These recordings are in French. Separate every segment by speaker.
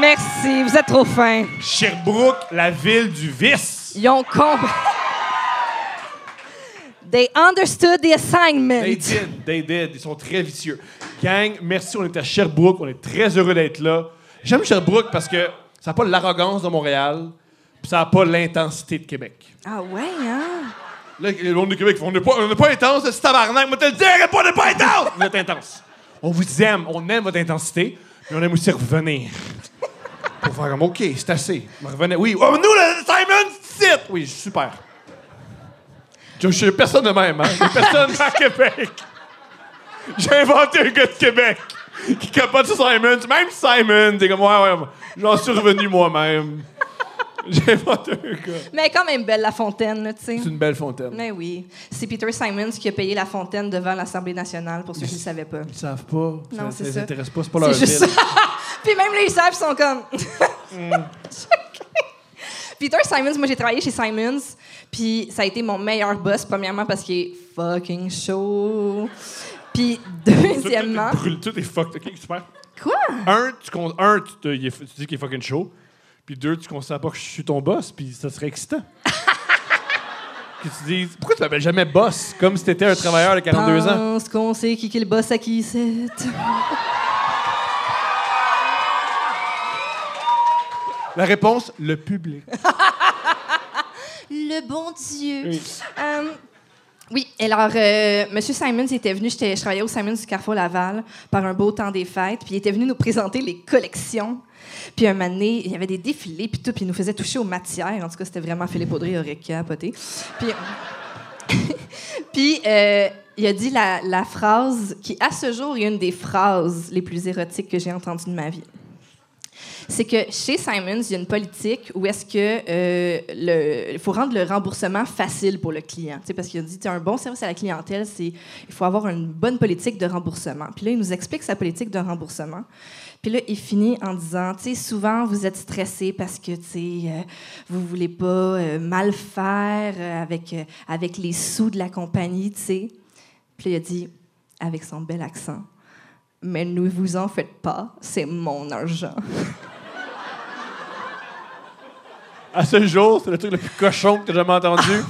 Speaker 1: Merci, vous êtes trop fin.
Speaker 2: Sherbrooke, la ville du vice.
Speaker 1: Ils ont compris. They understood the assignment.
Speaker 2: They did, they did. Ils sont très vicieux. Gang, merci, on est à Sherbrooke. On est très heureux d'être là. J'aime Sherbrooke parce que ça n'a pas l'arrogance de Montréal, puis ça n'a pas l'intensité de Québec.
Speaker 1: Ah ouais, hein?
Speaker 2: Là, les gens du Québec font On n'est pas, on n'est pas intense, c'est tabarnak. Moi, te le dire, on n'est pas intense. Vous êtes intense. On vous aime, on aime votre intensité, mais on aime aussi revenir. Pour faire comme, OK, c'est assez. On revenait. Oui, oh, nous, le Simon, c'est Oui, super. Je je suis personne de même, hein? Je suis personne à Québec. J'ai inventé un gars de Québec qui capote sur Simon. Même Simon, t'es comme, ouais, ouais, j'en suis revenu moi-même. J'ai inventé un gars.
Speaker 1: Mais quand même belle la fontaine, là, tu sais.
Speaker 2: C'est une belle fontaine.
Speaker 1: Mais oui. C'est Peter Simons qui a payé la fontaine devant l'Assemblée nationale, pour ceux qui ne le savaient pas.
Speaker 2: Ils savent pas.
Speaker 1: Non, c'est
Speaker 2: les
Speaker 1: ça.
Speaker 2: intéresse pas, c'est pas leur
Speaker 1: C'est juste ça.
Speaker 2: ville. Mm.
Speaker 1: Puis même les savent, ils sont comme. Peter Simons, moi j'ai travaillé chez Simons, puis ça a été mon meilleur boss, premièrement parce qu'il est fucking chaud. Puis
Speaker 2: Tout est
Speaker 1: deuxièmement.
Speaker 2: brûlé, tout est fucked. OK, super.
Speaker 1: Quoi?
Speaker 2: Un, tu, con- un, tu, te- il est- tu dis qu'il est fucking chaud. Puis deux, tu considères pas que je suis ton boss, puis ça serait excitant. que tu dises, pourquoi tu m'appelles jamais boss? Comme si t'étais un travailleur de 42 ans.
Speaker 1: pense qu'on sait qui, qui est le boss à qui c'est.
Speaker 2: La réponse, le public.
Speaker 1: Le bon Dieu.
Speaker 2: Oui.
Speaker 1: Euh, oui, alors, euh, M. Simons était venu, j'étais- je travaillais au Simons du Carrefour Laval par un beau temps des fêtes, puis il était venu nous présenter les collections. Puis un moment donné, il y avait des défilés, puis tout, puis il nous faisait toucher aux matières. En tout cas, c'était vraiment Philippe Audrey aurait capoté. Puis, puis euh, il a dit la, la phrase qui, à ce jour, est une des phrases les plus érotiques que j'ai entendues de ma vie c'est que chez Simons, il y a une politique où est-ce que euh, le- il faut rendre le remboursement facile pour le client. Tu sais, Parce qu'il a dit, tu sais, un bon service à la clientèle, c'est il faut avoir une bonne politique de remboursement. Puis là, il nous explique sa politique de remboursement. Puis là, il finit en disant, tu sais, souvent, vous êtes stressé parce que, tu sais, euh, vous voulez pas euh, mal faire euh, avec, euh, avec les sous de la compagnie, tu sais. Puis là, il a dit, avec son bel accent, mais ne vous en faites pas, c'est mon argent.
Speaker 2: À ce jour, c'est le truc le plus cochon que t'as jamais entendu.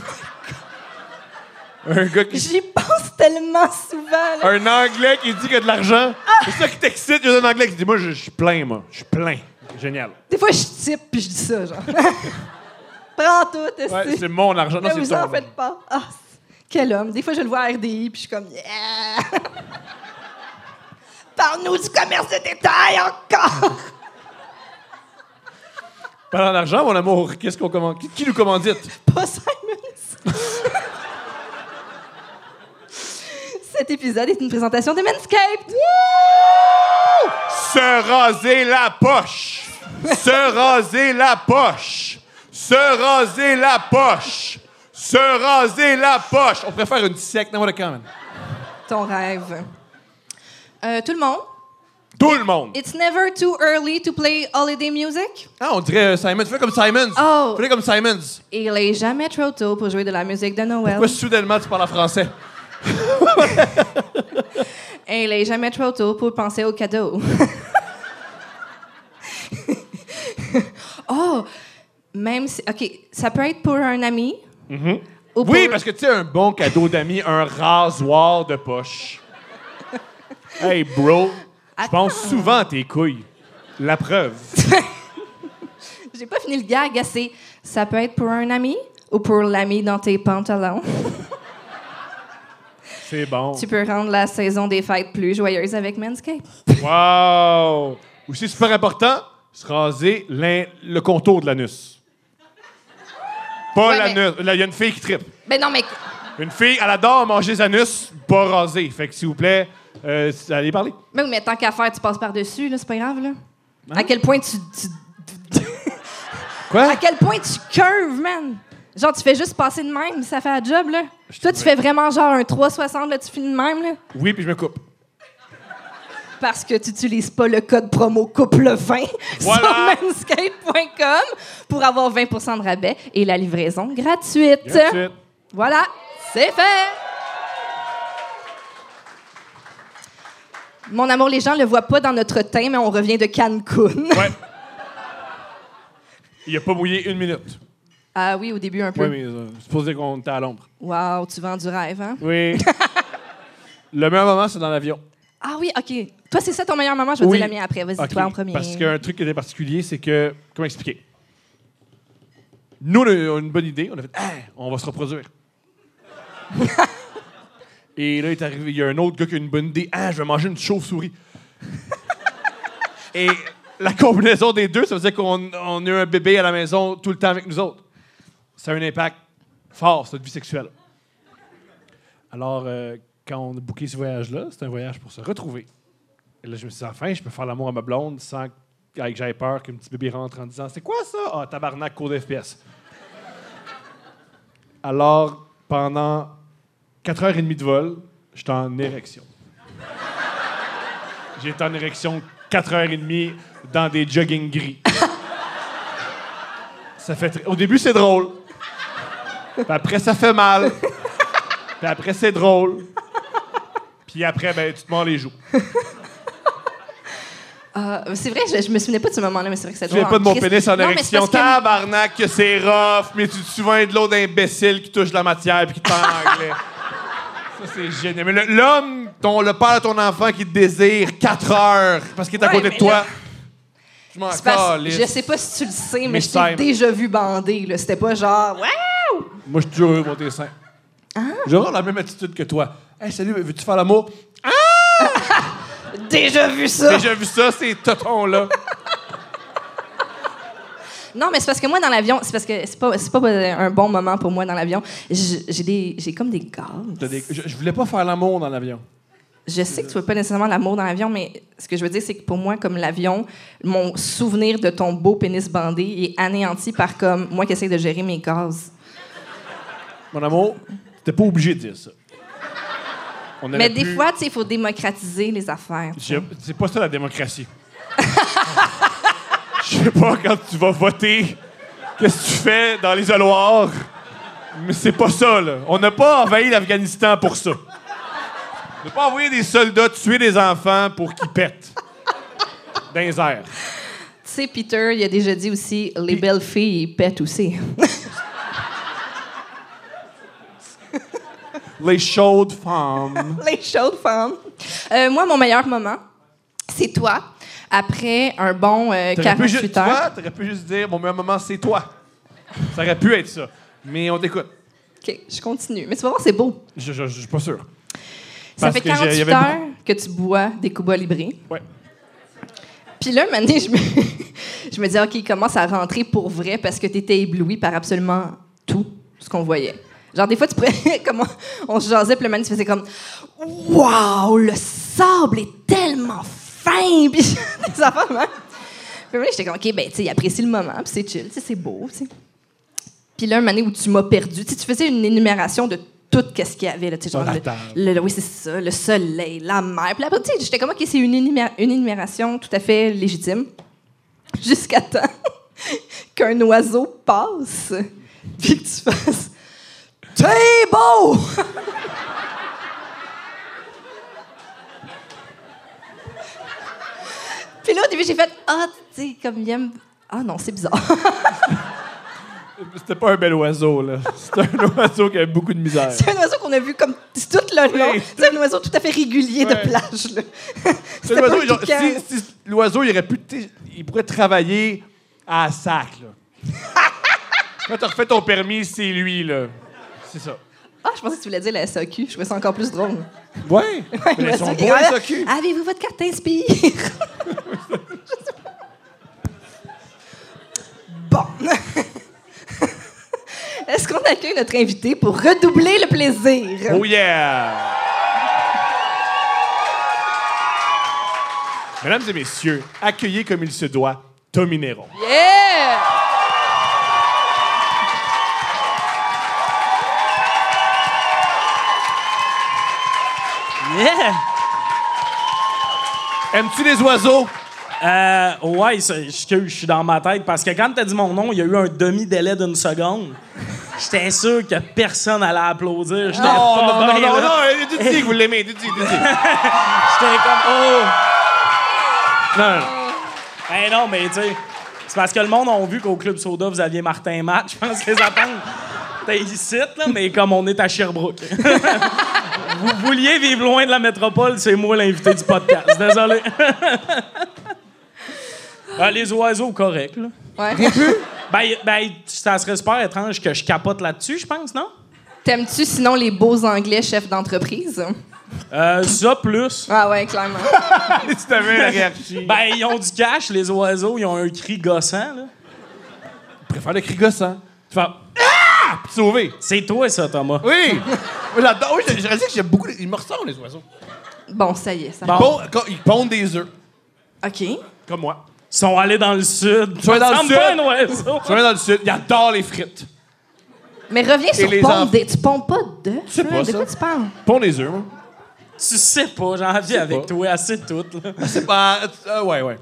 Speaker 2: un gars qui.
Speaker 1: J'y pense tellement souvent. là.
Speaker 2: Un anglais qui dit qu'il y a de l'argent.
Speaker 1: Ah!
Speaker 2: C'est ça qui t'excite, il y a un anglais qui dit Moi, je je suis plein, moi. Je suis plein. Génial.
Speaker 1: Des fois, je type puis je dis ça, genre. Prends tout, est-ce
Speaker 2: Ouais,
Speaker 1: que-
Speaker 2: c'est mon argent. Non,
Speaker 1: Ne
Speaker 2: c'est
Speaker 1: vous
Speaker 2: ton
Speaker 1: en
Speaker 2: argent.
Speaker 1: faites pas. Ah, c'est- quel homme. Des fois, je le vois à RDI puis je suis comme, yeah! Parle-nous du commerce de détail encore!
Speaker 2: Parlant d'argent, mon amour, qu'est-ce qu'on commande? Qui, qui nous commandite?
Speaker 1: pas Simons. Cet épisode est une présentation de Manscaped.
Speaker 2: Se raser la poche! Se raser la poche! Se raser la poche! Se raser la poche! On préfère une sec, n'importe quand, man.
Speaker 1: Ton rêve. Euh, tout le monde,
Speaker 2: Tout le monde!
Speaker 1: it's never too early to play holiday music.
Speaker 2: Ah, on dirait euh, Simon. Fais comme Simons!
Speaker 1: Oh.
Speaker 2: Fais comme Simons!
Speaker 1: Il est jamais trop tôt pour jouer de la musique de Noël.
Speaker 2: Pourquoi soudainement tu parles en français?
Speaker 1: Et il est jamais trop tôt pour penser aux cadeaux. oh, même si. OK, ça peut être pour un ami. ou
Speaker 2: Mm-hmm. Oui,
Speaker 1: pour-
Speaker 2: parce que tu sais, un bon cadeau d'amis, un rasoir de poche. Hey, bro, je pense souvent à tes couilles. La preuve.
Speaker 1: J'ai pas fini le gag, ah, c'est. Ça peut être pour un ami ou pour l'ami dans tes pantalons.
Speaker 2: C'est bon.
Speaker 1: tu peux rendre la saison des fêtes plus joyeuse avec Manscaped.
Speaker 2: Wow! Aussi super important, se raser l'in- le contour de l'anus. Pas
Speaker 1: Ouais,
Speaker 2: l'anus. Là, il y a une fille qui tripe.
Speaker 1: Ben non, mais
Speaker 2: Une fille, elle adore manger les anus pas rasés. Fait que s'il vous plaît, euh, allez parler.
Speaker 1: Mais oui, mais tant qu'à faire, tu passes par-dessus, là, c'est pas grave, là.
Speaker 2: Hein?
Speaker 1: À quel point tu. tu-
Speaker 2: Quoi?
Speaker 1: à quel point tu curves, man! Genre, tu fais juste passer de même, ça fait la job, là.
Speaker 2: Je
Speaker 1: Toi,
Speaker 2: te
Speaker 1: tu fais vraiment genre un 360, là, tu finis de même, là.
Speaker 2: Oui, puis je me coupe.
Speaker 1: Parce que tu n'utilises pas le code promo couple20
Speaker 2: Voilà.
Speaker 1: sur manscape.com pour avoir 20 de rabais et la livraison gratuite.
Speaker 2: Gratuite.
Speaker 1: Voilà, c'est fait! Mon amour, les gens le voient pas dans notre teint, mais on revient de Cancun.
Speaker 2: Ouais. Il a pas mouillé une minute.
Speaker 1: Ah oui, au début un peu.
Speaker 2: Oui, mais euh, c'est supposé qu'on était à l'ombre.
Speaker 1: Wow, tu vends du rêve, hein?
Speaker 2: Oui. Le meilleur moment, c'est dans l'avion.
Speaker 1: Ah oui, OK. Toi, c'est ça ton meilleur moment? Je vais
Speaker 2: Oui.
Speaker 1: dire la mienne après. Vas-y,
Speaker 2: Ok,
Speaker 1: toi en premier.
Speaker 2: Parce qu'un truc qui était particulier, c'est que. Comment expliquer? Nous, on a eu une bonne idée. On a fait Ah, on va se reproduire. Et là, il est arrivé, il y a un autre gars qui a une bonne idée. Ah, je vais manger une chauve-souris. Et la combinaison des deux, ça veut dire qu'on on a eu un bébé à la maison tout le temps avec nous autres. Ça a un impact fort sur notre vie sexuelle. Alors, euh, quand on a booké ce voyage-là, c'est un voyage pour se retrouver. Et là, je me suis dit, enfin, je peux faire l'amour à ma blonde sans que j'aie peur qu'un petit bébé rentre en disant C'est quoi ça Ah, tabarnak, cours de FPS. Alors, pendant 4h30 de vol, j'étais en érection. J'étais en érection 4h30 dans des jogging gris. ça fait tr- Au début, c'est drôle. Puis après, ça fait mal. Puis après, c'est drôle. Puis après, ben, tu te mords les joues.
Speaker 1: Ah, c'est vrai, je, je me souvenais pas de ce moment-là, mais c'est vrai que ça
Speaker 2: Tu viens
Speaker 1: doit
Speaker 2: pas de mon
Speaker 1: Christ-
Speaker 2: pénis en
Speaker 1: Non, mais c'est
Speaker 2: érection.
Speaker 1: parce que-
Speaker 2: Tabarnak, que c'est rough, mais tu te souviens de l'autre imbécile qui touche la matière puis qui te parle en anglais. Ça, c'est génial. Mais le- l'homme, ton, le père de ton enfant qui te désire 4 heures parce qu'il est à
Speaker 1: Ouais,
Speaker 2: côté de
Speaker 1: mais
Speaker 2: toi.
Speaker 1: là-
Speaker 2: Je m'en
Speaker 1: c'est parce-
Speaker 2: calisse.
Speaker 1: Je sais pas si tu le sais, mais
Speaker 2: Mais
Speaker 1: je t'ai
Speaker 2: Sam-
Speaker 1: déjà vu bander. là. C'était pas genre, waouh!
Speaker 2: Moi, je suis toujours heureux de mon dessin.
Speaker 1: Ah.
Speaker 2: J'aurai la même attitude que toi. Hey, salut, veux-tu faire l'amour?
Speaker 1: Déjà vu ça!
Speaker 2: Déjà vu ça, ces totons-là.
Speaker 1: Non, mais c'est parce que moi, dans l'avion, c'est parce que c'est pas, c'est pas un bon moment pour moi dans l'avion. J- J'ai des, j'ai comme des gaz.
Speaker 2: T'as des- je, je voulais pas faire l'amour dans l'avion.
Speaker 1: Je sais que tu veux pas nécessairement l'amour dans l'avion, mais ce que je veux dire, c'est que pour moi, comme l'avion, mon souvenir de ton beau pénis bandé est anéanti par comme moi qui essaie de gérer mes gaz.
Speaker 2: Mon amour, t'étais pas obligé de dire ça. On
Speaker 1: mais
Speaker 2: aurait
Speaker 1: des
Speaker 2: pu-
Speaker 1: fois, tu sais, il faut démocratiser les affaires. tu sais.
Speaker 2: Je- C'est pas ça la démocratie. Je sais pas quand tu vas voter, qu'est-ce que tu fais dans l'isoloir, mais c'est pas ça, là. On n'a pas envahi l'Afghanistan pour ça. On n'a pas envoyé des soldats tuer des enfants pour qu'ils pètent. Dans les airs.
Speaker 1: Tu sais, Peter, il a déjà dit aussi, les belles filles, ils pètent aussi.
Speaker 2: Les chaudes femmes.
Speaker 1: les chaudes femmes. Euh, moi, mon meilleur moment, c'est toi, après un bon euh,
Speaker 2: T'aurais pu, ju-
Speaker 1: 48
Speaker 2: tu
Speaker 1: heures.
Speaker 2: vois, t'aurais pu juste dire, mon meilleur moment, c'est toi. Ça aurait pu être ça. Mais on t'écoute.
Speaker 1: OK, je continue. Mais tu vas voir, c'est beau.
Speaker 2: Je je- je suis pas sûr.
Speaker 1: Ça
Speaker 2: Parce
Speaker 1: fait
Speaker 2: que j'ai- il y
Speaker 1: 48
Speaker 2: avait
Speaker 1: heures que tu bois des Cuba Libre.
Speaker 2: Ouais.
Speaker 1: Puis là, maintenant, je me, je me dis, OK, il commence à rentrer pour vrai parce que tu étais ébloui par absolument tout ce qu'on voyait. Genre, des fois, tu prenais, comme on, on se jasait, puis le man, tu faisais comme, Waouh, le sable est tellement fin! Puis des affaires, de même. Puis là, j'étais comme, OK, ben, tu sais, il apprécie le moment, puis c'est chill, tu sais, c'est beau, tu sais. Puis là, un moment donné où tu m'as perdu, tu sais, tu faisais une énumération de tout qu'est-ce qu'il y avait, là, tu sais, genre,
Speaker 2: Dans la
Speaker 1: le-
Speaker 2: table.
Speaker 1: le, le- oui, c'est ça, le soleil, la mer. Puis là, après, tu sais, j'étais comme, OK, c'est une, énumér- une énumération tout à fait légitime. Jusqu'à temps qu'un oiseau passe, puis que tu fasses, T'es beau! Puis là, au début, j'ai fait Ah, tu sais, comme il aime. Ah non, c'est bizarre.
Speaker 2: C'était pas un bel oiseau, là. C'était un oiseau qui avait beaucoup de misère.
Speaker 1: c'est un oiseau qu'on a vu comme c'est tout le long.
Speaker 2: Oui.
Speaker 1: C'est un oiseau tout à fait régulier
Speaker 2: Ouais.
Speaker 1: de plage. là.
Speaker 2: C'est
Speaker 1: C'était pas
Speaker 2: l'oiseau, genre,
Speaker 1: piquant.
Speaker 2: si, si l'oiseau, il aurait pu. tu sais, Il pourrait travailler à sac, là. Quand t'as refait ton permis, c'est lui, là. C'est ça.
Speaker 1: Ah, je pensais que tu voulais dire la SAQ. Je trouvais ça encore plus drôle.
Speaker 2: Ouais. Mais ils
Speaker 1: L'oiseau
Speaker 2: sont
Speaker 1: qui
Speaker 2: beaux,
Speaker 1: est
Speaker 2: les
Speaker 1: là,
Speaker 2: ocus.
Speaker 1: Avez-vous votre carte Inspire? Je sais pas. bon. est-ce qu'on accueille notre invité pour redoubler le plaisir?
Speaker 2: Oh yeah! Mesdames et messieurs, accueillez comme il se doit Tommy Néron.
Speaker 1: Yeah!
Speaker 3: Yeah!
Speaker 2: Aimes-tu les oiseaux?
Speaker 3: Euh, ouais, c'est- je je suis dans ma tête parce que quand t'as dit mon nom, il y a eu un demi-délai d'une seconde. J'étais sûr que personne allait applaudir. J'étais
Speaker 2: non,
Speaker 3: pas
Speaker 2: Oh, non, non,
Speaker 3: bien,
Speaker 2: non,
Speaker 3: là.
Speaker 2: non, dites-y que vous l'aimez, dites-y, dites-y.
Speaker 3: J'étais comme, oh!
Speaker 2: Non, non,
Speaker 3: Ben non, mais tu sais, c'est parce que le monde a vu qu'au Club Soda, vous aviez Martin et Matt. Je pense que les attentes. T'es ici, là, mais comme on est à Sherbrooke. vous vouliez vivre loin de la métropole, c'est moi l'invité du podcast. Désolé. Ah, les oiseaux, correct, là.
Speaker 1: Ouais.
Speaker 3: Ben, y- ben, ça serait super étrange que je capote là-dessus, je pense, non?
Speaker 1: T'aimes-tu sinon les beaux anglais chefs d'entreprise?
Speaker 3: Euh, ça plus.
Speaker 1: Ah ouais, clairement.
Speaker 2: non. tu t'avais la hiérarchie.
Speaker 3: Ben, ils ont du cash, les oiseaux, ils ont un cri gossant, là.
Speaker 2: Je préfère le cri gossant.
Speaker 3: Tu fais,
Speaker 2: Pour te sauver.
Speaker 3: C'est toi, ça, Thomas.
Speaker 2: Oui! Moi, J'adore. Oui, je, je réalise que j'aime beaucoup. les- Ils me ressemblent, les oiseaux.
Speaker 1: Bon, ça y est, ça.
Speaker 3: Bon.
Speaker 2: Pond- quand- ils pondent des œufs,
Speaker 1: OK.
Speaker 2: comme moi.
Speaker 3: Ils sont allés dans le sud.
Speaker 2: sont allés dans le
Speaker 3: Ça ressemble pas
Speaker 2: sud.
Speaker 3: à un oiseau.
Speaker 2: Tu vas dans le sud, ils adorent les frites.
Speaker 1: Mais reviens sur
Speaker 2: les
Speaker 1: pompe
Speaker 2: enfants.
Speaker 1: des... Tu pompes pas de...
Speaker 2: sais
Speaker 1: là,
Speaker 2: pas,
Speaker 1: De
Speaker 2: ça.
Speaker 1: quoi tu parles?
Speaker 2: Pondent des œufs, moi.
Speaker 3: Tu sais pas, j'en vis avec
Speaker 2: pas.
Speaker 3: toi, assez tout. Là.
Speaker 2: C'est pas. euh, ouais, ouais.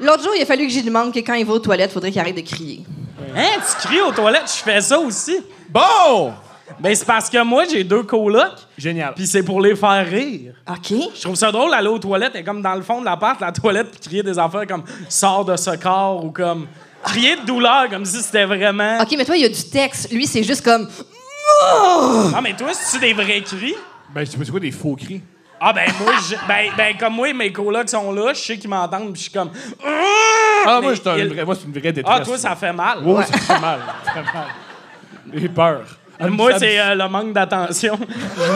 Speaker 1: L'autre jour, il a fallu que j'y demande que quand il va aux toilettes, faudrait qu'il arrête de crier.
Speaker 3: Hein, tu cries aux toilettes, je fais ça aussi.
Speaker 2: Bon!
Speaker 3: Ben, c'est parce que moi, j'ai deux colocs,
Speaker 2: Génial.
Speaker 3: puis c'est pour les faire rire.
Speaker 1: OK.
Speaker 3: Je trouve ça drôle d'aller aux toilettes et comme dans le fond de l'appart, la toilette, puis crier des affaires comme « sors de ce corps » ou comme « crier de douleur » comme si c'était vraiment...
Speaker 1: OK, mais toi, il y a du texte. Lui, c'est juste comme...
Speaker 3: Ah, mais toi, c'est-tu des vrais cris?
Speaker 2: Ben, c'est c'est quoi des faux cris?
Speaker 3: Ah, ben moi, je- ben, ben, comme moi, mes colocs sont là, je sais qu'ils m'entendent, puis je suis comme...
Speaker 2: Ah,
Speaker 3: Mais
Speaker 2: moi, je suis un
Speaker 3: il-
Speaker 2: vrai- moi, c'est une vraie détresse.
Speaker 3: Ah, toi, ça fait mal.
Speaker 2: Oh, ça fait mal. Ça fait mal. J'ai peur.
Speaker 3: Moi, c'est euh, le manque d'attention. Je vais, je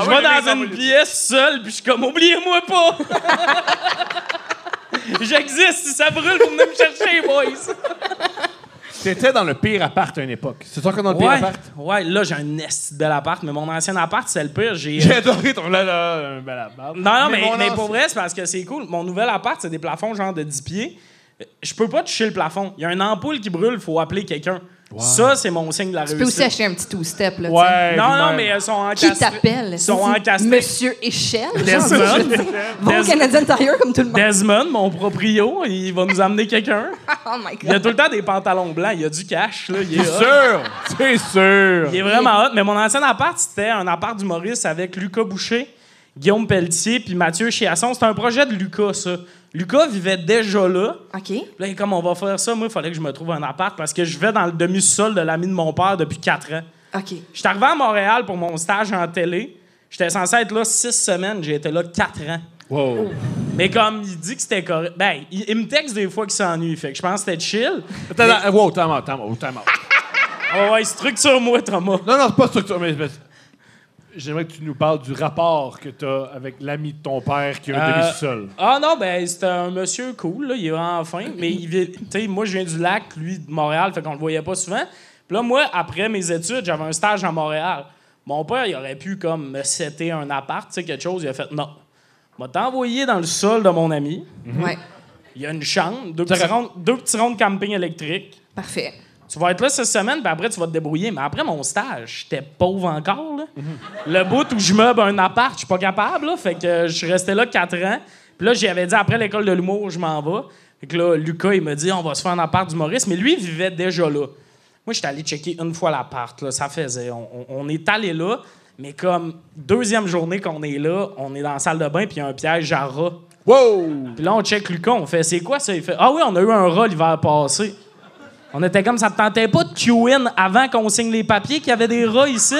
Speaker 2: ouais, le
Speaker 3: vais
Speaker 2: mec,
Speaker 3: dans
Speaker 2: ça va
Speaker 3: une
Speaker 2: lui.
Speaker 3: pièce seule, puis je suis comme, oubliez-moi pas! J'existe, si ça brûle, vous venez me chercher, boys!
Speaker 2: T'étais dans le pire appart à une époque. C'est toi encore dans le pire
Speaker 3: Ouais,
Speaker 2: appart?
Speaker 3: ouais, là, j'ai un esti de bel appart, mais mon ancien appart, c'est le pire. J'ai. euh,
Speaker 2: J'ai adoré ton là là, un bel appart.
Speaker 3: Non, non, mais,
Speaker 2: mon
Speaker 3: mais
Speaker 2: ancien-
Speaker 3: pour vrai, c'est parce que c'est cool. Mon nouvel appart, c'est des plafonds genre de 10 pieds. Euh, Je peux pas toucher le plafond. Il y a une ampoule qui brûle, faut appeler quelqu'un. Ça, c'est mon signe de la
Speaker 1: Tu peux
Speaker 3: réussite.
Speaker 1: aussi acheter un petit two-step, là, tu sais.
Speaker 2: Euh, Ouais.
Speaker 3: non, non,
Speaker 2: vous-même.
Speaker 3: mais elles sont encastrées.
Speaker 1: Qui t'appelle?
Speaker 3: Ils sont
Speaker 1: C'est-tu
Speaker 3: encastrées.
Speaker 1: Monsieur Échelle? genre,
Speaker 3: Desmond.
Speaker 1: je veux dire. Va au
Speaker 3: Desmond.
Speaker 1: Canadien Tire comme tout le monde.
Speaker 3: Desmond, mon proprio, il va nous amener quelqu'un.
Speaker 1: Oh my
Speaker 3: Il a
Speaker 1: God.
Speaker 3: tout le temps des pantalons blancs, il a du cash, là, il est hot.
Speaker 2: sûr! C'est sûr!
Speaker 3: Il est vraiment hot. Mais mon ancien appart, c'était un appart du Maurice avec Lucas Boucher, Guillaume Pelletier, puis Mathieu Chiasson. C'était un projet de Lucas, ça. Lucas vivait déjà là.
Speaker 1: OK.
Speaker 3: Puis Là, il est comme on va faire ça, moi, il fallait que je me trouve un appart parce que je vais dans le demi-sol de l'ami de mon père depuis quatre ans.
Speaker 1: OK.
Speaker 3: J'étais arrivé à Montréal pour mon stage en télé. J'étais censé être là six semaines, j'ai été là quatre ans.
Speaker 2: Wow.
Speaker 3: Mais comme il dit que c'était correct, ben, il, il me texte des fois qu'il s'ennuie. Fait que je pense que c'était chill.
Speaker 2: Attends,
Speaker 4: euh,
Speaker 2: attends, wow, time out, time out, time out.
Speaker 3: Oh ouais, structure-moi, Thomas.
Speaker 2: Non, non, c'est pas structure, mais... mais- J'aimerais que tu nous parles du rapport que t'as avec l'ami de ton père qui a un
Speaker 3: Euh,
Speaker 2: demi-sol.
Speaker 3: Ah non, ben, c'était un monsieur cool, là, il est vraiment fin. Mais il vit- tu sais, moi, je viens du lac, lui, de Montréal, fait qu'on le voyait pas souvent. Puis là, moi, après mes études, j'avais un stage à Montréal. Mon père, il aurait pu, comme, me setter un appart, tu sais, quelque chose. Il a fait non. M'a t'envoyé dans le sol de mon ami.
Speaker 2: Mhm.
Speaker 1: Ouais.
Speaker 3: Il y a une chambre, deux
Speaker 2: T'aurais-
Speaker 3: petits ronds, deux petits ronds de camping électrique.
Speaker 1: Parfait.
Speaker 3: Tu vas être là cette semaine, puis après, tu vas te débrouiller. Mais après mon stage, j'étais pauvre encore. Là. Le bout où je meuble un appart, je suis pas capable. Là, fait que euh, je suis resté là quatre ans. Puis là, j'avais dit après l'école de l'humour, je m'en vais. Fait que là, Lucas, il me dit, on va se faire un appart du Maurice. Mais lui, il vivait déjà là. Moi, j'étais allé checker une fois l'appart. là, Ça faisait. On, on- on est allé là, mais comme deuxième journée qu'on est là, on est dans la salle de bain, puis il y a un piège à rats.
Speaker 2: Wow!
Speaker 3: Puis là, on check Lucas, on fait c'est quoi ça? Il fait Ah oui, on a eu un rat l'hiver passé. On était comme ça, te tentait pas de tune avant qu'on signe les papiers qu'il y avait des rats ici.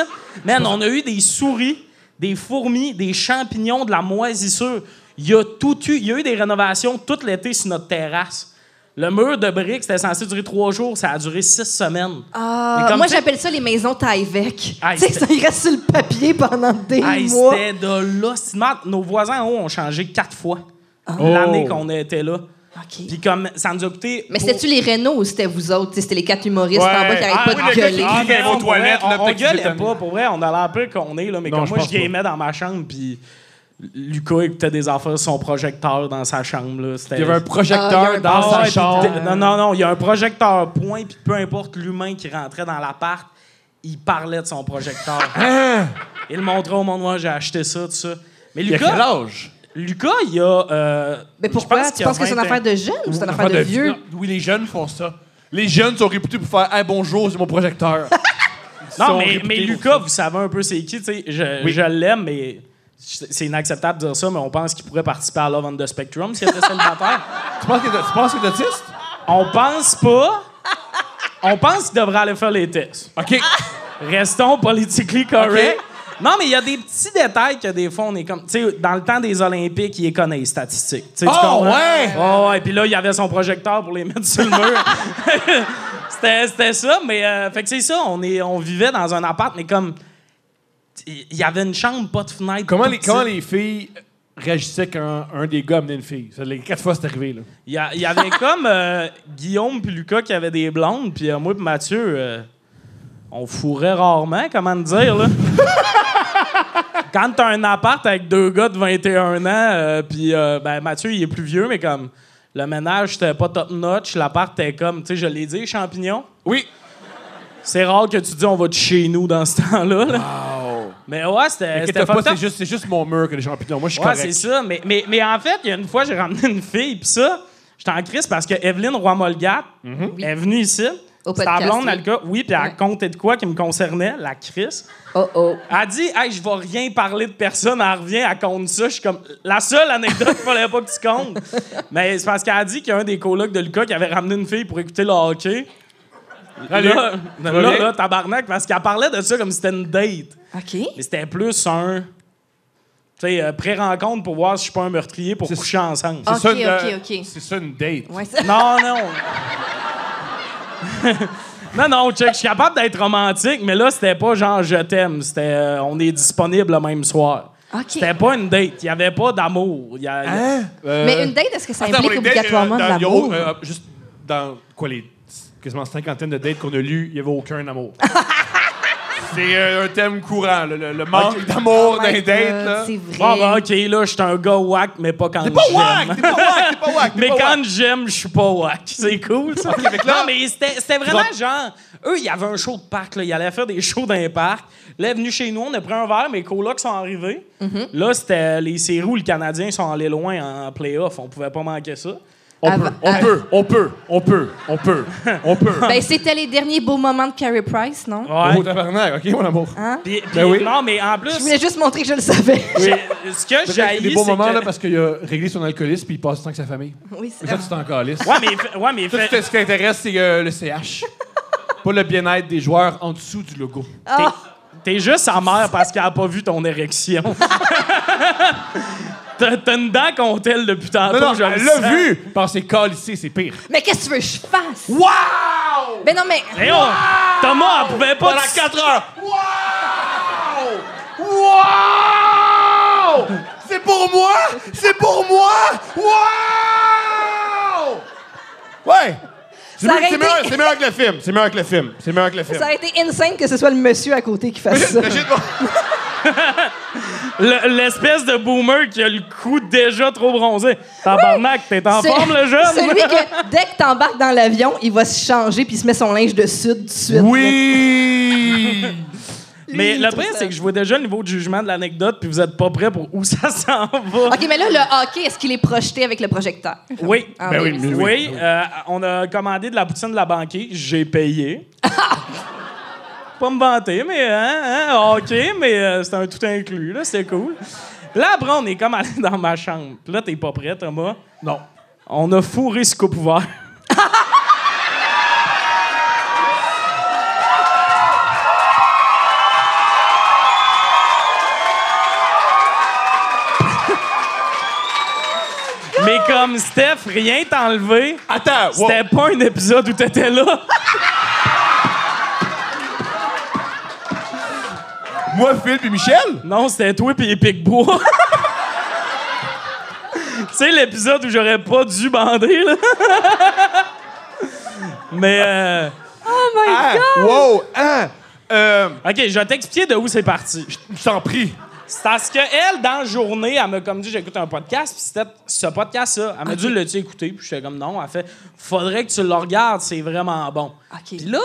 Speaker 3: Man, on a eu des souris, des fourmis, des champignons, de la moisissure. Il y a tout eu. Il y a eu des rénovations tout l'été sur notre terrasse. Le mur de briques, c'était censé durer trois jours, ça a duré six semaines.
Speaker 1: Ah,
Speaker 3: Mais comme
Speaker 1: moi,
Speaker 3: tu sais-
Speaker 1: j'appelle ça les maisons Tyvek.
Speaker 2: Ah,
Speaker 3: Aïe,
Speaker 1: Tu sais, ça
Speaker 3: c'était-
Speaker 1: il reste sur le papier pendant des
Speaker 3: Hey,
Speaker 1: mois. Ah.
Speaker 3: c'était de l'hostimate. Nos voisins en haut ont changé quatre fois
Speaker 2: Oh.
Speaker 3: l'année qu'on était là.
Speaker 1: OK.
Speaker 3: Puis comme ça nous a coûté.
Speaker 1: Mais
Speaker 3: pour-
Speaker 1: c'était-tu les Renault ou c'était vous autres? T'sais, C'était les quatre humoristes en bas qui
Speaker 2: Ouais.
Speaker 1: arrêtent
Speaker 2: Ah,
Speaker 1: pas
Speaker 2: oui,
Speaker 1: de
Speaker 2: le gars qui
Speaker 1: gueuler.
Speaker 2: crie. Viens
Speaker 3: mais
Speaker 2: aux
Speaker 3: on pourrait-
Speaker 2: toilettes,
Speaker 3: on,
Speaker 2: là,
Speaker 3: on
Speaker 2: peut-être qu'il
Speaker 3: gueulait
Speaker 2: détonne.
Speaker 3: pas, pour vrai. On a l'air peu qu'on est, là, mais
Speaker 2: Non,
Speaker 3: comme
Speaker 2: je
Speaker 3: moi,
Speaker 2: pense
Speaker 3: je gamais
Speaker 2: pas.
Speaker 3: dans ma chambre, puis Lucas écoutait des affaires sur son projecteur dans sa chambre, là. C'était-
Speaker 4: Il y avait un
Speaker 1: Ah, il y a
Speaker 4: projecteur
Speaker 1: un
Speaker 4: dans
Speaker 3: Ah
Speaker 4: sa
Speaker 3: ouais,
Speaker 4: chambre.
Speaker 3: puis de- Non, non, non, il y a un projecteur, point, puis peu importe l'humain qui rentrait dans l'appart, il parlait de son projecteur. il le montrait au monde, moi, j'ai acheté ça, tout ça. Mais
Speaker 4: Il y a quel
Speaker 3: Lucas,
Speaker 4: âge?
Speaker 3: Lucas, il a. euh,
Speaker 1: Mais
Speaker 3: je
Speaker 1: pourquoi?
Speaker 3: pense
Speaker 1: tu
Speaker 3: qu'il a
Speaker 1: penses que c'est une
Speaker 3: 20
Speaker 1: affaire de jeune ou c'est une affaire de vieux?
Speaker 2: Non,
Speaker 4: Oui, les jeunes font ça. Les jeunes sont réputés pour faire Hey, bonjour, c'est mon projecteur. Ils
Speaker 3: Non,
Speaker 4: sont
Speaker 3: mais,
Speaker 4: réputés
Speaker 3: mais
Speaker 4: pour
Speaker 3: Lucas,
Speaker 4: ça.
Speaker 3: vous savez un peu c'est qui, tu sais. Je, je l'aime, mais c'est c'est inacceptable de dire ça, mais on pense qu'il pourrait participer à Love on the Spectrum s'il était célibataire.
Speaker 4: Tu penses qu'il est- tu penses qu'il est autiste?
Speaker 3: On pense pas. On pense qu'il devrait aller faire les tests.
Speaker 4: OK.
Speaker 3: Restons politically correct. Non, mais il y a des petits détails que des fois, on est comme. Tu sais, dans le temps des Olympiques, ils connaissent les statistiques. Tu sais, tu
Speaker 4: Oh,
Speaker 3: comprends?
Speaker 4: ouais!
Speaker 3: Ouais, ouais. Puis là, il y avait son projecteur pour les mettre sur le mur. C'était c'était ça, mais. euh, fait que c'est ça, on, est, on vivait dans un appart, mais comme. Il y avait une chambre, pas de fenêtre.
Speaker 4: Comment
Speaker 3: tout
Speaker 4: les,
Speaker 3: petit.
Speaker 4: comment les filles réagissaient quand un des gars amenait une fille? Ça, les quatre fois, c'est arrivé. Là.
Speaker 3: Il y, a- il y avait comme euh, Guillaume puis Lucas qui avaient des blondes, puis euh, moi puis Mathieu, euh, on fourrait rarement, comment te dire, là. Quand t'as un appart avec deux gars de 21 ans, euh, puis euh, ben, Mathieu, il est plus vieux, mais comme le ménage, c'était pas top-notch, l'appart était comme, tu sais, je l'ai dit, champignon.
Speaker 4: Oui.
Speaker 3: C'est rare que tu dis on va de chez nous dans ce temps-là. là. Mais ouais, c'était
Speaker 4: Inquiète
Speaker 3: c'était
Speaker 4: pas,
Speaker 3: fucked
Speaker 4: c'est
Speaker 3: up.
Speaker 4: juste, c'est juste mon mur que les champignons. Moi, je suis
Speaker 3: Ouais, c'est
Speaker 4: correct.
Speaker 3: ça. Mais, mais, mais en fait, il y a une fois, j'ai ramené une fille, puis ça, j'étais en crise parce que Evelyne Roy-Molgat
Speaker 4: Mm-hmm.
Speaker 3: est venue ici.
Speaker 1: Au
Speaker 3: C'était
Speaker 1: podcast,
Speaker 3: la blonde,
Speaker 1: oui.
Speaker 3: elle, gars, oui, puis elle
Speaker 1: Ouais.
Speaker 3: comptait de quoi qui me concernait, la crise.
Speaker 1: Oh oh.
Speaker 3: Elle a dit, hey, je vais rien parler de personne, elle revient, elle compte ça. Je suis comme, la seule anecdote qu'il fallait pas que tu comptes. Mais c'est parce qu'elle a dit qu'il y a un des colocs de Lucas qui avait ramené une fille pour écouter le hockey.
Speaker 4: Allez.
Speaker 3: Là,
Speaker 4: vas
Speaker 3: là,
Speaker 4: bien?
Speaker 3: là, tabarnak, parce qu'elle parlait de ça comme si c'était une date.
Speaker 1: OK.
Speaker 3: Mais c'était plus un. Tu sais, euh, pré-rencontre pour voir si je suis pas un meurtrier pour coucher ensemble.
Speaker 1: Ah.
Speaker 2: C'est ça,
Speaker 1: Ok,
Speaker 2: une, euh,
Speaker 1: ok, ok.
Speaker 2: C'est ça une date.
Speaker 1: Ouais, ça-
Speaker 3: Non, non. non, non, check, je suis capable d'être romantique, mais là, c'était pas genre je t'aime. C'était euh, on est disponible le même soir.
Speaker 1: OK.
Speaker 3: C'était euh, pas une date. Il y avait pas d'amour. Il y a-
Speaker 2: Hein?
Speaker 4: Hein?
Speaker 1: Mais une date, est-ce que ça
Speaker 2: Euh, Attends, pour
Speaker 1: implique
Speaker 2: les dates,
Speaker 1: obligatoirement
Speaker 2: euh,
Speaker 1: de
Speaker 2: dans-
Speaker 1: l'amour?
Speaker 2: yo, euh, juste dans quoi les quasiment cinquantaine de dates qu'on a lues, il n'y avait aucun amour. c'est euh, un thème courant, le, le- le manque d'amour
Speaker 1: Oh
Speaker 2: d'un
Speaker 1: my
Speaker 2: date.
Speaker 1: God,
Speaker 2: là.
Speaker 1: C'est vrai.
Speaker 3: Bon, ben, OK, là, je suis un gars whack, mais pas quand
Speaker 2: T'es pas wack!
Speaker 3: j'aime.
Speaker 2: T'es pas wack! T'es pas wack! t'es
Speaker 3: Mais
Speaker 2: pas
Speaker 3: quand
Speaker 2: wack.
Speaker 3: j'aime, je suis pas whack. C'est cool, ça.
Speaker 2: là-
Speaker 3: non, mais c'était c'était vraiment genre... Eux, il y avait un show de parc, là. Ils allaient faire des shows dans les parcs. Là, venu chez nous, on a pris un verre, mes colocs sont arrivés. Là, c'était les séries où le Canadien sont allés loin en playoff. On pouvait pas manquer ça.
Speaker 4: On,
Speaker 1: Avant-
Speaker 4: peut, on
Speaker 1: avant-
Speaker 4: peut, on peut, on peut, on peut, on peut.
Speaker 1: Ben, c'était les derniers beaux moments de Carrie Price, non?
Speaker 4: Oh, tabarnak, OK, mon amour.
Speaker 1: Hein?
Speaker 3: Puis- puis-
Speaker 4: Ben oui.
Speaker 3: Non, mais en plus,
Speaker 1: Je voulais juste montrer que je le savais.
Speaker 3: j'ai- ce que j'ai
Speaker 4: J'ai des beaux moments, là, parce qu'il a réglé son alcoolisme puis il passe du temps avec sa famille.
Speaker 1: Oui, c'est
Speaker 4: C'est ça, tu t'en calisses.
Speaker 3: Ouais, mais... fa- Ouais, mais
Speaker 4: Tout
Speaker 3: fa-
Speaker 4: ce ce qui t'intéresse, c'est euh, le CH. pas le bien-être des joueurs en dessous du logo.
Speaker 3: T'es-
Speaker 1: Ah!
Speaker 3: T'es juste sa mère parce qu'elle a pas vu ton érection. T'as t'as une dent qu'on telle depuis tantôt.
Speaker 4: Non, non,
Speaker 3: je le
Speaker 4: elle l'a
Speaker 3: sens.
Speaker 4: vu! Parce que c'est calissé, c'est pire.
Speaker 1: Mais qu'est-ce que tu veux que je fasse?
Speaker 4: Wow!
Speaker 1: Ben non, mais.
Speaker 3: Mais on- Thomas, elle pouvait pas.
Speaker 4: Pendant
Speaker 3: dis-
Speaker 4: 4 heures! Wow! Wow! C'est pour moi! C'est pour moi! Wow!
Speaker 2: Ouais! C'est
Speaker 1: Ça
Speaker 2: mieux,
Speaker 1: aurait
Speaker 2: c'est
Speaker 1: été-
Speaker 2: meilleur, c'est meilleur que le film. C'est meilleur que le film. C'est meilleur que le film.
Speaker 1: Ça aurait été insane que ce soit le monsieur à côté qui fasse ça.
Speaker 2: Imagine, moi-
Speaker 3: Le- L'espèce de boomer qui a le cou déjà trop bronzé. Tabarnak, t'es en
Speaker 1: C'est-
Speaker 3: forme, le jeune?
Speaker 1: Celui que dès que t'embarques dans l'avion, il va se changer puis il se met son linge de sud tout de suite.
Speaker 2: Oui!
Speaker 3: Mais
Speaker 1: Lui,
Speaker 3: le
Speaker 1: il trouve
Speaker 3: pire,
Speaker 1: ça-
Speaker 3: c'est que je vois déjà le niveau de jugement de l'anecdote, puis vous êtes pas prêt pour où ça s'en va.
Speaker 1: OK, mais là, le hockey, est-ce qu'il est projeté avec le projecteur?
Speaker 3: Oui.
Speaker 1: Ah, Ben oui, oui,
Speaker 3: oui,
Speaker 1: oui,
Speaker 3: euh, on a commandé de la poutine de la banquée. J'ai payé. Pas me vanter, mais hein, hein, OK, mais euh, c'était un tout inclus, là, c'est cool. Là, après, on est comme allé dans ma chambre. Puis Là, t'es pas prêt, Thomas.
Speaker 4: Non.
Speaker 3: On a fourré ce qu'on pouvait. Mais comme Steph, rien t'a enlevé.
Speaker 2: Attends, wow.
Speaker 3: C'était pas un épisode où t'étais là.
Speaker 2: moi, Phil puis Michel?
Speaker 3: Non, c'était toi et Epic Bois. Tu sais, l'épisode où j'aurais pas dû bander, là. Mais, euh,
Speaker 1: Oh
Speaker 2: Ah, wow, ah, euh,
Speaker 3: OK, je vais t'expliquer de où c'est parti.
Speaker 2: je t'en prie.
Speaker 3: C'est parce que elle, dans la journée, elle m'a comme dit j'écoute un podcast, puis c'était ce podcast-là. Elle m'a dit l'as-tu écouté Puis j'étais comme non. Elle fait faudrait que tu le regardes, c'est vraiment bon.
Speaker 1: OK.
Speaker 3: Puis là,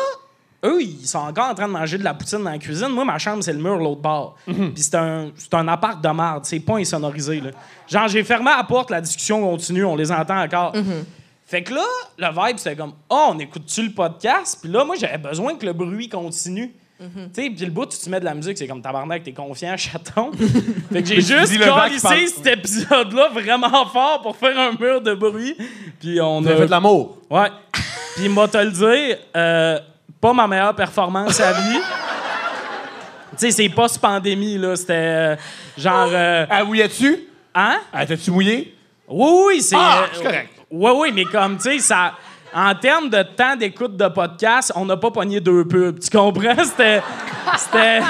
Speaker 3: eux, ils sont encore en train de manger de la poutine dans la cuisine. Moi, ma chambre, c'est le mur, l'autre bord.
Speaker 2: Mhm.
Speaker 3: Puis c'est un, c'est un appart de merde, c'est pas insonorisé. Là. Genre, j'ai fermé la porte, la discussion continue, on les entend encore. Fait que là, le vibe, c'était comme Oh, on écoute-tu le podcast? Puis là, moi, j'avais besoin que le bruit continue. Tu sais, puis le bout, tu te mets de la musique, c'est comme tabarnak, t'es confiant, chaton. fait que j'ai juste
Speaker 2: dis le vent qui
Speaker 3: calissé cet épisode-là vraiment fort pour faire un mur de bruit. Puis on
Speaker 2: Vous avez
Speaker 3: a.
Speaker 2: fait de l'amour.
Speaker 3: Ouais. Puis moi, te le dire, euh, pas ma meilleure performance à vie. tu sais, c'est post-pandémie, là. C'était euh, genre. euh,
Speaker 2: Ah, mouillais-tu?
Speaker 3: hein?
Speaker 2: Ah, t'as-tu mouillé?
Speaker 3: Oui, oui, c'est. euh,
Speaker 2: Ah, c'est correct.
Speaker 3: Oui, oui, mais comme, tu sais, ça. En termes de temps d'écoute de podcast, on n'a pas pogné deux pubs. Tu comprends? C'était. C'était.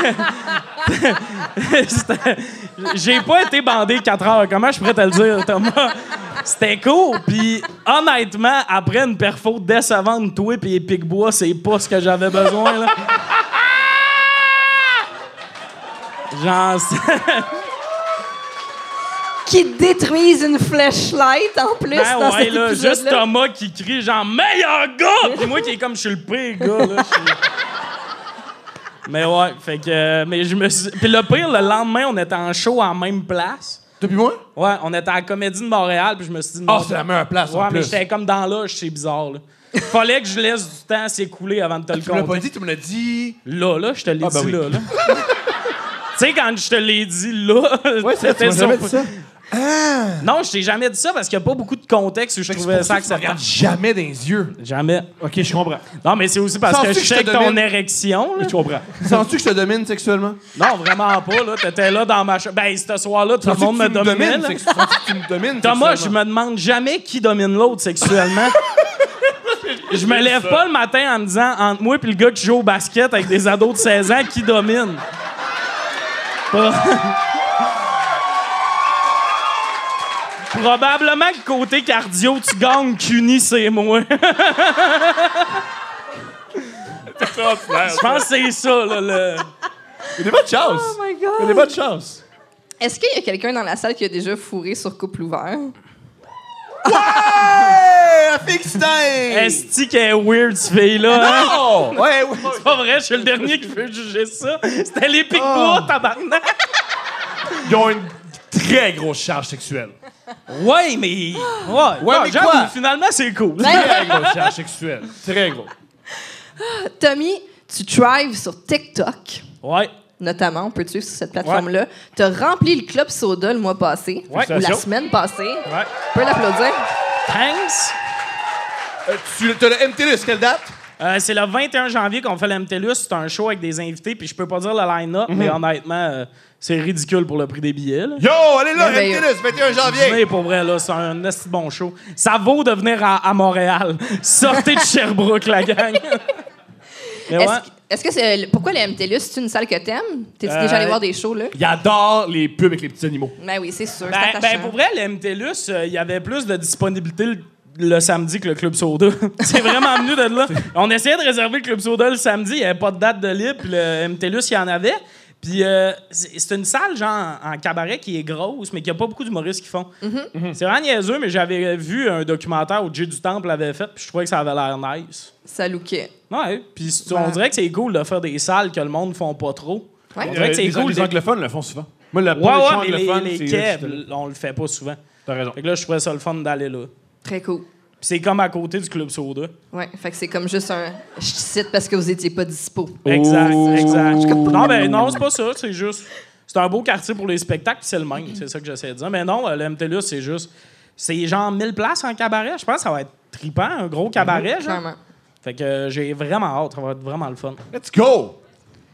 Speaker 3: c'était- J'ai pas été bandé quatre heures. Comment je pourrais te le dire, Thomas? C'était cool. Puis, honnêtement, après une perfo décevante, toi et Picbois, c'est pas ce que j'avais besoin, là. Genre, c'est-
Speaker 1: Qui détruisent une flashlight en plus
Speaker 3: Ben
Speaker 1: dans
Speaker 3: ouais,
Speaker 1: cet
Speaker 3: là,
Speaker 1: épisode-là.
Speaker 3: juste Thomas qui crie genre meilleur gars, puis moi qui est comme je suis le pire gars là. je suis- mais ouais, fait que euh, mais je me suis puis le pire le lendemain on était en show en même place.
Speaker 2: Depuis moi?
Speaker 3: Ouais, on était à la Comédie de Montréal, puis je me suis dit
Speaker 2: Ah,
Speaker 3: non,
Speaker 2: c'est la meilleure place
Speaker 3: Ouais,
Speaker 2: en
Speaker 3: mais
Speaker 2: plus.
Speaker 3: j'étais comme dans l'âge, c'est bizarre là. Fallait que je laisse du temps s'écouler avant de te le
Speaker 2: Tu me l'as pas
Speaker 3: conter.
Speaker 2: dit, tu me l'as dit.
Speaker 3: Là là, je te l'ai
Speaker 2: Ah, ben
Speaker 3: dit
Speaker 2: oui.
Speaker 3: là là. Tu sais, quand je te l'ai dit là,
Speaker 2: Ouais, c'est
Speaker 3: t'étais
Speaker 2: ça, tu m'as jamais
Speaker 3: surpris.
Speaker 2: dit ça.
Speaker 3: Non, je t'ai jamais dit ça parce qu'il n'y a pas beaucoup de contexte où je
Speaker 2: Fait que c'est
Speaker 3: trouvais
Speaker 2: pour
Speaker 3: ça
Speaker 2: ça que tu me
Speaker 3: acceptable.
Speaker 2: regardes jamais dans les yeux.
Speaker 3: Jamais.
Speaker 2: OK, je comprends.
Speaker 3: Non, mais c'est aussi parce
Speaker 2: Sens-tu
Speaker 3: que je
Speaker 2: que je te
Speaker 3: check ton
Speaker 2: domine?
Speaker 3: érection. là.
Speaker 2: Je comprends. Sens-tu que je te domine sexuellement?
Speaker 3: Non, vraiment pas. là. T'étais là dans ma chambre. Ben, ce soir-là, tout le
Speaker 2: Sens-tu
Speaker 3: monde
Speaker 2: que
Speaker 3: me
Speaker 2: tu me
Speaker 3: dominait.
Speaker 2: domines
Speaker 3: là.
Speaker 2: sexu- sens-tu que tu me domines
Speaker 3: Thomas, je
Speaker 2: sexuellement?
Speaker 3: me demande jamais qui domine l'autre sexuellement. Je me lève pas le matin en me disant entre moi et le gars qui joue au basket avec des ados de 16 ans qui domine. Pas- Probablement que côté cardio, tu gagnes qu'uni, c'est moi. Je pense que c'est ça, là, le.
Speaker 2: Il y a pas de chance.
Speaker 1: Oh my
Speaker 2: Il y a
Speaker 1: God.
Speaker 2: pas de chance.
Speaker 1: Est-ce qu'il y a quelqu'un dans la salle qui a déjà fourré sur couple ouvert?
Speaker 2: Hey, Fixstein!
Speaker 3: Esti qu'elle est weird, ce fille-là. hein?
Speaker 2: Oh! Ouais, ouais.
Speaker 3: C'est pas vrai, je suis le dernier qui veut juger ça. C'était les pics-bois, tabarnak.
Speaker 2: Ils ont une très grosse charge sexuelle.
Speaker 3: Ouais, mais. Ouais,
Speaker 2: Ouais,
Speaker 3: non,
Speaker 2: mais
Speaker 3: j'avoue,
Speaker 2: quoi?
Speaker 3: finalement, c'est cool.
Speaker 2: Très grosse charge sexuelle. Très gros.
Speaker 1: Tommy, tu thrives sur TikTok,
Speaker 3: Ouais.
Speaker 1: notamment, on peut te suivre sur cette plateforme-là. Tu as rempli le club soda le mois passé,
Speaker 3: Ouais.
Speaker 1: ou la
Speaker 2: Félicitations.
Speaker 1: semaine passée.
Speaker 3: Ouais.
Speaker 1: On peut l'applaudir.
Speaker 3: Thanks.
Speaker 2: Euh, tu as le MTLUS, quelle date?
Speaker 3: Euh, c'est le 21 janvier qu'on fait l'MTLUS. C'est un show avec des invités, puis je peux pas dire le line-up,
Speaker 2: Mhm.
Speaker 3: mais honnêtement, euh, c'est ridicule pour le prix des billets. Là.
Speaker 2: Yo, allez là,
Speaker 1: Merveilleux.
Speaker 2: MTLUS, 21 janvier.
Speaker 3: Mais pour vrai, là, c'est un esti bon show. Ça vaut de venir à, à Montréal. Sortez de Sherbrooke, la gang. Mais ouais.
Speaker 1: Est-ce que- est-ce que c'est. euh, Pourquoi le MTLUS, c'est une salle que t'aimes? T'es-tu
Speaker 3: Euh,
Speaker 1: déjà allé voir des shows, là?
Speaker 2: Il adore les pubs avec les petits animaux.
Speaker 1: Ben oui, c'est sûr.
Speaker 3: Ben,
Speaker 1: c'est
Speaker 3: ben,
Speaker 1: attachant.
Speaker 3: pour vrai, le MTLUS, euh, il y avait plus de disponibilité le, le samedi que le Club Soda. C'est vraiment venu de là. On essayait de réserver le Club Soda le samedi, il n'y avait pas de date de libre, puis le MTLUS, il y en avait. Puis euh, c'est c'est une salle, genre, en cabaret qui est grosse, mais qu'il n'y a pas beaucoup d'humoristes qui font.
Speaker 1: Mm-hmm.
Speaker 3: C'est vraiment niaiseux, mais j'avais vu un documentaire où Jay du Temple avait fait, puis je trouvais que ça avait l'air nice.
Speaker 1: Ça lookait.
Speaker 3: Ouais, puis c'est- on
Speaker 1: Ouais.
Speaker 3: dirait que c'est cool de faire des salles que le monde ne font pas trop.
Speaker 1: Ouais.
Speaker 3: On dirait que c'est
Speaker 2: Euh, les,
Speaker 3: cool.
Speaker 2: les
Speaker 3: de-
Speaker 2: anglophones le font souvent. Moi, le
Speaker 3: Ouais,
Speaker 2: pub
Speaker 3: ouais, mais
Speaker 2: anglophone,
Speaker 3: les, les
Speaker 2: c'est-
Speaker 3: Keb, on le fait pas souvent.
Speaker 2: T'as raison.
Speaker 3: Fait que là, je trouvais ça le fun d'aller là. Puis
Speaker 1: Très cool.
Speaker 3: c'est comme à côté du Club Soda.
Speaker 1: Ouais, fait que c'est comme juste un. Je cite parce que vous étiez pas dispo.
Speaker 3: Exact, exact. Non, ben non, c'est pas ça. C'est juste. C'est un beau quartier pour les spectacles, puis c'est le même. C'est ça que j'essaie de dire. Mais non, euh, le MTLUS, c'est juste. C'est genre 1000 places en cabaret. Je pense que ça va être tripant, un gros cabaret, genre.
Speaker 1: Mhm. Clairement.
Speaker 3: Fait que euh, j'ai vraiment hâte. Ça va être vraiment le fun.
Speaker 2: Let's go!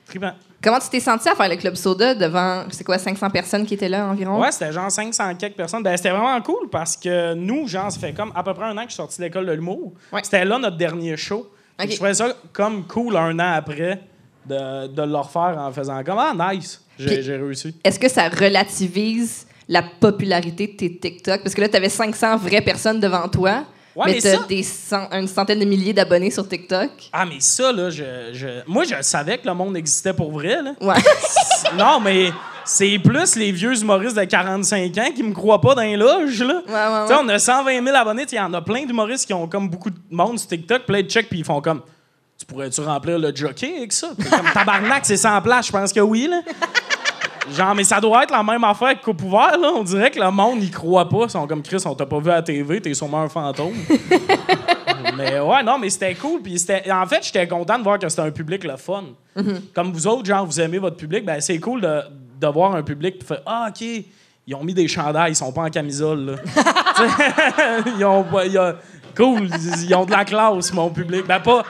Speaker 3: Tripant.
Speaker 1: Comment tu t'es senti à faire le club soda devant, c'est quoi, 500 personnes qui étaient là environ?
Speaker 3: Ouais, c'était genre 500 quelques personnes. Ben, c'était vraiment cool parce que nous, genre, ça fait comme à peu près un an que je suis sorti de l'école de l'humour.
Speaker 1: Ouais.
Speaker 3: C'était là notre dernier show. Fait que
Speaker 1: Ok.
Speaker 3: Je trouvais ça comme cool un an après de, de le refaire en faisant comme Ah, nice, j'ai
Speaker 1: Puis-
Speaker 3: j'ai réussi.
Speaker 1: Est-ce que ça relativise la popularité de tes TikTok? Parce que là, tu avais 500 vraies personnes devant toi,
Speaker 3: Ouais,
Speaker 1: mais
Speaker 3: mais
Speaker 1: tu as
Speaker 3: ça-
Speaker 1: des cent- une centaine de milliers d'abonnés sur TikTok.
Speaker 3: Ah, mais ça, là, je, je- moi, je savais que le monde existait pour vrai. Là.
Speaker 1: Ouais.
Speaker 3: non, mais c'est plus les vieux humoristes de 45 ans qui me croient pas dans les loges. Là.
Speaker 1: ouais,
Speaker 3: Tu sais,
Speaker 1: ouais.
Speaker 3: On a 120 000 abonnés. Il y en a plein d'humoristes qui ont comme beaucoup de monde sur TikTok, plein de checks, puis ils font comme Tu pourrais-tu remplir le jockey avec ça Puis comme tabarnak, c'est sans place. Je pense que oui. Là. Genre, mais ça doit être la même affaire que Coupe Ouvert, là. On dirait que le monde n'y croit pas. Ils sont comme Chris, on t'a pas vu à la TV, t'es sûrement un fantôme. mais euh, ouais, non, mais c'était cool. Puis c'était- en fait, j'étais content de voir que c'était un public le fun. Comme vous autres, genre, vous aimez votre public, ben c'est cool de, de voir un public qui fait Ah, OK, ils ont mis des chandails, ils sont pas en camisole, là. Tu sais, ils ont. pas- ils ont- cool, ils, ils ont de la classe, mon public. Ben pas,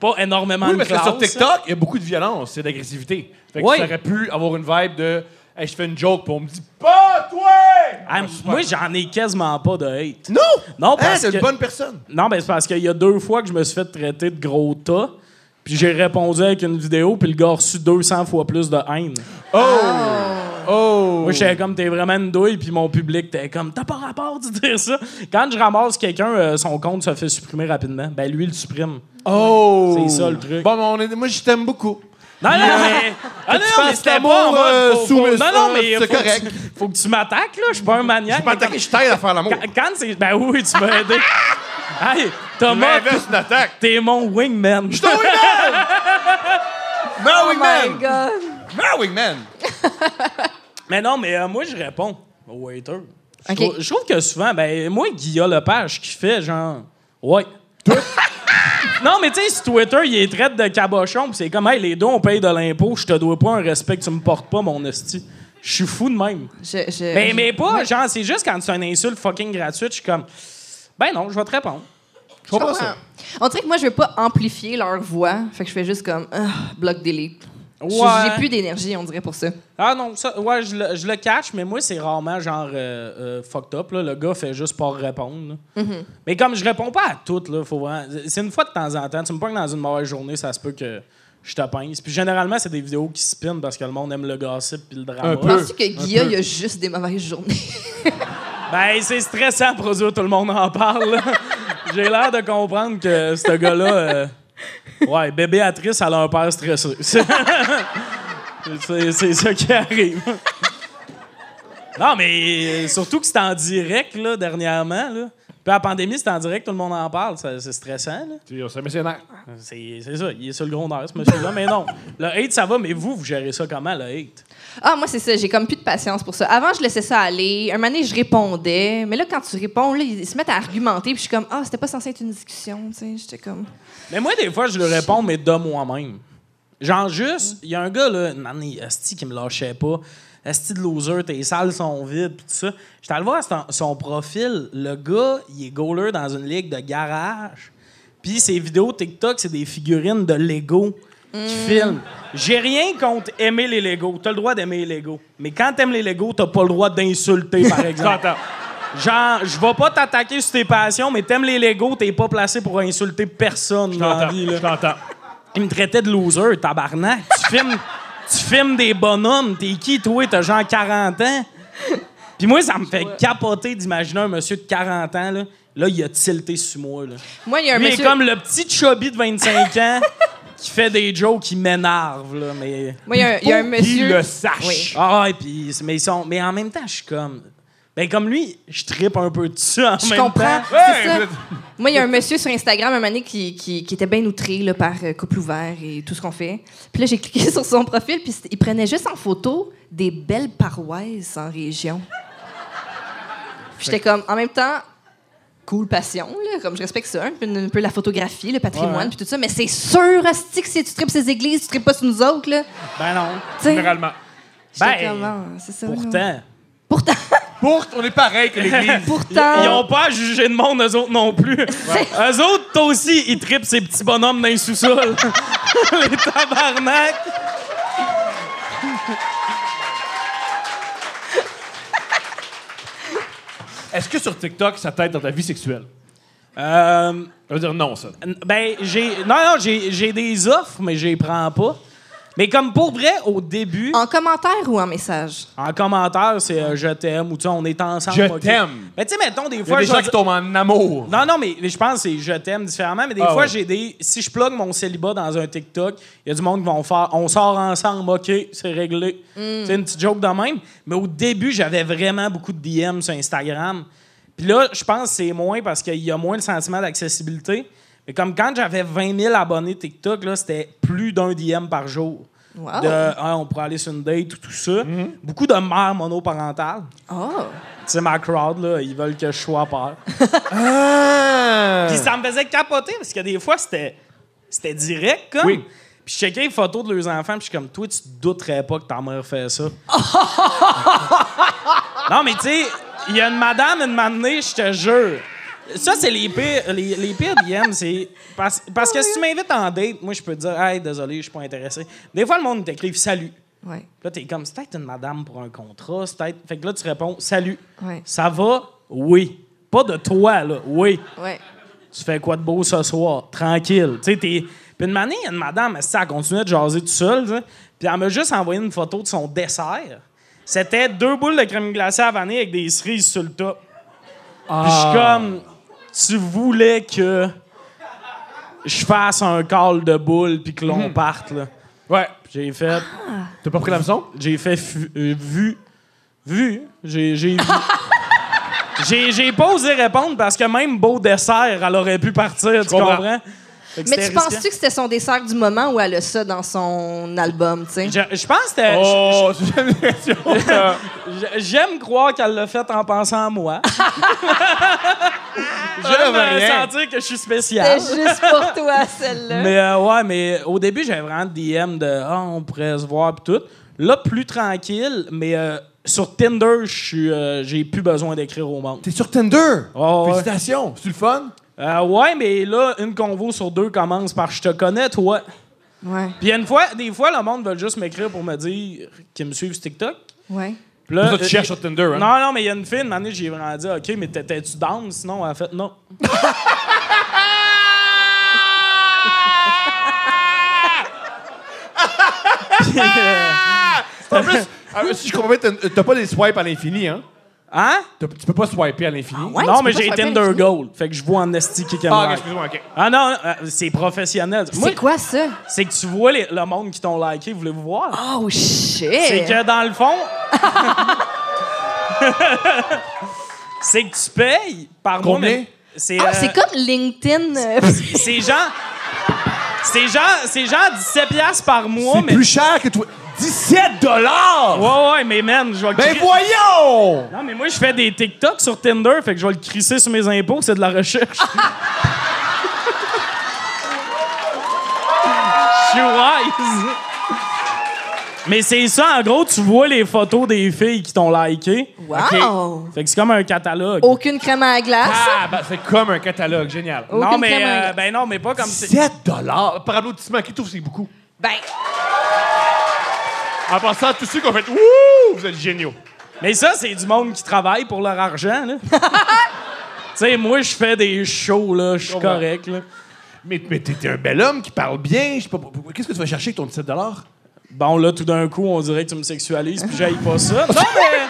Speaker 3: pas énormément
Speaker 2: Oui,
Speaker 3: de
Speaker 2: parce que
Speaker 3: classe.
Speaker 2: sur TikTok, il y a beaucoup de violence et d'agressivité. Fait que
Speaker 3: Oui.
Speaker 2: ça aurait pu avoir une vibe de hey, je fais une joke, puis on me dit pas toi!
Speaker 3: Ah, moi, j'en ai quasiment pas de hate.
Speaker 2: Non!
Speaker 3: Non,
Speaker 2: Hein,
Speaker 3: parce
Speaker 2: c'est
Speaker 3: que-
Speaker 2: une bonne personne.
Speaker 3: Non, ben c'est parce qu'il y a deux fois que je me suis fait traiter de gros tas, puis j'ai répondu avec une vidéo, puis le gars a reçu 200 fois plus de haine.
Speaker 2: Oh! Oh!
Speaker 3: Ah! Moi, j'étais comme, t'es vraiment une douille, puis mon public, t'es comme, t'as pas rapport de dire ça. Quand je ramasse quelqu'un, euh, son compte se fait supprimer rapidement. Ben lui, il le supprime.
Speaker 2: Oh!
Speaker 3: C'est ça, le truc.
Speaker 2: Bon, mais on est... moi, je t'aime beaucoup.
Speaker 3: Non, non, mais. Ah, non,
Speaker 2: tu fasses
Speaker 3: mais c'était
Speaker 2: l'amour,
Speaker 3: pas en mode.
Speaker 2: euh,
Speaker 3: faut-
Speaker 2: sous
Speaker 3: faut-
Speaker 2: mes-
Speaker 3: non, non, mais.
Speaker 2: euh,
Speaker 3: faut
Speaker 2: c'est
Speaker 3: que tu-
Speaker 2: correct.
Speaker 3: faut que tu m'attaques, là. Je suis pas un maniaque.
Speaker 2: Je m'attaque, je t'aide à faire l'amour.
Speaker 3: Quand, quand c'est. Ben oui, tu m'as aidé. Hey, Thomas,
Speaker 2: M'inverse une attaque.
Speaker 3: t'es mon wingman.
Speaker 2: Je suis ton wingman! Ma
Speaker 1: Oh
Speaker 2: wingman!
Speaker 1: my God!
Speaker 2: Ma wingman!
Speaker 3: Mais non, mais euh, moi, je réponds au waiter. Je
Speaker 1: Ok.
Speaker 3: trouve- Je trouve que souvent, ben, moi, Guilla Lepage, qui fait genre, ouais. non, mais tu sais, sur Twitter, il est traite de cabochon, puis c'est comme, hey, les deux, on paye de l'impôt, je te dois pas un respect que tu me portes pas, mon hostie. Je suis fou de même.
Speaker 1: Je- Euh, je-
Speaker 3: Mais, mais pas, genre, c'est juste quand c'est une insulte fucking gratuite, je suis comme, ben non, je vais te répondre.
Speaker 2: Je comprends ça.
Speaker 1: Ah. On dirait que moi, je veux pas amplifier leur voix. Fait que je fais juste comme ah, bloc delete. J'ai-
Speaker 3: Ouais.
Speaker 1: J'ai plus d'énergie, on dirait, pour ça.
Speaker 3: Ah non, ça, ouais, je le, je le cache, mais moi, c'est rarement genre euh, euh, fucked up. Là. Le gars fait juste pas répondre. là. Mais comme je réponds pas à toutes, là, faut vraiment- c'est une fois de temps en temps. Tu me pognes dans une mauvaise journée, ça se peut que je te pince. Puis généralement, c'est des vidéos qui spinent parce que le monde aime le gossip puis le drama.
Speaker 2: Un peu.
Speaker 1: Penses-tu que Guilla, il a juste des mauvaises journées?
Speaker 3: Ben, c'est stressant pour eux, tout le monde en parle. là. J'ai l'air de comprendre que ce gars-là. euh, Ouais, bébé Atrice, elle a un père stressé. C'est- c'est c'est ça qui arrive. Non, mais euh, surtout que c'est en direct, là, dernièrement. Là. Puis la pandémie, c'est en direct, tout le monde en parle. Ça- C'est stressant, là.
Speaker 2: Tu sais, on se met ses nerfs.
Speaker 3: C'est c'est ça, il est sur le gros nerf, ce monsieur-là. Mais non, le hate, ça va, mais vous, vous gérez ça comment, le hate?
Speaker 1: Ah, moi, c'est ça. J'ai comme plus de patience pour ça. Avant, je laissais ça aller. Un moment donné, je répondais. Mais là, quand tu réponds, là, ils se mettent à argumenter. Puis je suis comme, ah, c'était pas censé être une discussion. Tu sais, j'étais comme.
Speaker 3: Mais moi, des fois, je lui réponds, mais de moi-même. Genre, juste, il y a un gars, là, une année, Asti, qui me lâchait pas. Asti de loser, tes salles sont vides, pis tout ça. J'étais allé voir son, son profil. Le gars, il est goaler dans une ligue de garage. Puis ses vidéos TikTok, c'est des figurines de Lego qui filment. J'ai rien contre aimer les Lego. T'as le droit d'aimer les Lego. Mais quand t'aimes les Lego, t'as pas le droit d'insulter, par exemple.
Speaker 2: T'entends.
Speaker 3: Genre, je vais pas t'attaquer sur tes passions, mais t'aimes les Legos, t'es pas placé pour insulter personne dans la
Speaker 2: T'entends.
Speaker 3: vie, là.
Speaker 2: Je t'entends.
Speaker 3: Il me traitait de loser, tabarnak. Tu filmes, tu filmes des bonhommes, t'es qui, toi? T'as genre 40 ans? Puis moi, ça me fait capoter d'imaginer un monsieur de 40 ans, là. Là, il a tilté sur moi, là.
Speaker 1: Moi, il y a un
Speaker 3: Lui, il est
Speaker 1: monsieur.
Speaker 3: comme le petit chubby de 25 ans qui fait des jokes qui m'énervent, là, mais...
Speaker 1: Moi, il y a un, il y a un monsieur.
Speaker 2: le sache.
Speaker 1: Oui.
Speaker 3: Ah, ouais, puis mais ils sont. Mais en même temps, je suis comme. Ben, comme lui, je trippe un peu dessus en
Speaker 1: Je
Speaker 3: même
Speaker 1: comprends.
Speaker 3: temps.
Speaker 1: C'est
Speaker 2: Ouais,
Speaker 1: ça.
Speaker 2: vous êtes-
Speaker 1: Moi, il y a un monsieur sur Instagram, un moment donné, qui, qui, qui était bien outré là, par euh, couple ouvert et tout ce qu'on fait. Puis là, j'ai cliqué sur son profil, puis c'était- il prenait juste en photo des belles paroisses en région. Puis j'étais comme, en même temps, cool passion, là, comme je respecte ça, un peu, un peu la photographie, le patrimoine,
Speaker 3: Ouais.
Speaker 1: puis tout ça, mais c'est sûr, hostie, que si tu tripes ces églises, tu tripes pas sur nous autres, là.
Speaker 3: Ben non.
Speaker 1: Tu sais,
Speaker 2: Généralement.
Speaker 1: j'étais
Speaker 3: Ben,
Speaker 1: comme, Ah, c'est ça, là.
Speaker 3: Pourtant.
Speaker 1: Pourtant,
Speaker 2: Pour, on est pareil que l'église.
Speaker 1: pourtant.
Speaker 3: Ils ont pas à juger de monde, eux autres non plus. Eux autres, toi aussi, ils trippent ces petits bonhommes dans les sous-sols. les tabarnak.
Speaker 2: Est-ce que sur TikTok, ça t'aide dans ta vie sexuelle?
Speaker 3: Euh,
Speaker 2: Ça veut dire non, ça.
Speaker 3: ben, j'ai. Non, non, j'ai j'ai des offres, mais je les prends pas. Mais comme pour vrai, au début,
Speaker 1: En commentaire ou en message?
Speaker 3: en commentaire, c'est euh, je t'aime ou tu sais, on est ensemble.
Speaker 2: Je
Speaker 3: ok.
Speaker 2: t'aime.
Speaker 3: Mais tu sais, mettons,
Speaker 2: Il
Speaker 3: des
Speaker 2: y a
Speaker 3: fois,
Speaker 2: des
Speaker 3: je
Speaker 2: gens
Speaker 3: vais
Speaker 2: qui
Speaker 3: dire-
Speaker 2: tombent en amour.
Speaker 3: Non, non, mais mais je pense que c'est je t'aime différemment, mais des
Speaker 2: Ah
Speaker 3: fois,
Speaker 2: ouais.
Speaker 3: j'ai des. Si je plug mon célibat dans un TikTok, il y a du monde qui vont faire on sort ensemble, OK, c'est réglé. C'est une petite joke de même. Mais au début, j'avais vraiment beaucoup de DM sur Instagram. Puis là, je pense que c'est moins parce qu'il y a moins le sentiment d'accessibilité. Mais comme quand j'avais 20 000 abonnés TikTok, là, c'était plus d'un DM par jour.
Speaker 1: Wow.
Speaker 3: De, Ah, on pourrait aller sur une date ou tout ça.
Speaker 2: Mm-hmm.
Speaker 3: Beaucoup de mères monoparentales.
Speaker 1: Oh!
Speaker 3: Tu sais, ma crowd, là, ils veulent que je sois à part.
Speaker 2: Ah!
Speaker 3: Puis ça me faisait capoter parce que des fois, c'était, c'était direct, comme.
Speaker 2: Oui.
Speaker 3: Puis je checkais les photos de leurs enfants, puis je suis comme, toi, tu te douterais pas que ta mère fait ça. non, mais tu sais, il y a une madame, une matinée, je te jure. Ça, c'est les pires, les, les pires DM, c'est... Parce, parce que si tu m'invites en date, moi, je peux te dire, « Hey, désolé, je suis pas intéressé. » Des fois, le monde t'écrit « Salut. »
Speaker 1: Ouais.
Speaker 3: Puis Là, t'es comme, c'est peut-être une madame pour un contrat, c'est peut-être. Fait que là, tu réponds, salut.
Speaker 1: Ouais.
Speaker 3: Ça va? Oui. Pas de toi, là. Oui.
Speaker 1: Ouais.
Speaker 3: Tu fais quoi de beau ce soir? Tranquille. Tu sais, t'es. Puis une année, il y a une madame, ça, elle continuait de jaser tout seul, Puis elle m'a juste envoyé une photo de son dessert. C'était deux boules de crème glacée à vanille avec des cerises sur le top. Puis je suis comme, tu voulais que je fasse un call de boule puis que l'on parte, là.
Speaker 2: Ouais.
Speaker 3: Puis J'ai fait.
Speaker 2: T'as pas pris la leçon?
Speaker 3: J'ai fait fu- euh, vu. Vu. J'ai j'ai vu. J'ai- J'ai pas osé répondre parce que même beau dessert, elle aurait pu partir, tu
Speaker 2: comprends.
Speaker 3: comprends? Fait que
Speaker 1: Mais
Speaker 3: c'était
Speaker 1: tu
Speaker 3: risqué.
Speaker 1: penses-tu que c'était son dessert du moment ou elle a ça dans son album, tu sais?
Speaker 3: Je, je pense que c'était-
Speaker 2: Oh, c'est une question.
Speaker 3: je- J'aime croire qu'elle l'a fait en pensant à moi.
Speaker 2: Ah,
Speaker 3: J'aime
Speaker 2: va
Speaker 3: euh,
Speaker 2: rien.
Speaker 3: sentir que je suis
Speaker 1: C'était
Speaker 3: spécial.
Speaker 1: juste pour toi, celle-là.
Speaker 3: Mais euh, ouais, mais au début, j'avais vraiment des DM de Ah, on pourrait se voir pis tout. Là, plus tranquille, mais euh, sur Tinder, je suis, euh, j'ai plus besoin d'écrire au monde.
Speaker 2: T'es sur Tinder.
Speaker 3: Oh, ouais.
Speaker 2: Félicitations. C'est le fun?
Speaker 3: Euh, ouais, mais là, une convo sur deux commence par je te connais, toi.
Speaker 1: Ouais,
Speaker 3: Puis une fois, des fois, le monde veut juste m'écrire pour me dire qu'ils me suivent sur TikTok.
Speaker 1: ouais.
Speaker 3: Puis là,
Speaker 2: Pour ça, tu
Speaker 3: euh,
Speaker 2: cherches sur Tinder, hein?
Speaker 3: Non, non, mais il y a une fille, une année, j'ai vraiment dit, OK, mais t'étais-tu down? Sinon, elle a fait non. Puis, euh,
Speaker 2: En plus, ah, si je comprends bien, t'as- t'as pas des swipes à l'infini, hein?
Speaker 3: hein?
Speaker 2: T'as- Tu peux pas swiper à l'infini.
Speaker 1: Ouais, tu
Speaker 3: non,
Speaker 1: peux
Speaker 3: mais
Speaker 1: pas
Speaker 3: j'ai
Speaker 1: swiper
Speaker 3: Tinder
Speaker 1: l'infini.
Speaker 3: Gold. Fait que je vois en esti qui
Speaker 2: Ah, ok,
Speaker 3: ah,
Speaker 2: excuse-moi, ok.
Speaker 3: ah non, non, euh, c'est professionnel. Moi,
Speaker 1: C'est quoi ça?
Speaker 3: c'est que tu vois les- le monde qui t'ont liké, voulez-vous voir?
Speaker 1: Oh shit!
Speaker 3: C'est que dans le fond. c'est que tu payes par mois.
Speaker 2: Combien?
Speaker 3: mais C'est
Speaker 1: Ah,
Speaker 3: euh,
Speaker 1: c'est comme LinkedIn. euh,
Speaker 3: c'est genre. C'est genre, c'est genre 17 piastres par mois,
Speaker 2: C'est
Speaker 3: mais.
Speaker 2: plus cher que toi. 17 dollars!
Speaker 3: Ouais, ouais, mais man, je vais le
Speaker 2: Ben
Speaker 3: cri-
Speaker 2: voyons!
Speaker 3: Non, mais moi, je fais des TikTok sur Tinder, fait que je vais le crisser sur mes impôts, c'est de la recherche. Je suis wise. Mais c'est ça, en gros, tu vois les photos des filles qui t'ont liké.
Speaker 1: Wow!
Speaker 3: Fait que c'est comme un catalogue.
Speaker 1: Aucune crème à la glace.
Speaker 2: Ah, ben, c'est comme un catalogue, génial.
Speaker 1: aucune
Speaker 3: non, mais,
Speaker 1: crème à la
Speaker 3: euh,
Speaker 1: glace.
Speaker 3: ben non, mais pas comme c'est.
Speaker 2: 7 dollars! Par applaudissement, qui trouve que c'est beaucoup?
Speaker 1: Ben,
Speaker 2: En passant à tous ceux qui ont fait Wouh! Vous êtes géniaux.
Speaker 3: Mais ça, c'est du monde qui travaille pour leur argent, là. tu sais, moi, je fais des shows, là, je suis
Speaker 2: Comprends.
Speaker 3: correct, là.
Speaker 2: Mais, mais t'es t'es un bel homme qui parle bien. Je sais pas, pourquoi- qu'est-ce que tu vas chercher avec ton 17 dollars?
Speaker 3: Bon, là, tout d'un coup, on dirait que tu me sexualises, puis j'aille pas ça. Non, mais.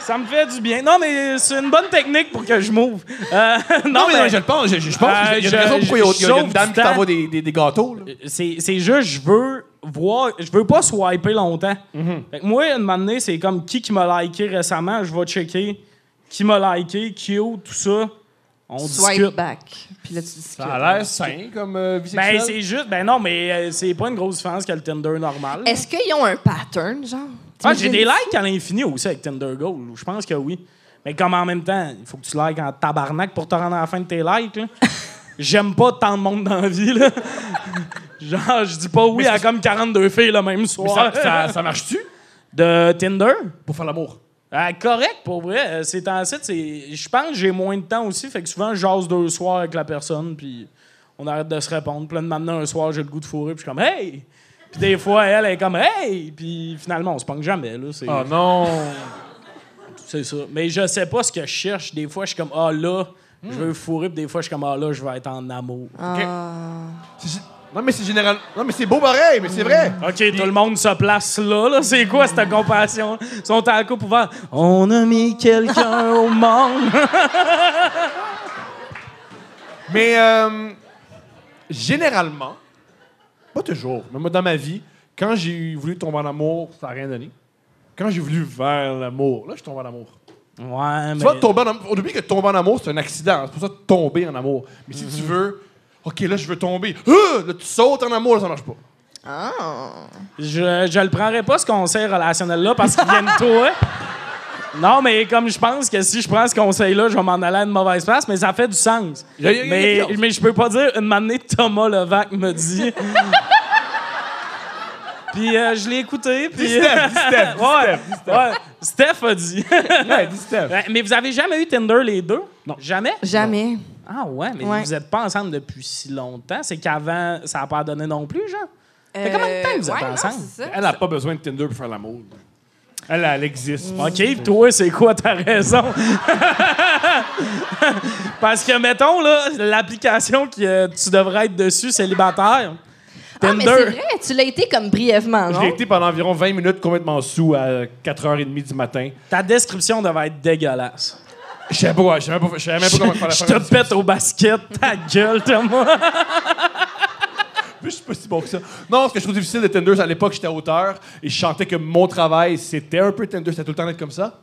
Speaker 3: Ça me fait du bien. Non, mais c'est une bonne technique pour que je m'ouvre. Euh, non,
Speaker 2: Non, mais,
Speaker 3: mais
Speaker 2: non, je le pense. Je, je pense
Speaker 3: Euh,
Speaker 2: qu'il y a une
Speaker 3: je-
Speaker 2: raison pourquoi il y a-
Speaker 3: je
Speaker 2: il y, a
Speaker 3: sauve
Speaker 2: une dame
Speaker 3: du
Speaker 2: qui
Speaker 3: temps.
Speaker 2: t'envoie des, des, des gâteaux. là.
Speaker 3: c'est c'est juste, je veux voir, je veux pas swiper longtemps.
Speaker 2: Mhm.
Speaker 3: Fait que moi, une moment donné, c'est comme qui qui m'a liké récemment, je vais checker qui m'a liké, qui où, tout ça. On
Speaker 1: swipe
Speaker 3: discute.
Speaker 1: back. Puis là, tu discutes.
Speaker 2: a l'air sain comme euh,
Speaker 3: Ben, c'est juste, ben non, mais euh, c'est pas une grosse différence que le Tinder normal.
Speaker 1: Est-ce qu'ils ont un pattern, genre?
Speaker 3: Ah, j'ai des
Speaker 1: T'imagines-
Speaker 3: likes à l'infini aussi avec Tinder Gold. Je pense que oui. Mais comme en même temps, il faut que tu likes en tabarnak pour te rendre à la fin de tes likes. là. J'aime pas tant de monde dans la vie. Là. Genre, je dis pas oui à comme 42 filles le même soir.
Speaker 2: ça, ça, ça marche-tu
Speaker 3: De Tinder?
Speaker 2: pour faire l'amour?
Speaker 3: Ah, correct, pour vrai. Euh, C'est en site, c'est. Je pense que j'ai moins de temps aussi, fait que souvent, je jase deux soirs avec la personne, puis on arrête de se répondre. Puis là, de maintenant, un soir, j'ai le goût de fourrer, puis je suis comme, hey! Puis des fois, elle, elle est comme, hey! Puis finalement, on se punk jamais, là.
Speaker 2: Ah,
Speaker 3: C'est
Speaker 2: non!
Speaker 3: c'est ça. Mais je sais pas ce que je cherche. Des fois, je suis comme, ah là, je veux fourrer, puis des fois, je suis comme, ah là, je veux être en amour.
Speaker 2: Ok. C'est- c'est- Non, mais c'est général. Non, mais c'est beau pareil, mais c'est vrai.
Speaker 3: OK, tout le monde se place là. là. C'est quoi cette compassion? Ils sont à la coupe ouverte. On a mis quelqu'un au monde.
Speaker 2: Mais euh, généralement, pas toujours, mais moi, dans ma vie, quand j'ai voulu tomber en amour, ça n'a rien donné. Quand j'ai voulu vers l'amour, là, je tombe en amour.
Speaker 3: Ouais, mais.
Speaker 2: Tu vois, tomber en amour, on oublie que tomber en amour, c'est un accident. C'est pour ça de tomber en amour. Mais si tu veux, OK, là, je veux tomber. Ah! là, tu sautes en amour, là, ça marche pas.
Speaker 1: Ah.
Speaker 3: Je, je le prendrais pas, ce conseil relationnel-là, parce qu'il vient de toi. Non, mais comme je pense que si je prends ce conseil-là, je vais m'en aller à une mauvaise place, mais ça fait du sens.
Speaker 2: Y a- y a- y a
Speaker 3: mais,
Speaker 2: quelque chose.
Speaker 3: mais je peux pas dire. Une année, Thomas Levac me dit. puis euh, je l'ai écouté. Puis... euh,
Speaker 2: Steph, dis Steph, dis
Speaker 3: ouais, ouais. Steph a dit.
Speaker 2: Ouais, dis Steph.
Speaker 3: Ouais, mais vous avez jamais eu Tinder les deux? Non. Jamais?
Speaker 1: Jamais.
Speaker 3: Ah ouais, mais
Speaker 1: Ouais.
Speaker 3: vous êtes pas ensemble depuis si longtemps. C'est qu'avant, ça n'a pas donné non plus, genre? Fait
Speaker 1: Euh,
Speaker 3: combien de temps que vous êtes
Speaker 1: ouais, non,
Speaker 3: ensemble?
Speaker 1: c'est ça.
Speaker 2: Elle n'a pas besoin de Tinder pour faire l'amour. Elle, elle existe.
Speaker 3: OK, pis toi, c'est quoi ta raison? Parce que, mettons, là, l'application que euh, tu devrais être dessus, célibataire,
Speaker 1: Ah, mais
Speaker 3: Tinder.
Speaker 1: c'est vrai, tu l'as été comme brièvement,
Speaker 2: J'ai
Speaker 1: non?
Speaker 2: été pendant environ 20 minutes complètement sous à 4h30 du matin.
Speaker 3: ta description devait être dégueulasse.
Speaker 2: Je sais pas, je sais même pas, je savais même pas comment faire la
Speaker 3: Je te pète au basket, ta gueule, Thomas.
Speaker 2: Je suis pas si bon que ça. Non, ce que je trouve difficile de Tinder, c'est à l'époque, j'étais auteur et je chantais que mon travail, c'était un peu Tinder. C'était tout le temps d'être comme ça.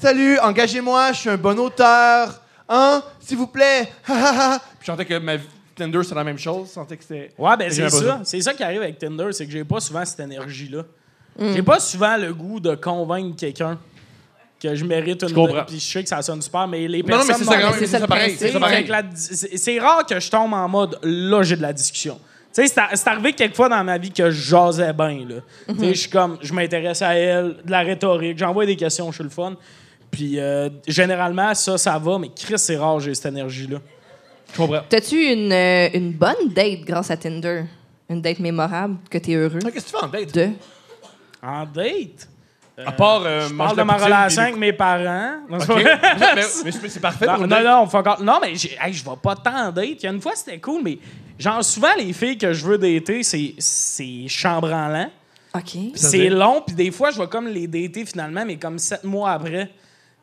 Speaker 2: Salut, engagez-moi, je suis un bon auteur. Hein? S'il vous plaît. Ha, ha, ha. Puis je chantais que ma vie- Tinder, c'est la même chose. Je sentais que c'était.
Speaker 3: Ouais, ben
Speaker 2: J'ai
Speaker 3: c'est
Speaker 2: pas
Speaker 3: ça.
Speaker 2: ça.
Speaker 3: C'est ça qui arrive avec Tinder, c'est que j'ai pas souvent cette énergie-là. J'ai pas souvent le goût de convaincre quelqu'un que je mérite une
Speaker 2: comprends.
Speaker 3: Puis je sais que ça sonne super, mais les
Speaker 2: Non, non,
Speaker 3: personnes.
Speaker 2: mais c'est
Speaker 3: m'ont-
Speaker 2: ça, quand même,
Speaker 1: mais c'est
Speaker 2: c'est
Speaker 1: ça le
Speaker 2: ça pareil.
Speaker 1: principe.
Speaker 2: C'est ça
Speaker 3: Fait
Speaker 2: pareil.
Speaker 3: que la dis- C'est c'est rare que je tombe en mode là, j'ai de la discussion. Tu sais, c'est a- c'est arrivé quelquefois dans ma vie que je jasais bien. là. Tu sais, je suis comme, je m'intéresse à elle, de la rhétorique, j'envoie des questions, je suis le fun. Puis euh, généralement, ça, ça va, mais Chris, c'est rare, j'ai cette énergie-là.
Speaker 2: Je comprends.
Speaker 1: T'as-tu une, euh, une bonne date grâce à Tinder? Une date mémorable que t'es heureux
Speaker 2: Ah, Qu'est-ce que tu fais en date?
Speaker 1: de?
Speaker 3: En date,
Speaker 2: À part. euh,
Speaker 3: je
Speaker 2: manger
Speaker 3: parle
Speaker 2: la
Speaker 3: de ma
Speaker 2: poutine
Speaker 3: relation
Speaker 2: puis
Speaker 3: avec mes parents. Non, c'est
Speaker 2: les- OK.
Speaker 3: pas-
Speaker 2: mais, mais- mais c'est parfait pour
Speaker 3: Non,
Speaker 2: une
Speaker 3: non,
Speaker 2: date.
Speaker 3: non, fuck off. Non, mais j'ai- hey, je vais pas tant en date. Il y a une fois, c'était cool, mais genre, souvent, les filles que je veux dater, c'est- c'est chambranlant.
Speaker 1: OK.
Speaker 3: Puis c'est long, puis des fois, je vais comme les dater finalement, mais comme sept mois après.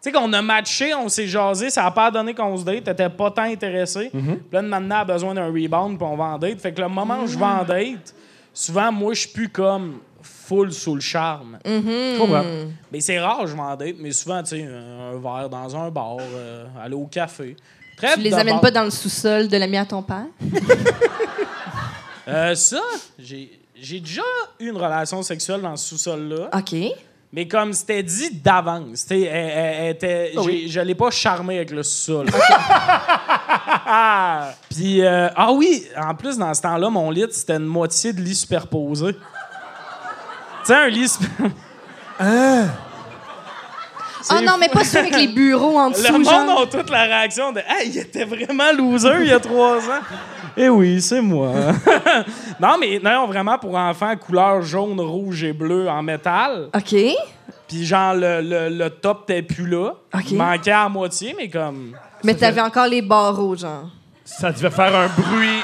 Speaker 3: Tu sais, qu'on a matché, on s'est jasé, ça a pas donné qu'on se date, t'étais pas tant intéressé. Puis là, maintenant, a besoin d'un rebound, puis on va en date. Fait que le moment où je vais en date, souvent, moi, je suis plus comme full sous le charme.
Speaker 1: Mm-hmm.
Speaker 2: Je comprends.
Speaker 3: Mais c'est rare, je vais en date, mais souvent, tu sais, un, un verre dans un bar, euh, aller au café. Très
Speaker 1: Tu les amènes pas dans le sous-sol de l'ami à ton père?
Speaker 3: Euh, ça, j'ai j'ai déjà eu une relation sexuelle dans ce sous-sol-là.
Speaker 1: OK.
Speaker 3: Mais comme c'était dit d'avance, tu sais, elle- elle- elle était- j'ai- je l'ai pas charmé avec le sol. Puis, euh, ah oui, en plus, dans ce temps-là, mon lit, c'était une moitié de lit superposé. Tu sais, un lit. sup-
Speaker 1: Ah non, mais pas sûr avec les bureaux en
Speaker 3: Le
Speaker 1: dessous,
Speaker 3: monde
Speaker 1: genre.
Speaker 3: a toute la réaction de Hey, il était vraiment loser il y a trois ans. Eh oui, c'est moi. non, mais non, vraiment pour enfants, couleur jaune, rouge et bleu en métal.
Speaker 1: OK.
Speaker 3: Puis genre, le, le, le top t'es plus là.
Speaker 1: Ok.
Speaker 3: Il manquait à moitié, mais comme.
Speaker 1: Mais t'avais encore les barreaux, genre.
Speaker 2: Ça devait faire un bruit.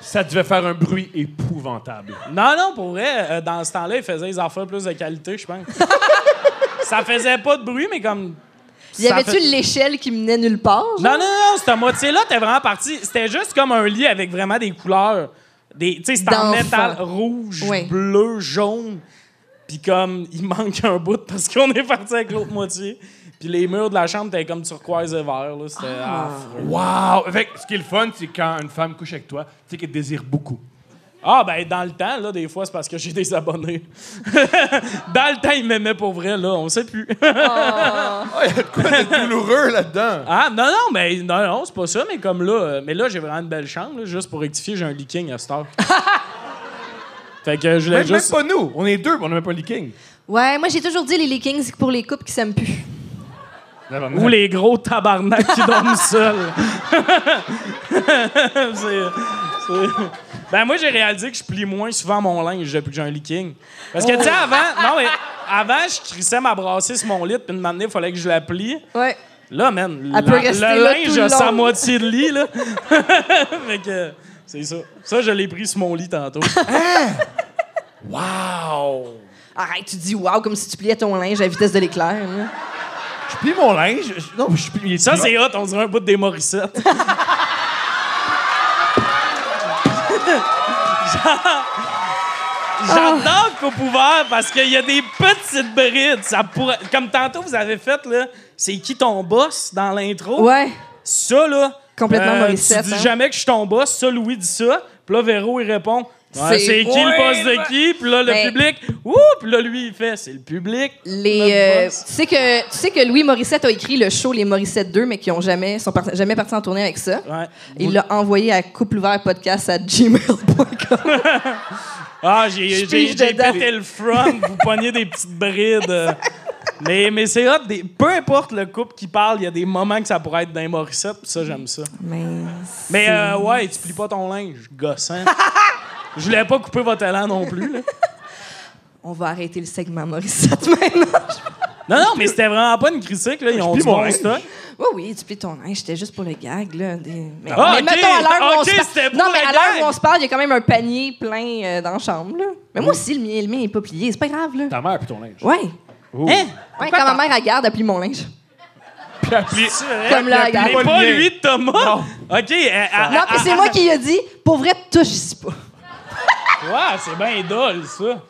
Speaker 2: Ça devait faire un bruit épouvantable.
Speaker 3: Non, non, pour vrai, euh, dans ce temps-là, il faisait les affaires plus de qualité, je pense. ça faisait pas de bruit, mais comme.
Speaker 1: Y
Speaker 3: ça
Speaker 1: avait-tu
Speaker 3: fait-
Speaker 1: l'échelle qui menait nulle part? genre?
Speaker 3: Non, non, non, cette moitié-là, t'es vraiment parti. C'était juste comme un lit avec vraiment des couleurs. Des, tu sais, c'était en
Speaker 1: D'enfant.
Speaker 3: métal rouge,
Speaker 1: Oui.
Speaker 3: bleu, jaune. Puis comme, il manque un bout parce qu'on est parti avec l'autre moitié. Puis les murs de la chambre étaient comme turquoise et vert. là. C'était
Speaker 1: Ah.
Speaker 3: ah. affreux.
Speaker 2: Wow! Fait que ce qui est le fun, c'est quand une femme couche avec toi, tu sais qu'elle te désire beaucoup.
Speaker 3: Ah, ben, dans le temps, là, des fois, c'est parce que j'ai des abonnés. dans le temps, ils m'aimaient pour vrai, là, on sait plus.
Speaker 2: Ah, il y a de quoi de douloureux là-dedans?
Speaker 3: ah, non, non, mais non, non, c'est pas ça, mais comme là, euh, mais là, j'ai vraiment une belle chambre, là, juste pour rectifier, j'ai un leaking à cette heure. fait que je l'ai
Speaker 2: Même,
Speaker 3: juste.
Speaker 2: même pas nous, on est deux, mais on n'a même pas le leaking.
Speaker 1: Ouais, moi j'ai toujours dit les leggings, c'est pour les couples qui s'aiment plus.
Speaker 3: Ou les gros tabarnak qui dorment seuls. C'est- c'est- Ben moi j'ai réalisé que je plie moins souvent mon linge depuis que j'ai un leaking. Parce que tu sais avant, non mais avant je crissais ma brassée sur mon lit puis de m'amener il fallait que je la plie.
Speaker 1: Ouais.
Speaker 3: Là, man,
Speaker 1: Elle
Speaker 3: la-
Speaker 1: peut rester là
Speaker 3: le
Speaker 1: tout
Speaker 3: linge
Speaker 1: le
Speaker 3: à sa
Speaker 1: long.
Speaker 3: moitié de lit, là. fait que, C'est ça. Ça, je l'ai pris sur mon lit tantôt.
Speaker 4: Wow!
Speaker 1: Arrête, tu dis wow comme si tu pliais ton linge à vitesse de l'éclair. là.
Speaker 4: Je plie mon linge. je- Non, je plie.
Speaker 3: Ça, c'est hot, on dirait un bout des Morissettes. Genre-
Speaker 1: Ah.
Speaker 3: J'adore le coupe ouvert parce qu'il y a des petites brides. Ça pourrait- Comme tantôt, vous avez fait, là, c'est qui ton boss dans l'intro?
Speaker 1: Ouais.
Speaker 3: Ça, là.
Speaker 1: Complètement
Speaker 3: Tu
Speaker 1: Morissette,
Speaker 3: dis
Speaker 1: hein?
Speaker 3: jamais que je suis ton boss. Ça, Louis dit ça. Puis là, Véro, il répond. Ouais,
Speaker 1: C'est- Ben,
Speaker 3: c'est qui le boss de qui? Puis là, le
Speaker 1: Mais-
Speaker 3: public. Ouh! Puis là, lui, il fait. C'est le public.
Speaker 1: Les,
Speaker 3: notre
Speaker 1: euh,
Speaker 3: boss.
Speaker 1: tu, sais que, tu sais que Louis Morissette a écrit le show Les Morissette 2, mais qui ont jamais, sont par- jamais partis en tournée avec ça.
Speaker 3: Ouais.
Speaker 1: Il l'a envoyé à coupleouvertpodcast à gmail.com.
Speaker 3: Ah, j'ai
Speaker 1: Je
Speaker 3: j'ai-
Speaker 1: pige
Speaker 3: j'ai
Speaker 1: dedans.
Speaker 3: pété le front, vous pognez des petites brides. euh. mais mais c'est hot, des- peu importe le couple qui parle, il y a des moments que ça pourrait être d'un Morissette, pis ça, j'aime ça.
Speaker 1: Mais,
Speaker 3: Mais euh, ouais, tu plies pas ton linge, gossant. Je voulais pas couper votre talent non plus. là.
Speaker 1: on va arrêter le segment Morissette maintenant.
Speaker 3: Non, non, mais c'était vraiment pas une critique, là. Ils ont
Speaker 4: plie
Speaker 3: du
Speaker 4: mon
Speaker 3: bon
Speaker 4: linge.
Speaker 3: stock.
Speaker 1: Oui, oui, tu plies ton linge, c'était juste pour le gag. Là, des- Mais,
Speaker 3: Ah,
Speaker 1: mais
Speaker 3: ok.
Speaker 1: mettons, à l'heure où on
Speaker 3: Ok,
Speaker 1: se
Speaker 3: c'était
Speaker 1: parle...
Speaker 3: pour
Speaker 1: Non,
Speaker 3: le
Speaker 1: mais à
Speaker 3: gag.
Speaker 1: l'heure où on se parle, il y a quand même un panier plein euh, dans la chambre. Là. Mais moi aussi, le mien, le mien est pas plié. C'est pas grave. Là.
Speaker 2: Ta mère puis ton linge.
Speaker 1: Ouais.
Speaker 3: Hein?
Speaker 1: Ouais, quand ma mère, elle garde, elle plie mon linge.
Speaker 3: C'est vrai?
Speaker 1: Comme là,
Speaker 3: Mais
Speaker 1: regarde.
Speaker 3: pas
Speaker 2: le mien.
Speaker 3: lui de Thomas. OK. euh, ah,
Speaker 1: Non,
Speaker 3: ah,
Speaker 1: puis c'est moi qui lui ai dit, pour vrai, touche ici pas.
Speaker 3: euh, ouais, c'est bien dole, ça.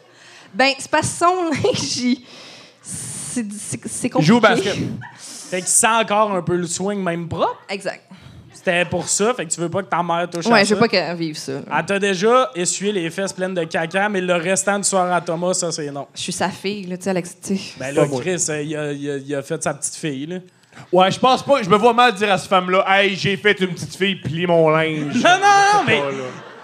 Speaker 1: Ben, c'est parce que son linge, il- c'est c'est- c'est compliqué.
Speaker 4: joue au basket.
Speaker 3: Fait qu'il sent encore un peu le swing même propre.
Speaker 1: Exact.
Speaker 3: C'était pour ça, fait que tu veux pas que ta mère touche à
Speaker 1: Ouais, je
Speaker 3: ça.
Speaker 1: veux pas qu'elle vive ça.
Speaker 3: Elle t'a déjà essuyé les fesses pleines de caca, mais le restant du soir à Thomas, ça, c'est non.
Speaker 1: Je suis sa fille, là, tu sais, Alex. tu sais.
Speaker 3: Ben là, Chris, euh, il a, il a- il a fait sa petite fille, là.
Speaker 2: Ouais, je pense pas. Je me vois mal dire à cette femme-là Hey, j'ai fait une petite fille, plie mon linge.
Speaker 3: Non, non, non, mais
Speaker 2: pas, là.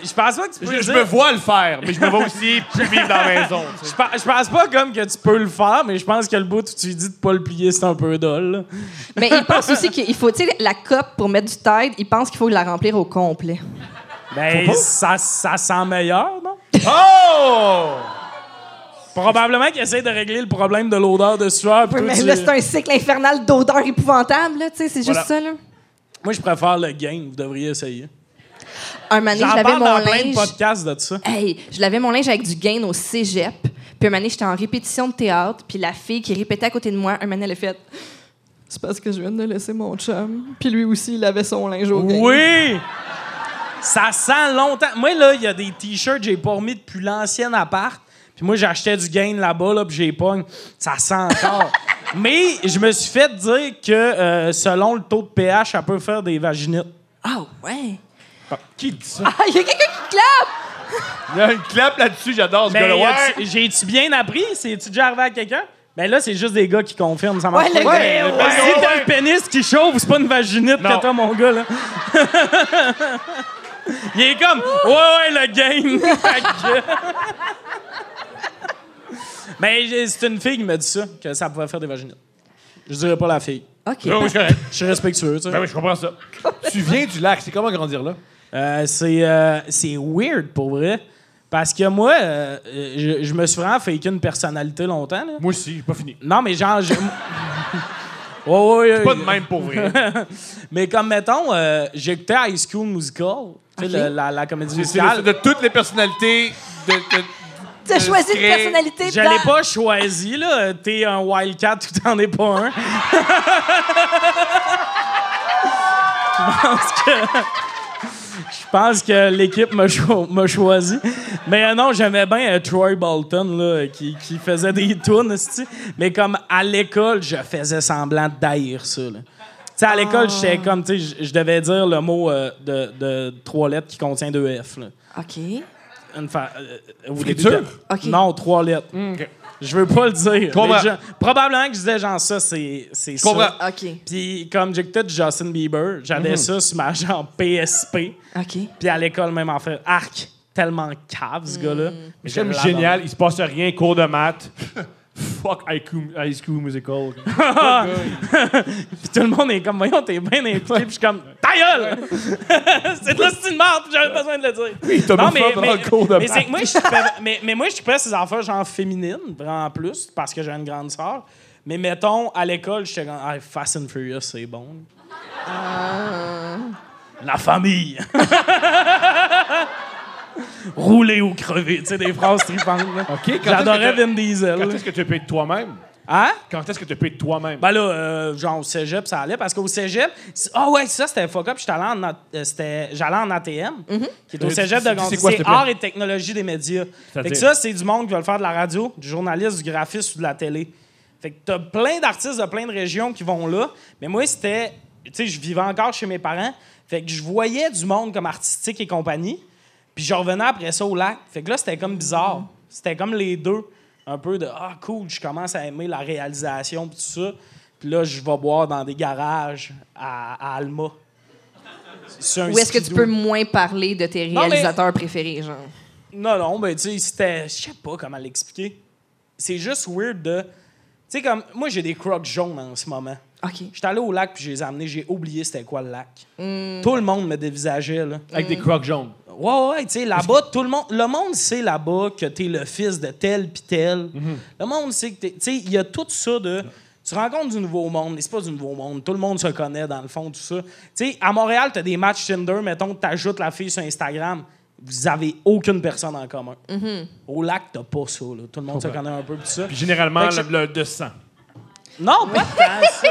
Speaker 3: je pense pas que tu peux
Speaker 2: Je,
Speaker 3: le
Speaker 2: je
Speaker 3: dire.
Speaker 2: me vois le faire, mais je me vois aussi plus vivre dans la maison. tu sais.
Speaker 3: Je pense- je pense pas comme que tu peux le faire, mais je pense que le bout où tu lui dis de pas le plier, c'est un peu dole. là.
Speaker 1: Mais il pense aussi qu'il faut, tu sais, la coupe pour mettre du tide, il pense qu'il faut la remplir au complet.
Speaker 3: Ben, ça, ça sent meilleur, non?
Speaker 2: Oh!
Speaker 3: Probablement qu'il essaie de régler le problème de l'odeur de sueur. puis
Speaker 1: Oui,
Speaker 3: toi,
Speaker 1: mais
Speaker 3: tu-
Speaker 1: là, c'est un cycle infernal d'odeurs épouvantables, là, tu sais, c'est juste
Speaker 3: Voilà.
Speaker 1: ça, là.
Speaker 3: Moi, je préfère le game. Vous devriez essayer.
Speaker 1: Un mané,
Speaker 3: J'en
Speaker 1: je lavais
Speaker 3: parle dans
Speaker 1: mon
Speaker 3: plein de
Speaker 1: linge.
Speaker 3: podcasts de ça.
Speaker 1: Hey, je lavais mon linge avec du gain au cégep. Puis un moment donné, j'étais en répétition de théâtre. Puis la fille qui répétait à côté de moi, un moment donné, elle a fait C'est parce que je viens de laisser mon chum. Puis lui aussi, il lavait son linge au gain.
Speaker 3: Oui! Ça sent longtemps. Moi, là, il y a des t-shirts que j'ai pas remis depuis l'ancien appart. Puis moi, j'achetais du gain là-bas, là, puis j'ai pogne. Ça sent encore. Mais je me suis fait dire que euh, selon le taux de pH, ça peut faire des vaginites.
Speaker 1: Ah, ouais.
Speaker 2: Qui dit ça?
Speaker 1: Ah, il y a quelqu'un qui clappe
Speaker 2: Il y a une clap là-dessus, j'adore ce
Speaker 3: Mais
Speaker 2: gars-là.
Speaker 3: y
Speaker 2: Ouais!
Speaker 3: a-tu- Ben, euh, j'ai-tu bien appris? C'est-tu déjà arrivé à quelqu'un? Mais là, c'est juste des gars qui confirment, ça marche
Speaker 1: Ouais, le
Speaker 3: pas. Ben,
Speaker 1: gars, Ouais,
Speaker 2: le ouais. gars,
Speaker 3: Si t'as
Speaker 2: ouais.
Speaker 3: un pénis qui chauffe, c'est pas une vaginite
Speaker 2: Non.
Speaker 3: que t'as, mon gars, là. Il est comme, ouais, ouais, le game. Mais Ben, j'ai- c'est une fille qui m'a dit ça, que ça pouvait faire des vaginites. Je dirais pas la fille.
Speaker 1: OK.
Speaker 2: Non, oui, c'est correct.
Speaker 3: Je suis respectueux, tu sais.
Speaker 2: Ben oui, je comprends ça.
Speaker 4: Tu viens du lac. C'est comment grandir là?
Speaker 3: Euh, c'est euh, c'est weird pour vrai. Parce que moi, euh, euh, je, je me suis vraiment fait une personnalité longtemps. là.
Speaker 2: Moi aussi, j'ai pas fini.
Speaker 3: Non, mais genre. Je... Ouais, ouais, ouais.
Speaker 2: Pas de même pour vrai.
Speaker 3: Mais comme mettons, euh, j'écoutais High School Musical, tu sais,
Speaker 1: Ok.
Speaker 3: le- la, la comédie
Speaker 2: C'est le-
Speaker 3: musicale.
Speaker 2: de toutes les personnalités. De, de-
Speaker 1: Tu as choisi une
Speaker 2: crée-
Speaker 1: personnalité
Speaker 3: Je l'ai
Speaker 1: blanche.
Speaker 3: pas choisi, là. T'es un Wildcat, tu t'en es pas un. Je pense que. Je pense que l'équipe m'a, cho- m'a choisi. Mais euh, non, j'aimais bien euh, Troy Bolton, là, qui, qui faisait des tunes, esti. Mais comme à l'école, je faisais semblant d'haïr ça, là. Tu sais, à l'école, j'étais comme, tu sais, je- je devais dire le mot euh, de, de trois lettres qui contient deux F, là.
Speaker 1: OK.
Speaker 3: Une fa- euh, au début
Speaker 4: Friture?
Speaker 3: de-
Speaker 1: Ok.
Speaker 3: Non, trois lettres. Je veux pas le dire.
Speaker 4: comprends.
Speaker 3: mais je- Probablement que je disais genre ça, c'est c'est ça.
Speaker 4: comprends. Mm-hmm.
Speaker 1: OK.
Speaker 3: Puis comme j'écoutais du Justin Bieber, j'avais ça sur ma genre PSP.
Speaker 1: OK.
Speaker 3: Puis à l'école même en fait, arc, tellement cave ce gars-là. Mais
Speaker 2: J'aime
Speaker 3: je
Speaker 2: génial, il se passe rien, cours de maths. Fuck High School, High School Musical.
Speaker 3: Puis tout le monde est comme voyons t'es bien impliqué. Puis je suis comme ta gueule. c'est de la style merde. puis J'avais besoin de le dire.
Speaker 4: Oui, t'as
Speaker 3: Non,
Speaker 4: mis
Speaker 3: mais,
Speaker 4: ça dans
Speaker 3: mais,
Speaker 4: le cours de
Speaker 3: mais
Speaker 4: maths.
Speaker 3: c'est que moi, je suis pas- mais, mais moi, je suis pas ces affaires genre féminines, vraiment plus, parce que j'ai une grande sœur. Mais mettons, à l'école, j'étais comme, ah, Fast and Furious, c'est bon. La famille. Rouler ou crever, tu sais, des phrases tripantes. là.
Speaker 2: OK, quand
Speaker 3: J'adorais
Speaker 2: est-ce que t'as-
Speaker 3: Vin Diesel.
Speaker 2: Quand est-ce que tu es payé de toi-même?
Speaker 3: Hein?
Speaker 2: Quand est-ce que tu es payé de toi-même?
Speaker 3: Ben là, euh, genre au cégep, ça allait parce qu'au cégep, c'est- ah ouais, ça c'était fuck up. J'étais allé en, A- euh, c'était- j'allais en ATM, qui est au
Speaker 2: Euh,
Speaker 3: cégep
Speaker 2: c'est-
Speaker 3: de
Speaker 2: c'est quoi,
Speaker 3: Gontier.
Speaker 2: s'il
Speaker 3: C'est
Speaker 2: te plaît?
Speaker 3: art et technologie des médias. Fait que
Speaker 2: C'est-à-dire?
Speaker 3: ça, c'est du monde qui veut le faire de la radio, du journaliste, du graphiste ou de la télé. Fait que t'as plein d'artistes de plein de régions qui vont là. Mais moi, c'était, tu sais, je vivais encore chez mes parents. Fait que je voyais du monde comme artistique et compagnie. Puis je revenais après ça au lac. Fait que là, c'était comme bizarre. C'était comme les deux. Un peu de Ah, cool, je commence à aimer la réalisation, puis tout ça. Puis là, je vais boire dans des garages à, à Alma. Sur un
Speaker 1: Ou est-ce que tu
Speaker 3: skidoo.
Speaker 1: peux moins parler de tes
Speaker 3: Non, mais-
Speaker 1: réalisateurs préférés, genre?
Speaker 3: Non, non, ben, tu sais, c'était. Je sais pas comment l'expliquer. C'est juste weird de. Tu sais, comme. Moi, j'ai des crocs jaunes en ce moment.
Speaker 1: OK.
Speaker 3: J'étais allé au lac, puis je les ai amenés, j'ai oublié c'était quoi le lac. Tout le monde me dévisageait, là.
Speaker 2: Avec des crocs jaunes.
Speaker 3: Ouais, ouais, ouais, tu sais, là-bas, tout le monde, le monde sait là-bas que t'es le fils de tel pis tel.
Speaker 2: Mhm.
Speaker 3: Le monde sait que t'es. Tu sais, il y a tout ça de. Tu rencontres du nouveau monde, mais c'est pas du nouveau monde. Tout le monde se connaît, dans le fond, tout ça. Tu sais, à Montréal, t'as des matchs Tinder, mettons, t'ajoutes la fille sur Instagram. Vous avez aucune personne en commun. Au lac, t'as pas ça, là. Tout le monde se connaît un peu, pis ça.
Speaker 2: Puis généralement,
Speaker 3: Fait que
Speaker 2: le, le 200.
Speaker 3: Non, pas tant, ça.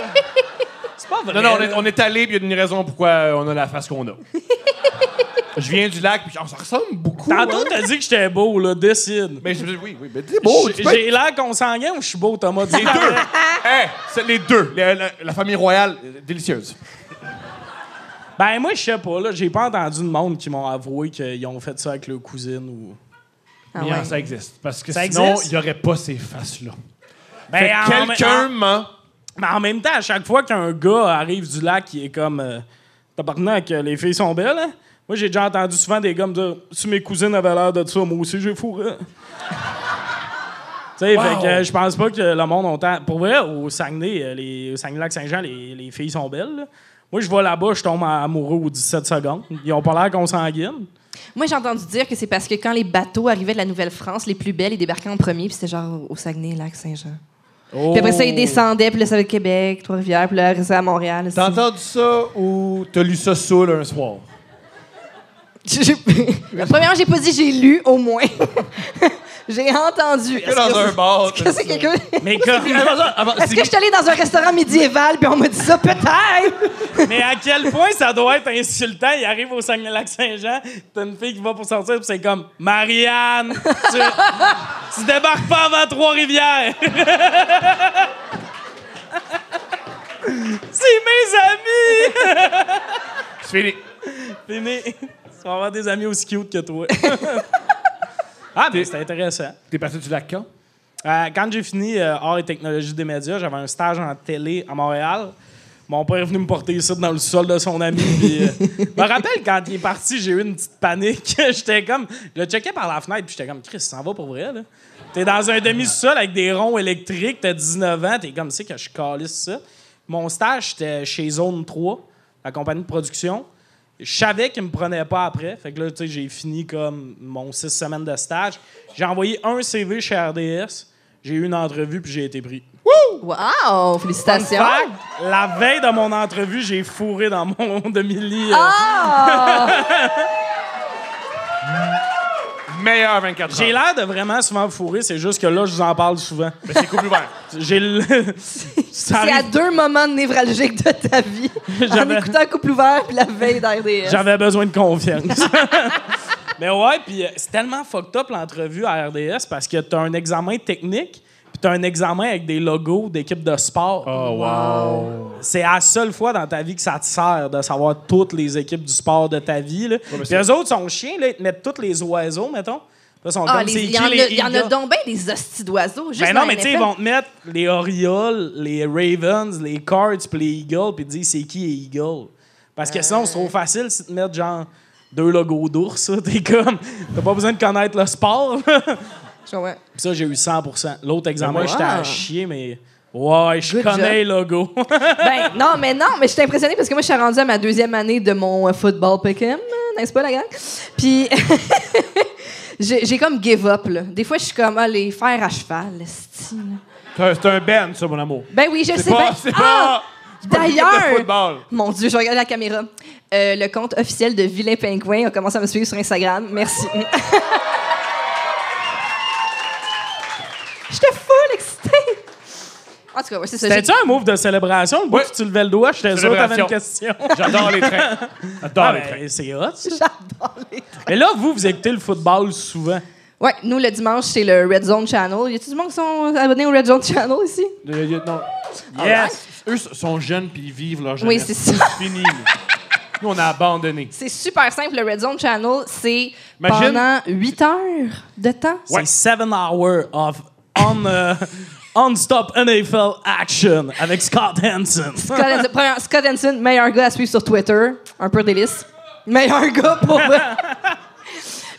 Speaker 3: C'est pas vrai.
Speaker 2: Non, non, on est,
Speaker 3: là.
Speaker 2: on est allé, puis il y a une raison pourquoi euh, on a la face qu'on a. Je viens du lac, puis genre, ça ressemble beaucoup.
Speaker 3: Tantôt,
Speaker 2: hein.
Speaker 3: t'as dit que j'étais beau, là. Décide.
Speaker 2: Mais je- oui, oui, mais c'est beau. tu
Speaker 3: J'ai
Speaker 2: peux être-
Speaker 3: j'ai l'air consanguin ou je suis beau, Thomas? Dis la
Speaker 2: deux.
Speaker 3: vraie.
Speaker 2: Hey, c'est les deux. La, la- la famille royale, euh, délicieuse.
Speaker 3: Ben moi je sais pas là, j'ai pas entendu de monde qui m'ont avoué qu'ils ont fait ça avec leur cousine ou.
Speaker 1: Ah
Speaker 2: Mais,
Speaker 1: ouais.
Speaker 2: euh, Ça existe. Parce que
Speaker 3: Ça
Speaker 2: sinon, il
Speaker 3: existe?
Speaker 2: n'y aurait pas ces faces-là. ah,
Speaker 3: Ben
Speaker 2: Fait que
Speaker 3: en-
Speaker 2: Quelqu'un
Speaker 3: en-
Speaker 2: ment.
Speaker 3: Mais en même temps, à chaque fois qu'un gars arrive du lac, qui est comme euh, tabarnak, euh, les filles sont belles. hein? Moi j'ai déjà entendu souvent des gars me dire si mes cousines avaient l'air de ça, moi aussi j'ai fourré. tu sais,
Speaker 2: Wow.
Speaker 3: fait que euh, je pense pas que le monde entend. Pour vrai, au Saguenay, euh, les, au Saguenay-Lac-Saint-Jean, les, les filles sont belles. là. Moi, je vais là-bas, je tombe amoureux aux 17 secondes. Ils ont pas l'air consanguines.
Speaker 1: Moi, j'ai entendu dire que c'est parce que quand les bateaux arrivaient de la Nouvelle-France, les plus belles, ils débarquaient en premier, puis c'était genre au Saguenay, Lac-Saint-Jean. Puis après ça,
Speaker 2: Oh.
Speaker 1: ils descendaient, puis là, ça va être Québec, Trois-Rivières, puis là, ça à Montréal. aussi.
Speaker 2: T'as entendu ça ou t'as lu ça saoul un soir?
Speaker 1: J'ai- Premièrement, j'ai pas dit j'ai lu, au moins. j'ai entendu. Est-ce
Speaker 2: dans
Speaker 1: que
Speaker 2: un
Speaker 1: c'est-
Speaker 2: bar,
Speaker 1: Est-ce que
Speaker 2: t'as
Speaker 1: c'est
Speaker 2: ça.
Speaker 1: quelqu'un.
Speaker 3: Mais comme.
Speaker 1: Est-ce que je suis allée dans un restaurant médiéval, puis on m'a dit ça peut-être?
Speaker 3: Mais à quel point ça doit être insultant? Il arrive au Saguenay-Lac-Saint-Jean, t'as une fille qui va pour sortir, puis c'est comme Marianne, tu, tu débarques pas avant Trois-Rivières! c'est mes
Speaker 2: C'est fini.
Speaker 3: amis! Fini! Tu vas avoir des amis aussi cute que toi. ah, mais c'était intéressant.
Speaker 2: T'es parti du lac quand?
Speaker 3: Euh, quand j'ai fini euh, Arts et technologie des médias, j'avais un stage en télé à Montréal. Mon père est venu me porter ici dans le sol de son ami. puis, euh, je me rappelle quand il est parti, j'ai eu une petite panique. j'étais comme. Je le checkais par la fenêtre, puis j'étais comme, Chris, ça s'en va pour vrai, là. T'es dans un demi-sol avec des ronds électriques, t'as 19 ans, t'es comme, c'est que je calisse ça. Mon stage, c'était chez Zone 3, la compagnie de production. Je savais qu'il me prenait pas après. Fait que là, tu sais, j'ai fini comme mon six semaines de stage. J'ai envoyé un CV chez RDS. J'ai eu une entrevue, puis j'ai été pris.
Speaker 1: Wow! Félicitations!
Speaker 3: Fact, la veille de mon entrevue, j'ai fourré dans mon demi-lit. euh,
Speaker 1: Ah!
Speaker 2: Meilleur 24
Speaker 3: J'ai
Speaker 2: heures.
Speaker 3: l'air de vraiment souvent fourrer, c'est juste que là, je vous en parle souvent.
Speaker 2: Mais c'est couple ouvert.
Speaker 3: J'ai le- Ça
Speaker 1: C'est à
Speaker 3: arrive-
Speaker 1: deux moments névralgiques de ta vie. en
Speaker 3: J'avais-
Speaker 1: écoutant Couple ouvert, puis la veille euh, d'RDS.
Speaker 3: J'avais besoin de confiance. Mais ouais, puis euh, c'est tellement fucked up l'entrevue à RDS parce que t'as un examen technique, puis t'as un examen avec des logos d'équipe de sport.
Speaker 2: Oh, wow.
Speaker 3: C'est la seule fois dans ta vie que ça te sert de savoir toutes les équipes du sport de ta vie. Là. Puis eux autres sont chiens, là, ils te mettent tous les oiseaux, mettons. Là, ils sont
Speaker 1: Ah,
Speaker 3: comme,
Speaker 1: les-
Speaker 3: c'est
Speaker 1: il
Speaker 3: qui
Speaker 1: y, en a-
Speaker 3: les
Speaker 1: il y en a
Speaker 3: Eagles?
Speaker 1: donc bien des hosties d'oiseaux. Juste
Speaker 3: Ben
Speaker 1: dans la
Speaker 3: non, mais tu sais, ils
Speaker 1: NFL.
Speaker 3: vont te mettre les Orioles, les Ravens, les Cards, puis les Eagles, puis te dire c'est qui les Eagles. Parce que sinon, c'est
Speaker 1: Euh.
Speaker 3: trop facile si tu te mets genre deux logos d'ours. là. T'es comme, t'as pas besoin de connaître le sport. Puis
Speaker 1: Je comprends.
Speaker 3: ça, j'ai eu 100 L'autre
Speaker 1: Ben
Speaker 3: examen,
Speaker 1: Wow.
Speaker 3: j'étais à chier, mais ouais, je
Speaker 1: Good
Speaker 3: connais les logos.
Speaker 1: Ben, non, mais non, mais je suis impressionnée parce que moi, je suis rendue à ma deuxième année de mon euh, football pick'em, euh, n'est-ce pas, la gang? Puis, j'ai j'ai comme give up, là. Des fois, je suis comme, ah, les fers à cheval, esti, là.
Speaker 2: C'est un- C'est un band, ça, mon amour.
Speaker 1: Ben oui, je le sais
Speaker 2: pas-
Speaker 1: bien.
Speaker 2: c'est pas-
Speaker 1: Ah!
Speaker 2: c'est pas une équipe de
Speaker 1: D'ailleurs,
Speaker 2: football.
Speaker 1: mon Dieu, je regarde la caméra. Euh, le compte officiel de Vilain Pingouin a commencé à me suivre sur Instagram. Merci. J'étais full excitée. En tout cas, ouais, c'est ça. J'ai-
Speaker 3: C'était-tu un move de célébration? Le bout
Speaker 2: Ouais.
Speaker 3: que tu levais le doigt, j'étais sûr que t'avais une question.
Speaker 2: Célébration. J'adore les trains. J'adore
Speaker 3: Ah,
Speaker 2: les
Speaker 3: ben,
Speaker 2: trains.
Speaker 3: c'est hot, ça.
Speaker 1: J'adore les trucs.
Speaker 3: Mais là, vous, vous écoutez le football souvent.
Speaker 1: Ouais, nous, le dimanche, c'est le Red Zone Channel. Y a-tu du monde qui sont abonnés au Red Zone Channel ici?
Speaker 2: Le- le- non.
Speaker 3: Yes!
Speaker 2: Eux sont jeunes puis ils vivent leur
Speaker 1: Oui,
Speaker 2: jeunesse.
Speaker 1: c'est ça.
Speaker 2: Fini. nous. Nous, on a abandonné.
Speaker 1: C'est super simple, le Red Zone Channel, c'est
Speaker 2: Imagine-
Speaker 1: pendant 8 heures de temps.
Speaker 2: Ouais.
Speaker 3: C'est 7 hours of on, euh, on-stop NFL action avec Scott Hansen.
Speaker 1: Scott, Hanson- première- Scott Hanson, meilleur gars à suivre sur Twitter. Un peu délice. Meilleur gars pour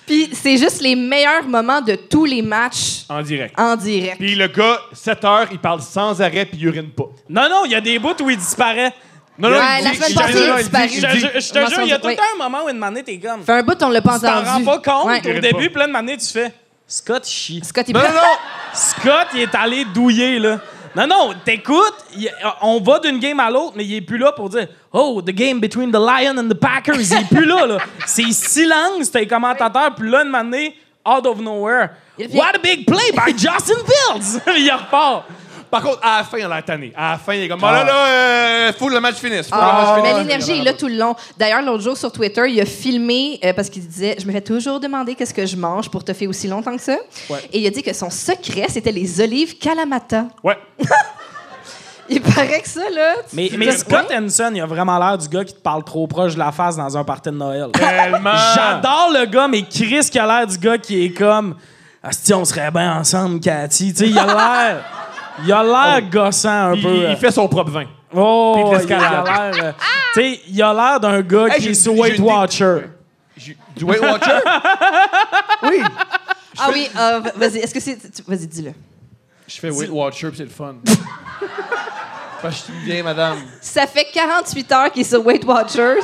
Speaker 1: Puis c'est juste les meilleurs moments de tous les matchs
Speaker 2: En direct.
Speaker 1: en direct.
Speaker 2: Puis le gars, 7 heures, il parle sans arrêt puis il urine pas.
Speaker 3: Non, non, il y a des bouts où il disparaît.
Speaker 2: Non,
Speaker 1: Ouais,
Speaker 2: il
Speaker 1: la
Speaker 2: dit-
Speaker 1: semaine
Speaker 2: il
Speaker 1: passée,
Speaker 2: dit-
Speaker 1: il a
Speaker 2: dit-
Speaker 1: disparu.
Speaker 3: Je,
Speaker 2: dit-
Speaker 3: je- je te
Speaker 1: Oui.
Speaker 3: jure, il y a tout le
Speaker 1: Oui.
Speaker 3: temps un moment où une manée, t'es comme.
Speaker 1: Fait un bout, on l'a pas
Speaker 3: Tu t'en rends
Speaker 1: entendu.
Speaker 3: pas compte.
Speaker 1: Ouais.
Speaker 3: Au
Speaker 2: Il répond.
Speaker 3: début, puis là, une manée, tu fais Scott chie.
Speaker 1: Scott, il
Speaker 2: Non, non,
Speaker 1: prend-
Speaker 2: non!
Speaker 3: Scott, il est allé douiller, là. Non, non, t'écoutes, il- on va d'une game à l'autre, mais il est plus là pour dire Oh, the game between the Lion and the Packers. Il est plus là, là. C'est silence, t'es commentateur, puis là, une année, out of nowhere.
Speaker 1: Il revient.
Speaker 3: What a big play by Justin Fields! il repart.
Speaker 2: Par contre, à la fin, on l'a tanné. À la fin, il est comme, Ah là là, euh, faut que le match finisse. Faut que le match
Speaker 1: Ah,
Speaker 2: finisse.
Speaker 1: mais l'énergie est là tout le long. D'ailleurs, l'autre jour sur Twitter, il a filmé euh, parce qu'il disait Je me fais toujours demander qu'est-ce que je mange pour te faire aussi longtemps que ça. Et il a dit que son secret, c'était les olives Kalamata.
Speaker 2: Ouais.
Speaker 1: Il paraît que ça, là. tu-
Speaker 3: Mais,
Speaker 1: tu
Speaker 3: mais
Speaker 1: te-
Speaker 3: Scott Henson, il a vraiment l'air du gars qui te parle trop proche de la face dans un party de Noël.
Speaker 2: Tellement.
Speaker 3: Ah. J'adore le gars, mais Chris qui a l'air du gars qui est comme Asti, on serait bien ensemble, Cathy. Tu sais, il a l'air. Il a l'air gossant un
Speaker 2: Il,
Speaker 3: peu.
Speaker 2: il fait son propre vin.
Speaker 3: Oh,
Speaker 2: Puis de
Speaker 3: il a
Speaker 2: l'escalade.
Speaker 3: l'air. euh, tu sais, il a l'air d'un gars
Speaker 2: Hey,
Speaker 3: qui
Speaker 2: j'ai-
Speaker 3: est sur
Speaker 2: j'ai
Speaker 3: Weight
Speaker 2: une idée.
Speaker 3: Watcher.
Speaker 2: J'ai- Du Weight Watcher? oui.
Speaker 1: Ah oui, euh, v- vas-y, est-ce que c'est. tu- Vas-y, dis-le.
Speaker 2: Je fais Weight Watcher, puis c'est le fun. Parce que je suis bien, madame.
Speaker 1: Ça fait 48 heures qu'il est sur Weight Watchers.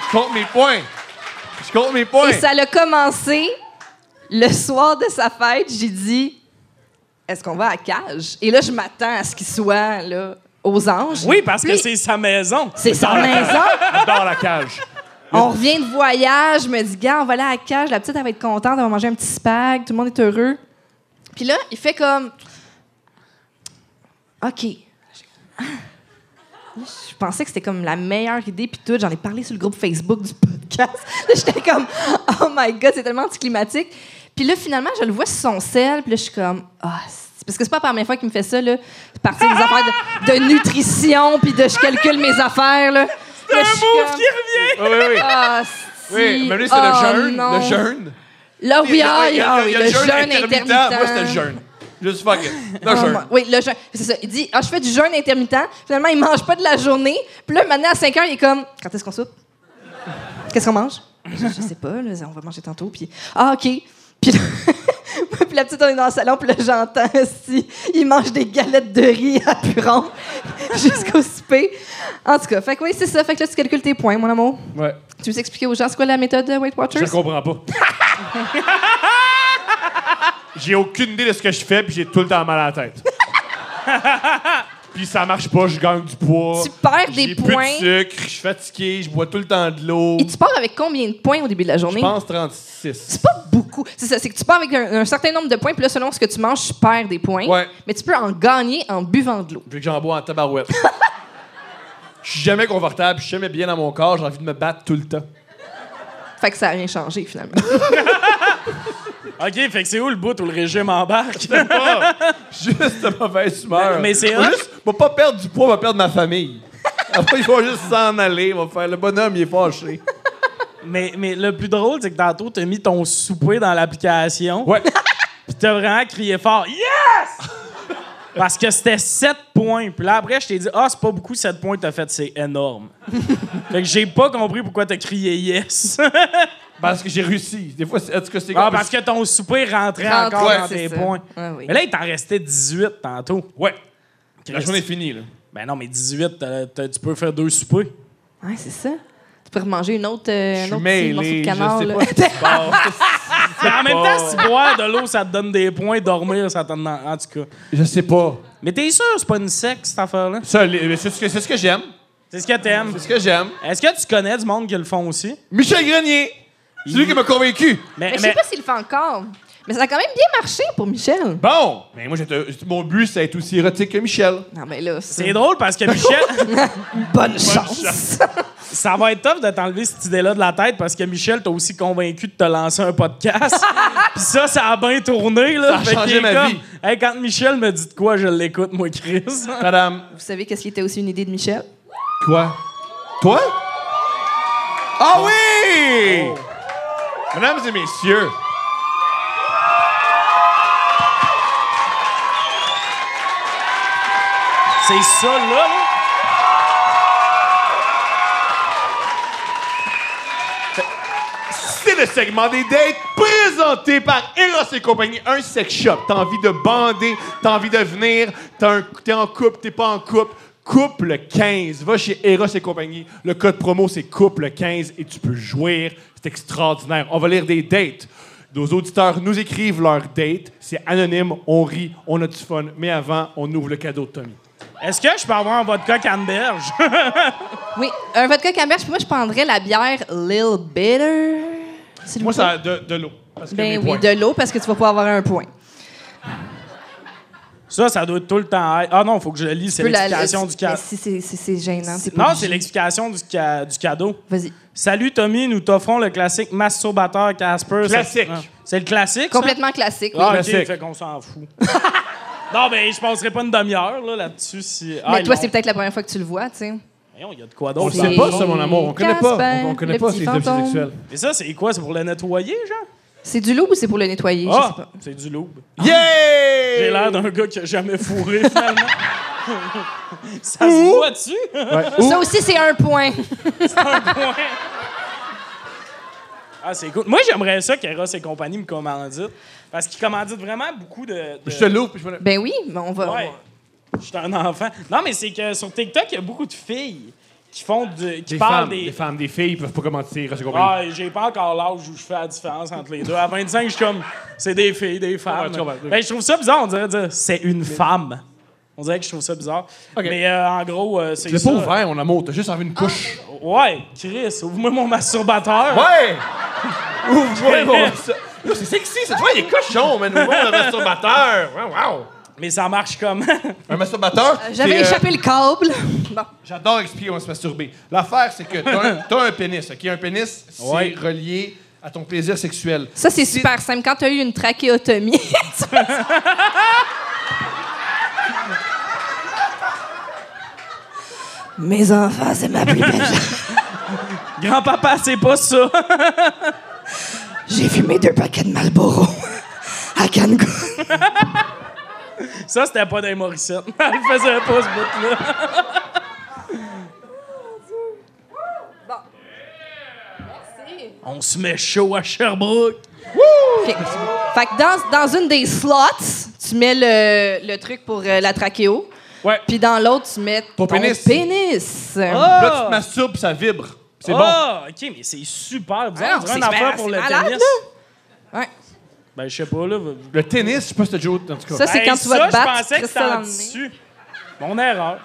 Speaker 2: Je compte mes points. Je compte mes points.
Speaker 1: Et ça l'a commencé le soir de sa fête. J'ai dit Est-ce qu'on va à cage Et là, je m'attends à ce qu'il soit là, aux anges.
Speaker 3: Oui, parce que
Speaker 1: Puis,
Speaker 3: c'est sa maison.
Speaker 1: C'est sa maison.
Speaker 2: J'adore la cage.
Speaker 1: On revient de voyage. Je me dis Gars, on va aller à cage. La petite, elle va être contente. Elle va manger un petit spag. Tout le monde est heureux. Puis là, il fait comme OK. Je pensais que c'était comme la meilleure idée, puis tout. J'en ai parlé sur le groupe Facebook du podcast. Là, J'étais comme, oh my God, c'est tellement anticlimatique. Puis là, finalement, je le vois sur son sel, puis là, je suis comme, ah, c'est- parce que c'est pas la première fois qu'il me fait ça, là. C'est parti des affaires de, de nutrition, puis de je calcule mes affaires, là. C'est un
Speaker 3: Ouf, qui revient!
Speaker 2: Oui, oui, oui.
Speaker 1: Ah,
Speaker 2: Oui,
Speaker 1: si.
Speaker 2: mais lui, c'est
Speaker 1: Oh,
Speaker 2: le jeûne.
Speaker 1: non.
Speaker 2: Le jeûne.
Speaker 1: Là, oui, ah,
Speaker 2: Il y a-
Speaker 1: ah,
Speaker 2: il y a- il y a
Speaker 1: oui, le jeûne intermittent.
Speaker 2: Moi, c'était le jeûne. Juste fuck it. Le
Speaker 1: Ah,
Speaker 2: jeûne.
Speaker 1: moi- oui, le jeûne. C'est ça. Il dit, ah, je fais du jeûne intermittent. Finalement, il mange pas de la journée. Puis là, maintenant, à 5 heures, il est comme, quand est-ce qu'on soupe? Qu'est-ce qu'on mange? Je, je sais pas, là, on va manger tantôt. Puis, ah, OK. Puis, là- puis la petite, on est dans le salon, puis là, j'entends si il mange des galettes de riz à puron jusqu'au souper. En tout cas, fait que oui, c'est ça. Fait que là, tu calcules tes points, mon amour.
Speaker 2: Ouais.
Speaker 1: Tu veux expliquer aux gens c'est quoi la méthode de Weight
Speaker 2: Je
Speaker 1: Watchers?
Speaker 2: comprends pas. j'ai aucune idée de ce que je fais, puis j'ai tout le temps mal à la tête. puis ça marche pas, je gagne du poids.
Speaker 1: Tu perds des
Speaker 2: j'ai
Speaker 1: points.
Speaker 2: Plus de sucre, je suis fatigué, je bois tout le temps de l'eau.
Speaker 1: Et tu pars avec combien de points au début de la
Speaker 2: Je
Speaker 1: journée?
Speaker 2: pense 36.
Speaker 1: C'est pas beaucoup. C'est ça, c'est que tu pars avec un, un certain nombre de points, puis là, selon ce que tu manges, tu perds des points.
Speaker 2: Ouais.
Speaker 1: Mais tu peux en gagner en buvant de l'eau.
Speaker 2: Vu que j'en bois en tabarouette. Je suis jamais confortable, je suis jamais bien dans mon corps, j'ai envie de me battre tout le temps.
Speaker 1: Fait que ça a rien changé, finalement.
Speaker 3: OK, fait que c'est où le bout où le régime embarque?
Speaker 2: Juste de mauvaise humeur.
Speaker 3: Mais c'est
Speaker 2: Faut
Speaker 3: hot.
Speaker 2: juste, va pas perdre du poids, va perdre ma famille. Après, ils vont juste s'en aller, ils vont faire le bonhomme, il est fâché.
Speaker 3: mais, mais le plus drôle, c'est que tantôt, t'as mis ton souper dans l'application.
Speaker 2: Ouais.
Speaker 3: Puis t'as vraiment crié fort Yes! Parce que c'était 7 points. Puis là, après, je t'ai dit Ah, c'est pas beaucoup 7 points que t'as fait, c'est énorme. fait que j'ai pas compris pourquoi t'as crié Yes.
Speaker 2: Ah, Parce que j'ai réussi. Des fois, c'est- est-ce que c'est
Speaker 3: ah, parce que ton souper rentrait
Speaker 1: Rentrait,
Speaker 3: encore dans
Speaker 1: c'est
Speaker 3: tes
Speaker 1: ça.
Speaker 3: points.
Speaker 1: Ah oui.
Speaker 3: Mais là, il t'en restait 18 tantôt.
Speaker 2: Ouais. La
Speaker 3: Christ.
Speaker 2: journée est finie, là.
Speaker 3: Ben non, mais 18, t'as- t'as- tu peux faire deux soupers.
Speaker 1: ouais, c'est ça. Tu peux remanger une autre, euh,
Speaker 2: Je suis
Speaker 1: un autre petit morceau
Speaker 2: mêlé,
Speaker 1: de
Speaker 2: je
Speaker 1: canard.
Speaker 2: sais
Speaker 1: là.
Speaker 2: pas ce qui se passe.
Speaker 3: Mais en même temps, si boire de l'eau, ça te donne des points, dormir, ça te donne. En tout cas.
Speaker 2: Je sais pas.
Speaker 3: Mais t'es sûr, c'est pas une secte, cette affaire-là?
Speaker 2: Ça, les- mais c'est ce que, c'est ce que j'aime.
Speaker 3: C'est ce que t'aimes.
Speaker 2: C'est ce que j'aime.
Speaker 3: Est-ce que tu connais du monde qui le font aussi?
Speaker 2: Michel Grenier. C'est lui qui m'a convaincu.
Speaker 1: Mais je sais pas s'il le fait encore. Mais ça a quand même bien marché pour Michel.
Speaker 2: Bon. Mais moi, j'étais- mon but, c'est d'être aussi érotique que Michel.
Speaker 1: Non, mais là, c'est
Speaker 3: C'est drôle parce que Michel,
Speaker 1: bonne chance.
Speaker 3: ça va être tough de t'enlever cette idée-là de la tête parce que Michel t'a aussi convaincu de te lancer un podcast. Puis ça, ça a bien tourné. Là.
Speaker 2: Ça a
Speaker 3: Fait
Speaker 2: changé
Speaker 3: qu'il
Speaker 2: ma
Speaker 3: est comme,
Speaker 2: vie.
Speaker 3: Hey, quand Michel me dit de quoi, je l'écoute, moi, Chris.
Speaker 2: Madame.
Speaker 1: Vous savez qu'est-ce qui était aussi une idée de Michel?
Speaker 2: Quoi? Toi? Ah oui! Mesdames et messieurs.
Speaker 3: C'est ça, là. là.
Speaker 2: C'est le segment des dates présenté par Eros et compagnie, un sex shop. T'as envie de bander, t'as envie de venir, t'as un- t'es en couple, t'es pas en couple. Couple 15. Va chez Eros et compagnie. Le code promo, c'est couple 15 et tu peux jouir. C'est extraordinaire. On va lire des dates. Nos auditeurs nous écrivent leurs dates. C'est anonyme, on rit, on a du fun. Mais avant, on ouvre le cadeau de Tommy.
Speaker 3: Est-ce que je peux avoir un vodka canneberge?
Speaker 1: Oui, un vodka camberge, puis moi, je prendrais la bière Lil Bitter. s'il vous
Speaker 2: Moi,
Speaker 1: plaît.
Speaker 2: ça a de, de l'eau. parce que mes
Speaker 1: Ben oui,
Speaker 2: points.
Speaker 1: de l'eau, parce que tu vas pas avoir un point.
Speaker 3: ça, ça doit être tout le temps... high. Ah non, faut que je le lise. C'est
Speaker 1: Tu peux la-
Speaker 3: l'explication
Speaker 1: la-
Speaker 3: du cadeau.
Speaker 1: Mais si c'est- c'est c'est gênant, t'es pas
Speaker 3: Non,
Speaker 1: obligé.
Speaker 3: c'est l'explication du, ca- du cadeau.
Speaker 1: Vas-y.
Speaker 3: Salut Tommy, nous t'offrons le classique masturbateur Casper.
Speaker 2: Classique.
Speaker 3: Ah, C'est le classique. ça?
Speaker 1: Complètement classique, oui.
Speaker 3: Ah,
Speaker 2: Classique.
Speaker 3: ok, fait qu'on s'en fout. non, mais je passerai pas une demi-heure là, là-dessus. si... Ah,
Speaker 1: Mais toi,
Speaker 3: ils
Speaker 1: c'est
Speaker 3: l'ont-
Speaker 1: peut-être la première fois que tu le vois, tu sais.
Speaker 3: Voyons, Il y a de quoi
Speaker 2: On le
Speaker 3: d'autre.
Speaker 2: sait
Speaker 1: C'est-
Speaker 2: pas, ça, mon amour. On connaît pas.
Speaker 1: Casper,
Speaker 2: On, on connaît
Speaker 1: le
Speaker 2: pas
Speaker 1: petit
Speaker 2: ces objets
Speaker 1: fantôme.
Speaker 2: sexuels.
Speaker 3: Mais ça, c'est quoi? C'est pour le nettoyer, genre?
Speaker 1: C'est du loup ou c'est pour le nettoyer? Je sais
Speaker 3: Ah,
Speaker 1: pas.
Speaker 3: c'est du loup.
Speaker 2: Yeah!
Speaker 3: J'ai l'air d'un gars qui a jamais fourré, finalement. ça se voit-tu?
Speaker 1: Ça aussi, c'est un point.
Speaker 3: ah, c'est cool. Moi, j'aimerais ça qu'Eros et compagnie me commanditent. Parce qu'ils commanditent vraiment beaucoup de... de-
Speaker 2: Je te l'ouvre, puis je me
Speaker 1: Ben oui, mais on va.
Speaker 3: Ouais. Je suis un enfant. Non, mais c'est que sur TikTok, il y a beaucoup de filles qui font de, qui
Speaker 2: Des
Speaker 3: parlent
Speaker 2: femmes,
Speaker 3: des.
Speaker 2: des... femmes, des filles, ils peuvent pas commenter. Roger Compagnie.
Speaker 3: Ah, j'ai pas encore l'âge où je fais la différence entre les deux. À 25, je suis comme, c'est des filles, des femmes.
Speaker 2: Ouais, tu comprends.
Speaker 3: Ben, je trouve ça bizarre, on dirait, dire, c'est une femme. On dirait que je trouve ça bizarre. Mais euh, en gros, euh, c'est
Speaker 2: Tu l'as
Speaker 3: ça.
Speaker 2: pas ouvert, hein, mon amour, t'as juste enlevé une couche.
Speaker 3: Ouais, Chris, ouvre-moi mon masturbateur.
Speaker 2: Ah. Ouais! Ouvre-moi, mon ça- Yo, C'est sexy, ça. Tu vois, il est cochon, man. Ouvre-moi un masturbateur. Wow, wow.
Speaker 3: Mais ça marche comme.
Speaker 2: Un masturbateur.
Speaker 1: J'avais
Speaker 2: c'est, euh,
Speaker 1: échappé le câble. Bon.
Speaker 2: J'adore expliquer on se masturber. L'affaire, c'est que t'as un, t'as un pénis, OK? Un pénis, c'est
Speaker 3: Ouais.
Speaker 2: relié à ton plaisir sexuel.
Speaker 1: Ça, c'est super simple. Quand tu as eu une trachéotomie, Mes enfants, c'est ma plus belle.
Speaker 3: Grand-papa, c'est pas ça.
Speaker 1: J'ai fumé deux paquets de Marlboro à Cancun.
Speaker 3: ça, c'était pas des Morissette. Elle faisait pas ce bout-là. On se met chaud à Sherbrooke.
Speaker 1: Fait, fait que dans, dans une des slots, tu mets le, le truc pour euh, la trachéo.
Speaker 2: Ouais.
Speaker 1: Puis dans l'autre, tu mets
Speaker 2: Ton pénis. Ah!
Speaker 1: pénis. Oh,
Speaker 2: Là, tu te masturbes, puis ça vibre. C'est bon.
Speaker 3: Ah, OK, mais c'est super. Vous
Speaker 1: Ah,
Speaker 3: avez
Speaker 1: c'est
Speaker 3: un affaire
Speaker 1: malade,
Speaker 3: pour
Speaker 1: c'est
Speaker 3: le
Speaker 1: malade,
Speaker 3: tennis?
Speaker 1: Ouais.
Speaker 3: Ben, je sais pas, là. vous-
Speaker 2: Le tennis, je sais pas si t'as déjà autre, en tout cas.
Speaker 1: Ça, c'est
Speaker 3: Hey,
Speaker 1: quand tu vas te battre.
Speaker 3: je pensais
Speaker 1: tu
Speaker 3: que
Speaker 1: te crisses ça
Speaker 3: c'était en
Speaker 1: dans le nez.
Speaker 3: tissu. Mon erreur.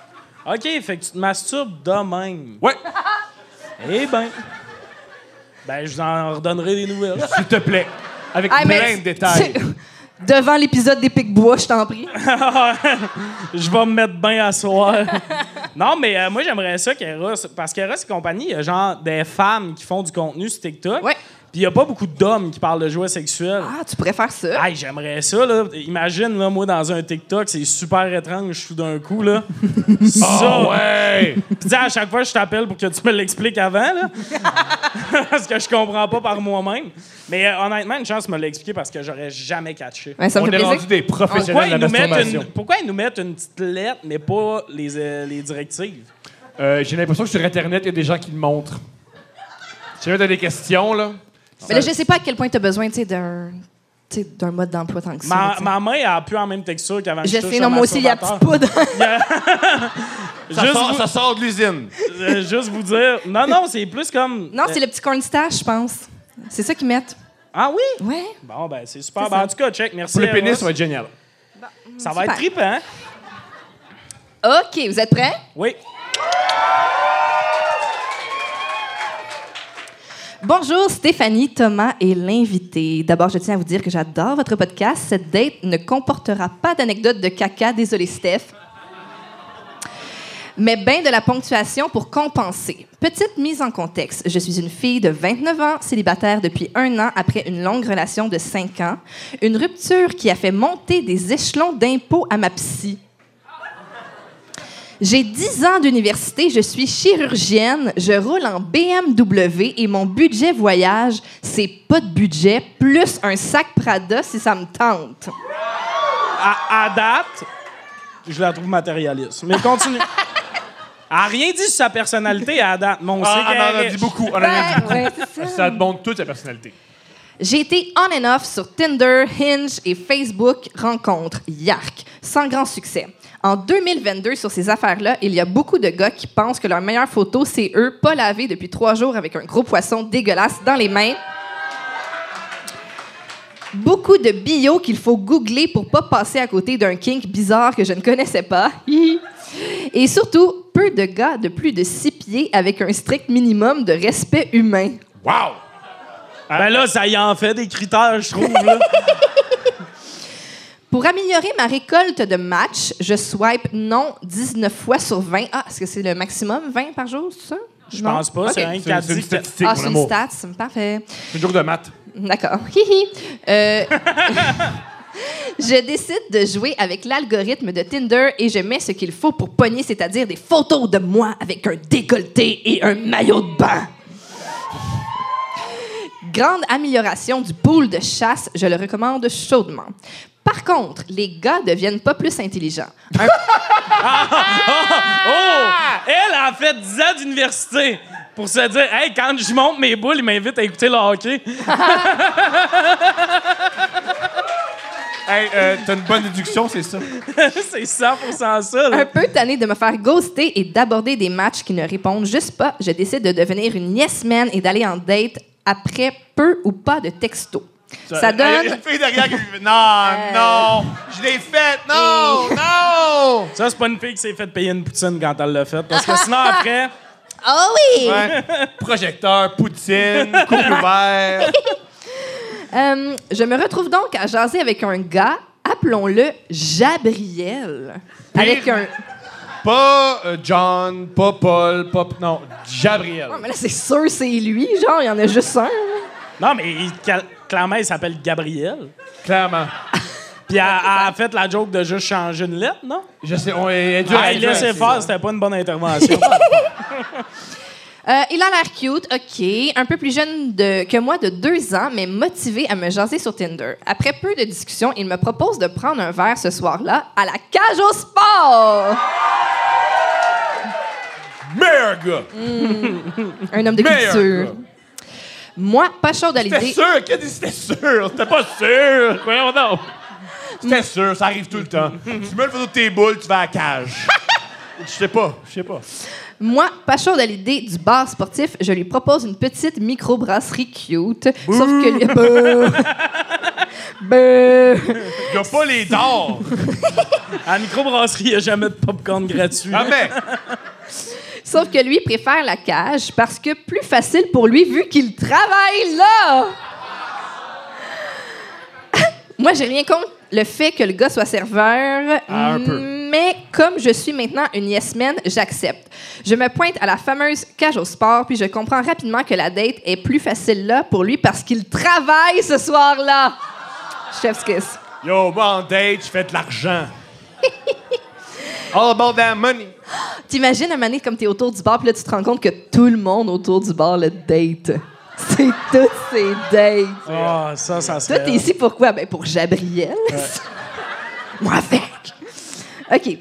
Speaker 3: OK, fait que tu te masturbes de même.
Speaker 2: Ouais.
Speaker 3: Eh ben... Ben, je vous en redonnerai des nouvelles.
Speaker 2: S'il te plaît. Avec
Speaker 1: Ah, mais
Speaker 2: plein de détails.
Speaker 1: tu- Devant l'épisode des Pic-Bois, je t'en prie.
Speaker 3: je vais me mettre bien à soir. non, mais euh, moi, j'aimerais ça qu'Eros... Parce qu'Eros et compagnie, il y a genre des femmes qui font du contenu sur TikTok.
Speaker 1: Ouais.
Speaker 3: Puis il y a pas beaucoup d'hommes qui parlent de jouets sexuels.
Speaker 1: Ah, tu pourrais faire ça.
Speaker 3: Hey, j'aimerais ça, là. Imagine, là, moi, dans un TikTok, c'est super étrange tout d'un coup, là. ça!
Speaker 2: Ouais!
Speaker 3: Puis, tu sais, à chaque fois, je t'appelle pour que tu me l'expliques avant, là. parce que je comprends pas par moi-même. Mais euh, honnêtement, une chance de me l'expliquer parce que j'aurais jamais catché.
Speaker 1: Ouais, ça me
Speaker 2: On
Speaker 1: fait
Speaker 2: est
Speaker 1: plaisir.
Speaker 2: rendu des
Speaker 3: Pourquoi
Speaker 2: professionnels
Speaker 3: ils,
Speaker 2: de la
Speaker 3: nous mettent une,
Speaker 2: masturbation.
Speaker 3: pourquoi ils nous mettent une petite lettre, mais pas les, euh, les directives?
Speaker 2: Euh, J'ai l'impression que sur Internet, il y a des gens qui le montrent. Si jamais t'as des questions, là.
Speaker 1: Mais là, je sais pas à quel point tu as besoin tu sais, d'un tu sais, d'un mode d'emploi tant que ça.
Speaker 3: Ma,
Speaker 1: tu sais.
Speaker 3: ma main, elle a plus en même texture qu'avant que
Speaker 1: je
Speaker 3: touche
Speaker 1: sais,
Speaker 3: un
Speaker 1: non, moi aussi, il y a
Speaker 3: masturbateur.
Speaker 1: petite poudre.
Speaker 2: Ça,
Speaker 3: Juste
Speaker 2: sort,
Speaker 3: vous-
Speaker 2: ça sort de l'usine.
Speaker 3: Euh, Juste vous dire. Non, non, c'est plus comme.
Speaker 1: non, c'est le petit cornstarch, je pense. C'est ça qu'ils mettent.
Speaker 3: Ah oui?
Speaker 1: Ouais.
Speaker 3: Bon, ben, c'est super.
Speaker 1: C'est
Speaker 3: Ben,
Speaker 1: ça.
Speaker 3: en tout cas, check, merci.
Speaker 2: Pour le
Speaker 3: à
Speaker 2: pénis,
Speaker 3: Ross.
Speaker 2: ça va être génial.
Speaker 3: Ça va
Speaker 1: Super.
Speaker 3: être trippant. hein?
Speaker 1: OK, vous êtes prêts?
Speaker 3: Oui.
Speaker 1: Bonjour Stéphanie, Thomas et l'invité. D'abord, je tiens à vous dire que j'adore votre podcast. Cette date ne comportera pas d'anecdote de caca, désolé Steph. Mais bien de la ponctuation pour compenser. Petite mise en contexte. Je suis une fille de 29 ans, célibataire depuis un an après une longue relation de 5 ans. Une rupture qui a fait monter des échelons d'impôts à ma psy. J'ai 10 ans d'université, je suis chirurgienne, je roule en BMW et mon budget voyage, c'est pas de budget, plus un sac Prada si ça me tente.
Speaker 3: À, à date, je la trouve matérialiste. Mais continue. Elle a rien dit sur sa personnalité à date. Mon
Speaker 2: Ah, on en a dit beaucoup. on en a
Speaker 1: Ben,
Speaker 2: dit beaucoup. Ça te montre toute ta personnalité.
Speaker 1: J'ai été on and off sur Tinder, Hinge et Facebook rencontres, yark, sans grand succès. En 2022, sur ces affaires-là, il y a beaucoup de gars qui pensent que leur meilleure photo, c'est eux, pas lavés depuis trois jours avec un gros poisson dégueulasse dans les mains. Beaucoup de bio qu'il faut googler pour pas passer à côté d'un kink bizarre que je ne connaissais pas. Hihi. Et surtout, peu de gars de plus de six pieds avec un strict minimum de respect humain.
Speaker 2: Wow! Hein?
Speaker 3: Ben là, ça y en fait des critères, je trouve. là.
Speaker 1: Pour améliorer ma récolte de matchs, je swipe non 19 fois sur 20. Ah, est-ce que c'est le maximum 20 par jour, c'est ça?
Speaker 3: Je pense pas. C'est un
Speaker 2: C'est
Speaker 3: cas
Speaker 2: c'est une
Speaker 3: dit que-
Speaker 2: statistique,
Speaker 1: ah,
Speaker 2: mon
Speaker 1: c'est une
Speaker 2: amour.
Speaker 1: stat, c'est parfait.
Speaker 2: C'est une jour de maths.
Speaker 1: D'accord. Hihi. Euh, je décide de jouer avec l'algorithme de Tinder et je mets ce qu'il faut pour pogner, c'est-à-dire des photos de moi avec un décolleté et un maillot de bain. Grande amélioration du pool de chasse, je le recommande chaudement. Par contre, les gars deviennent pas plus intelligents. Un
Speaker 3: Oh! Elle a fait 10 ans d'université pour se dire, hey, quand je monte mes boules, ils m'invitent à écouter le hockey.
Speaker 2: Hey, euh, t'as une bonne déduction, c'est ça.
Speaker 3: c'est 100 ça.
Speaker 1: un
Speaker 3: Là.
Speaker 1: peu tannée de me faire ghoster et d'aborder des matchs qui ne répondent juste pas, je décide de devenir une yes man et d'aller en date après peu ou pas de texto. Ça,
Speaker 2: Hey, y a
Speaker 1: donne Euh.
Speaker 2: une fille derrière qui lui fait, Non, non! Je l'ai faite! Non! Non!
Speaker 3: Ça, c'est pas une fille qui s'est fait payer une poutine quand elle l'a fait. Parce que sinon, après,
Speaker 1: Oh oui!
Speaker 2: Ouais. Hein? Projecteur, poutine, coupe ouvert.
Speaker 1: Euh, je me retrouve donc à jaser avec un gars, appelons-le Jabriel. Avec un.
Speaker 2: Pas euh, John, pas Paul, pas. Non, Gabriel.
Speaker 1: Non, mais là, c'est sûr, c'est lui, genre, il y en a juste un. là.
Speaker 3: Non, mais il- cal- clairement, il s'appelle Gabriel.
Speaker 2: Clairement.
Speaker 3: Puis elle, elle a fait la joke de juste changer une lettre, non?
Speaker 2: Je sais, on est, elle est dure à
Speaker 3: Ah, il
Speaker 2: faire,
Speaker 3: laissait
Speaker 2: c'est-
Speaker 3: faire, c'était pas une bonne intervention.
Speaker 1: Euh, il a l'air cute, OK. Un peu plus jeune de- que moi de deux ans, mais motivé à me jaser sur Tinder. Après peu de discussions, il me propose de prendre un verre ce soir-là à la cage au sport!
Speaker 2: Meilleur gars!
Speaker 1: Un homme de
Speaker 2: Meilleur
Speaker 1: culture.
Speaker 2: gars.
Speaker 1: Moi, pas chaud à
Speaker 2: C'était
Speaker 1: l'idée.
Speaker 2: sûr! Qui a dit c'était sûr? C'était pas sûr! Voyons donc! C'était sûr, ça arrive tout le temps. tu mets le photo de tes boules, tu vas à la cage. Je sais pas, je sais pas.
Speaker 1: Moi, pas chaude à l'idée du bar sportif, je lui propose une petite microbrasserie cute. Sauf que lui. Bouh. Bouh.
Speaker 2: Y a pas les dards!
Speaker 3: à la microbrasserie, il n'y a jamais de popcorn gratuit.
Speaker 2: Ah, mais!
Speaker 1: Sauf que lui préfère la cage parce que plus facile pour lui vu qu'il travaille là. Moi, j'ai rien contre le fait que le gars soit serveur,
Speaker 2: Ah, un peu.
Speaker 1: mais comme je suis maintenant une yes man, j'accepte. Je me pointe à la fameuse cage au sport, puis je comprends rapidement que la date est plus facile là pour lui parce qu'il travaille ce soir-là. Chef's kiss.
Speaker 2: Yo, moi en date, je fais de l'argent. All about that money.
Speaker 1: T'imagines un mané comme t'es autour du bar, puis là, tu te rends compte que tout le monde autour du bar le date. C'est toutes ces dates.
Speaker 3: Ah, ça, ça
Speaker 1: Toi,
Speaker 3: serait...
Speaker 1: t'es ici pourquoi? Ben, pour Gabriel. Moi avec. OK.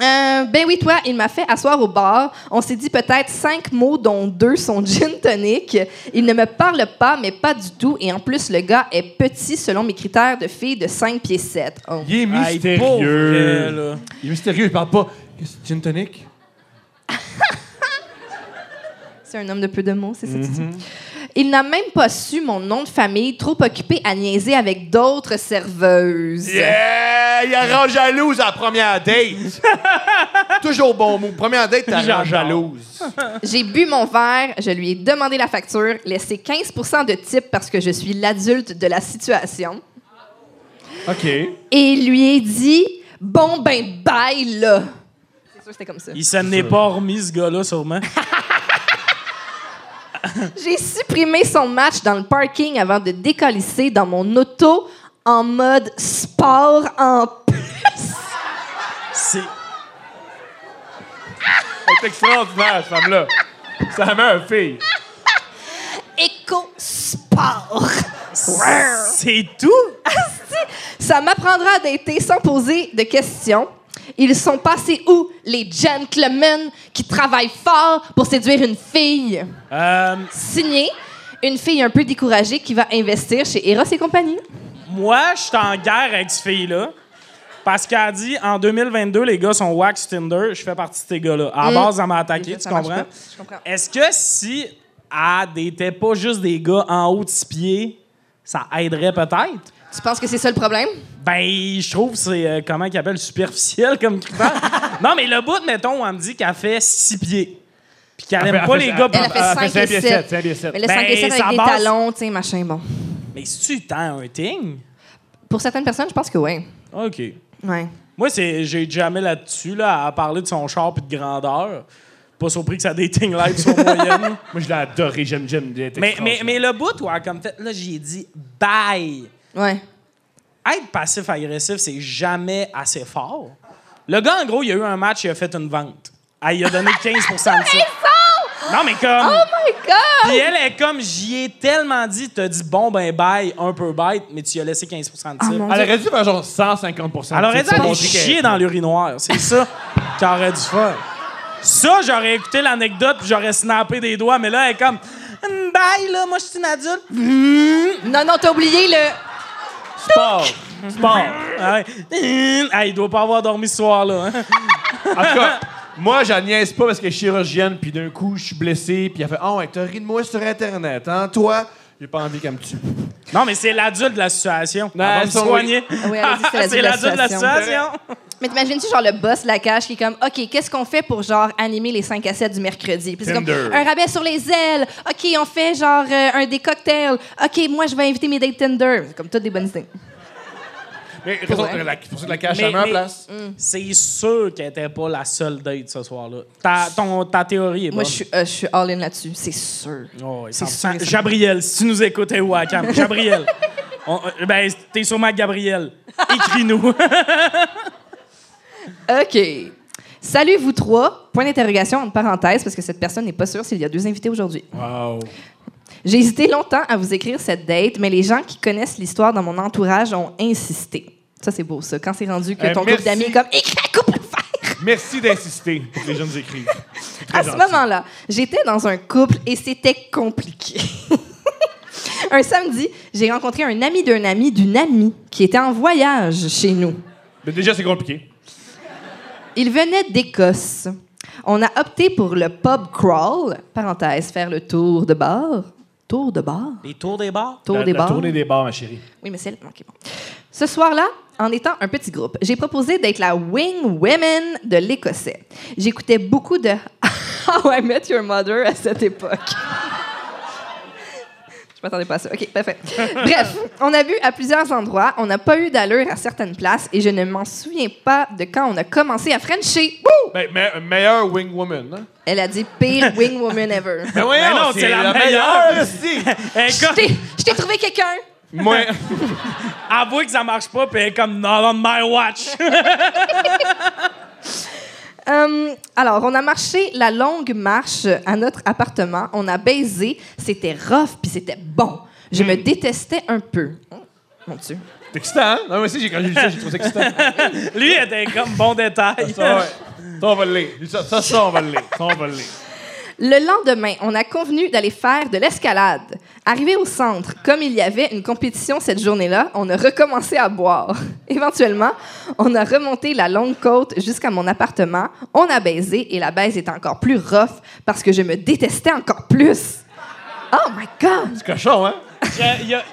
Speaker 1: Euh, ben oui, toi, il m'a fait asseoir au bar. On s'est dit peut-être cinq mots, dont deux sont gin tonic. Il ne me parle pas, mais pas du tout. Et en plus, le gars est petit selon mes critères de fille de 5 pieds 7. Oh.
Speaker 2: Il est
Speaker 3: Hey, pour vrai, là.
Speaker 2: il est mystérieux, il parle pas. Qu'est-ce que gin tonic?
Speaker 1: C'est un homme de peu de mots, c'est ça que tu dis? Il n'a même pas su mon nom de famille, trop occupé à niaiser avec d'autres serveuses.
Speaker 2: Yeah! Il la rend jalouse à la première date. Toujours bon mot. Première date, t'as rend
Speaker 3: J'adore.
Speaker 2: jalouse.
Speaker 1: J'ai bu mon verre, je lui ai demandé la facture, laissé 15 de type parce que je suis l'adulte de la situation.
Speaker 2: OK.
Speaker 1: Et lui ai dit Bon, ben, bye, là. C'est sûr que c'était comme ça.
Speaker 3: Il s'en est pas remis, ce gars-là, sûrement.
Speaker 1: J'ai supprimé son match dans le parking avant de décalisser dans mon auto en mode sport en plus.
Speaker 3: C'est...
Speaker 2: C'est extraordinaire, cette femme-là. Ça met un fille.
Speaker 1: Éco-sport.
Speaker 3: C'est tout?
Speaker 1: Ah, Ça m'apprendra à dater sans poser de questions. Ils sont passés où, les gentlemen qui travaillent fort pour séduire une fille?
Speaker 3: Euh,
Speaker 1: Signé, une fille un peu découragée qui va investir chez Eros et compagnie.
Speaker 3: moi, je suis en guerre avec cette fille-là. Parce qu'elle a dit, en 2022, les gars sont wax Tinder. Je fais partie de ces gars-là. À la base, elle m'a attaqué, tu
Speaker 1: Mm. Ça marche
Speaker 3: comprends?
Speaker 1: pas. Je comprends.
Speaker 3: Est-ce que si elle n'était pas juste des gars en haut de six pieds, ça aiderait peut-être?
Speaker 1: Tu penses que c'est ça le problème?
Speaker 3: Ben, je trouve que c'est, euh, comment qu'il appelle, superficiel comme critère. non, mais le bout, mettons, on me dit qu'elle fait six pieds. Puis qu'elle
Speaker 2: fait-
Speaker 3: aime
Speaker 2: elle fait-
Speaker 3: pas les gars...
Speaker 1: Elle a fait
Speaker 2: Ah,
Speaker 1: 5
Speaker 2: fait cinq
Speaker 1: et
Speaker 2: pieds
Speaker 1: 7.
Speaker 2: sept, cinq pieds sept.
Speaker 1: Mais le
Speaker 3: Ben,
Speaker 1: 5 et 7
Speaker 3: ça
Speaker 1: avec des
Speaker 3: base-
Speaker 1: talons, tu sais, machin, bon.
Speaker 3: Mais si tu tant un ting?
Speaker 1: Pour certaines personnes, je pense que oui.
Speaker 3: OK.
Speaker 1: Ouais.
Speaker 3: Moi, c'est, j'ai jamais là-dessus, là, à parler de son char puis de grandeur. Pas surpris que sa dating life soit moyenne.
Speaker 2: Moi, je l'ai adoré. J'aime, j'aime. elle est
Speaker 3: mais, mais,
Speaker 2: extraordinaire.
Speaker 3: mais le bout, ouais, comme fait, là, j'ai dit bye.
Speaker 1: Ouais.
Speaker 3: Être passif-agressif, c'est jamais assez fort. Le gars, en gros, il a eu un match, il a fait une vente. Ah, il a donné 15 de ça. Non, mais comme.
Speaker 1: Oh my God!
Speaker 3: Puis elle est comme, j'y ai tellement dit, t'as dit bon, ben bye, un peu bête, mais tu y as laissé 15 de
Speaker 1: Ah,
Speaker 3: tir.
Speaker 1: mon
Speaker 2: Elle aurait dû faire genre 150
Speaker 3: Elle aurait dû
Speaker 2: pour
Speaker 3: aller
Speaker 2: montrer qu'elle-
Speaker 3: chier dans l'urinoir. C'est ça qu'elle aurait dû faire. Ça, j'aurais écouté l'anecdote puis j'aurais snappé des doigts, mais là, elle est comme... Hum, Bye, là, moi, je suis une adulte.
Speaker 1: Non, non, t'as oublié le.
Speaker 2: Sport. Sport.
Speaker 3: Ah ouais. Hum, ah, il doit pas avoir dormi ce soir-là. hein.
Speaker 2: En tout cas, moi, j'en niaise pas parce que je suis chirurgienne, puis d'un coup, je suis blessé, puis elle fait Oh, ouais, t'as ri de moi sur Internet, hein, toi J'ai pas envie qu'elle me tue.
Speaker 3: Non, mais c'est l'adulte de la situation. Elle va me
Speaker 2: son-
Speaker 3: soigner.
Speaker 1: oui, elle a dit que c'est
Speaker 3: c'est l'adulte de la situation.
Speaker 1: Mais t'imagines-tu, genre, le boss de la cage qui est comme, OK, qu'est-ce qu'on fait pour, genre, animer les 5 à 7 du mercredi? Puis c'est comme,
Speaker 2: Tinder.
Speaker 1: un rabais sur les ailes. OK, on fait, genre, euh, un des cocktails. OK, moi, je vais inviter mes dates Tinder. C'est Comme toutes des bonnes idées.
Speaker 2: Mais raison,
Speaker 1: Ouais.
Speaker 2: la- pour ça que la cache
Speaker 3: Mais-
Speaker 2: à ma
Speaker 3: mais-
Speaker 2: place.
Speaker 1: mm.
Speaker 3: C'est sûr qu'elle était pas la seule date ce soir-là. Ta, ton- ta théorie est bonne.
Speaker 1: Moi, je suis euh, je suis all-in là-dessus, c'est sûr.
Speaker 3: Oh, oui,
Speaker 1: C'est
Speaker 3: 100%.
Speaker 1: sûr et certain.
Speaker 3: Gabriel, si tu nous écoutes, t'es Wacam. Gabriel. On- euh, ben, t'es sûrement Gabriel. Écris-nous.
Speaker 1: OK. Salut, vous trois. Point d'interrogation, en parenthèse, parce que cette personne n'est pas sûre s'il y a deux invités aujourd'hui.
Speaker 3: wow.
Speaker 1: J'ai hésité longtemps à vous écrire cette date, mais les gens qui connaissent l'histoire dans mon entourage ont insisté. Ça, c'est beau, ça. Quand c'est rendu que
Speaker 2: Euh,
Speaker 1: ton
Speaker 2: merci.
Speaker 1: groupe d'amis est comme écris la coupe à faire.
Speaker 2: Merci d'insister pour que les jeunes écrivent. C'est très
Speaker 1: À ce
Speaker 2: gentil.
Speaker 1: moment-là, j'étais dans un couple et c'était compliqué. un samedi, j'ai rencontré un ami d'un ami d'une amie qui était en voyage chez nous.
Speaker 2: Mais déjà, c'est compliqué.
Speaker 1: Il venait d'Écosse. On a opté pour le pub crawl, parenthèse, faire le tour de bar. Tour de bar?
Speaker 3: Les tours des bars?
Speaker 1: Tour
Speaker 2: la,
Speaker 1: des
Speaker 2: la
Speaker 1: bars?
Speaker 2: tournée des bars, ma chérie.
Speaker 1: Oui, mais c'est le- ok, bon. Ce soir-là, en étant un petit groupe, j'ai proposé d'être la Wing Women de l'Écossais. J'écoutais beaucoup de How I Met Your Mother à cette époque. Je m'attendais pas à ça. OK, parfait. Bref, on a vu à plusieurs endroits, on n'a pas eu d'allure à certaines places et je ne m'en souviens pas de quand on a commencé à Frencher. Wouh!
Speaker 2: Ben, me- meilleure wing woman. Hein?
Speaker 1: Elle a dit pire Wing Woman ever.
Speaker 2: Ben, voyons,
Speaker 3: non, c'est la meilleure.
Speaker 2: si.
Speaker 3: Elle est
Speaker 1: Je
Speaker 3: comme-
Speaker 1: t'ai- je t'ai trouvé quelqu'un!
Speaker 2: Moi,
Speaker 3: avouez que ça marche pas, puis elle est comme Not on my watch.
Speaker 1: Hum, alors, on a marché la longue marche à notre appartement. On a baisé. C'était rough, puis c'était bon. Je me détestais un peu. Oh, Mon Dieu.
Speaker 2: c'est excitant, hein? Non, mais si, j'ai- quand j'ai lu ça, j'ai trouvé ça excitant.
Speaker 3: Lui, elle était comme bon détail.
Speaker 2: Ah, Ça, ouais. Ça, on va le lire. Ça, ça, ça, on va le lire. Ça, on va le lire.
Speaker 1: Le lendemain, on a convenu d'aller faire de l'escalade. Arrivé au centre, comme il y avait une compétition cette journée-là, on a recommencé à boire. Éventuellement, on a remonté la longue côte jusqu'à mon appartement. On a baisé et la baise est encore plus rough parce que je me détestais encore plus. Oh my God!
Speaker 2: C'est cochon, hein?
Speaker 3: Je- Il y a,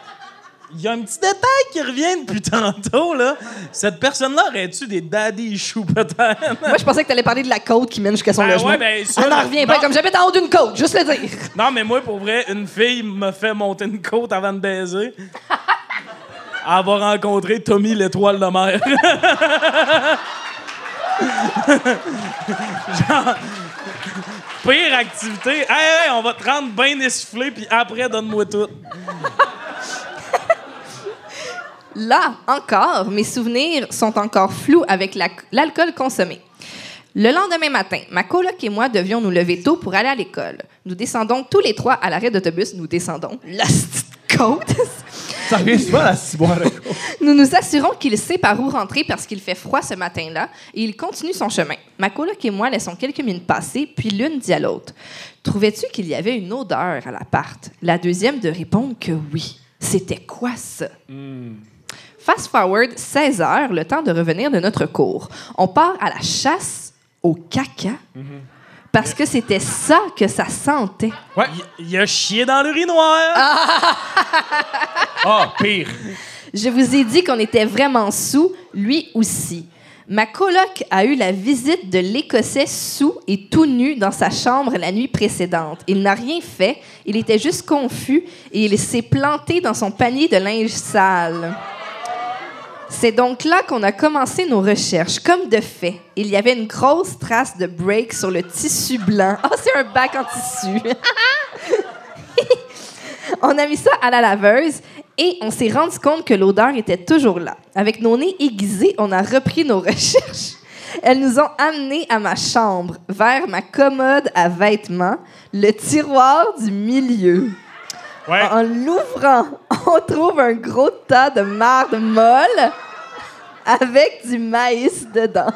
Speaker 3: il y a un petit détail qui revient depuis tantôt, là. Cette personne-là aurait-tu des daddy issues, peut-être?
Speaker 1: Moi, je pensais que t'allais parler de la côte qui mène jusqu'à son
Speaker 3: Ben
Speaker 1: logement.
Speaker 3: ouais, ben, ça,
Speaker 1: Elle n'en revient
Speaker 3: non.
Speaker 1: pas. Comme j'habite en haut d'une côte, juste le dire.
Speaker 3: Non, mais moi, pour vrai, une fille me fait monter une côte avant de baiser. Elle va rencontrer Tommy l'étoile de mer. Genre, pire activité. Hey, hey, on va te rendre bien essoufflé, puis après, donne-moi tout.
Speaker 1: Là encore, mes souvenirs sont encore flous avec la- l'alcool consommé. Le lendemain matin, ma coloc et moi devions nous lever tôt pour aller à l'école. Nous descendons tous les trois à l'arrêt d'autobus. Nous descendons. La petite côte.
Speaker 2: Ça revient souvent, la ciboire.
Speaker 1: Nous nous assurons qu'il sait par où rentrer parce qu'il fait froid ce matin-là et il continue son chemin. Ma coloc et moi laissons quelques minutes passer, puis l'une dit à l'autre Trouvais-tu qu'il y avait une odeur à l'appart La deuxième de répondre que oui. C'était quoi ça Fast forward 16 heures, le temps de revenir de notre cours. On part à la chasse au caca parce que c'était ça que ça sentait.
Speaker 2: Ouais.
Speaker 3: Il il a chié dans l'urinoir.
Speaker 2: Ah, pire.
Speaker 1: Je vous ai dit qu'on était vraiment sous, lui aussi. Ma coloc a eu la visite de l'Écossais sous et tout nu dans sa chambre la nuit précédente. Il n'a rien fait, il était juste confus et il s'est planté dans son panier de linge sale. C'est donc là qu'on a commencé nos recherches. Comme de fait, il y avait une grosse trace de break sur le tissu blanc. Oh, c'est un bac en tissu. On a mis ça à la laveuse et on s'est rendu compte que l'odeur était toujours là. Avec nos nez aiguisés, on a repris nos recherches. Elles nous ont amenés à ma chambre, vers ma commode à vêtements, le tiroir du milieu.
Speaker 2: Ouais.
Speaker 1: En l'ouvrant, on trouve un gros tas de marde molle avec du maïs dedans.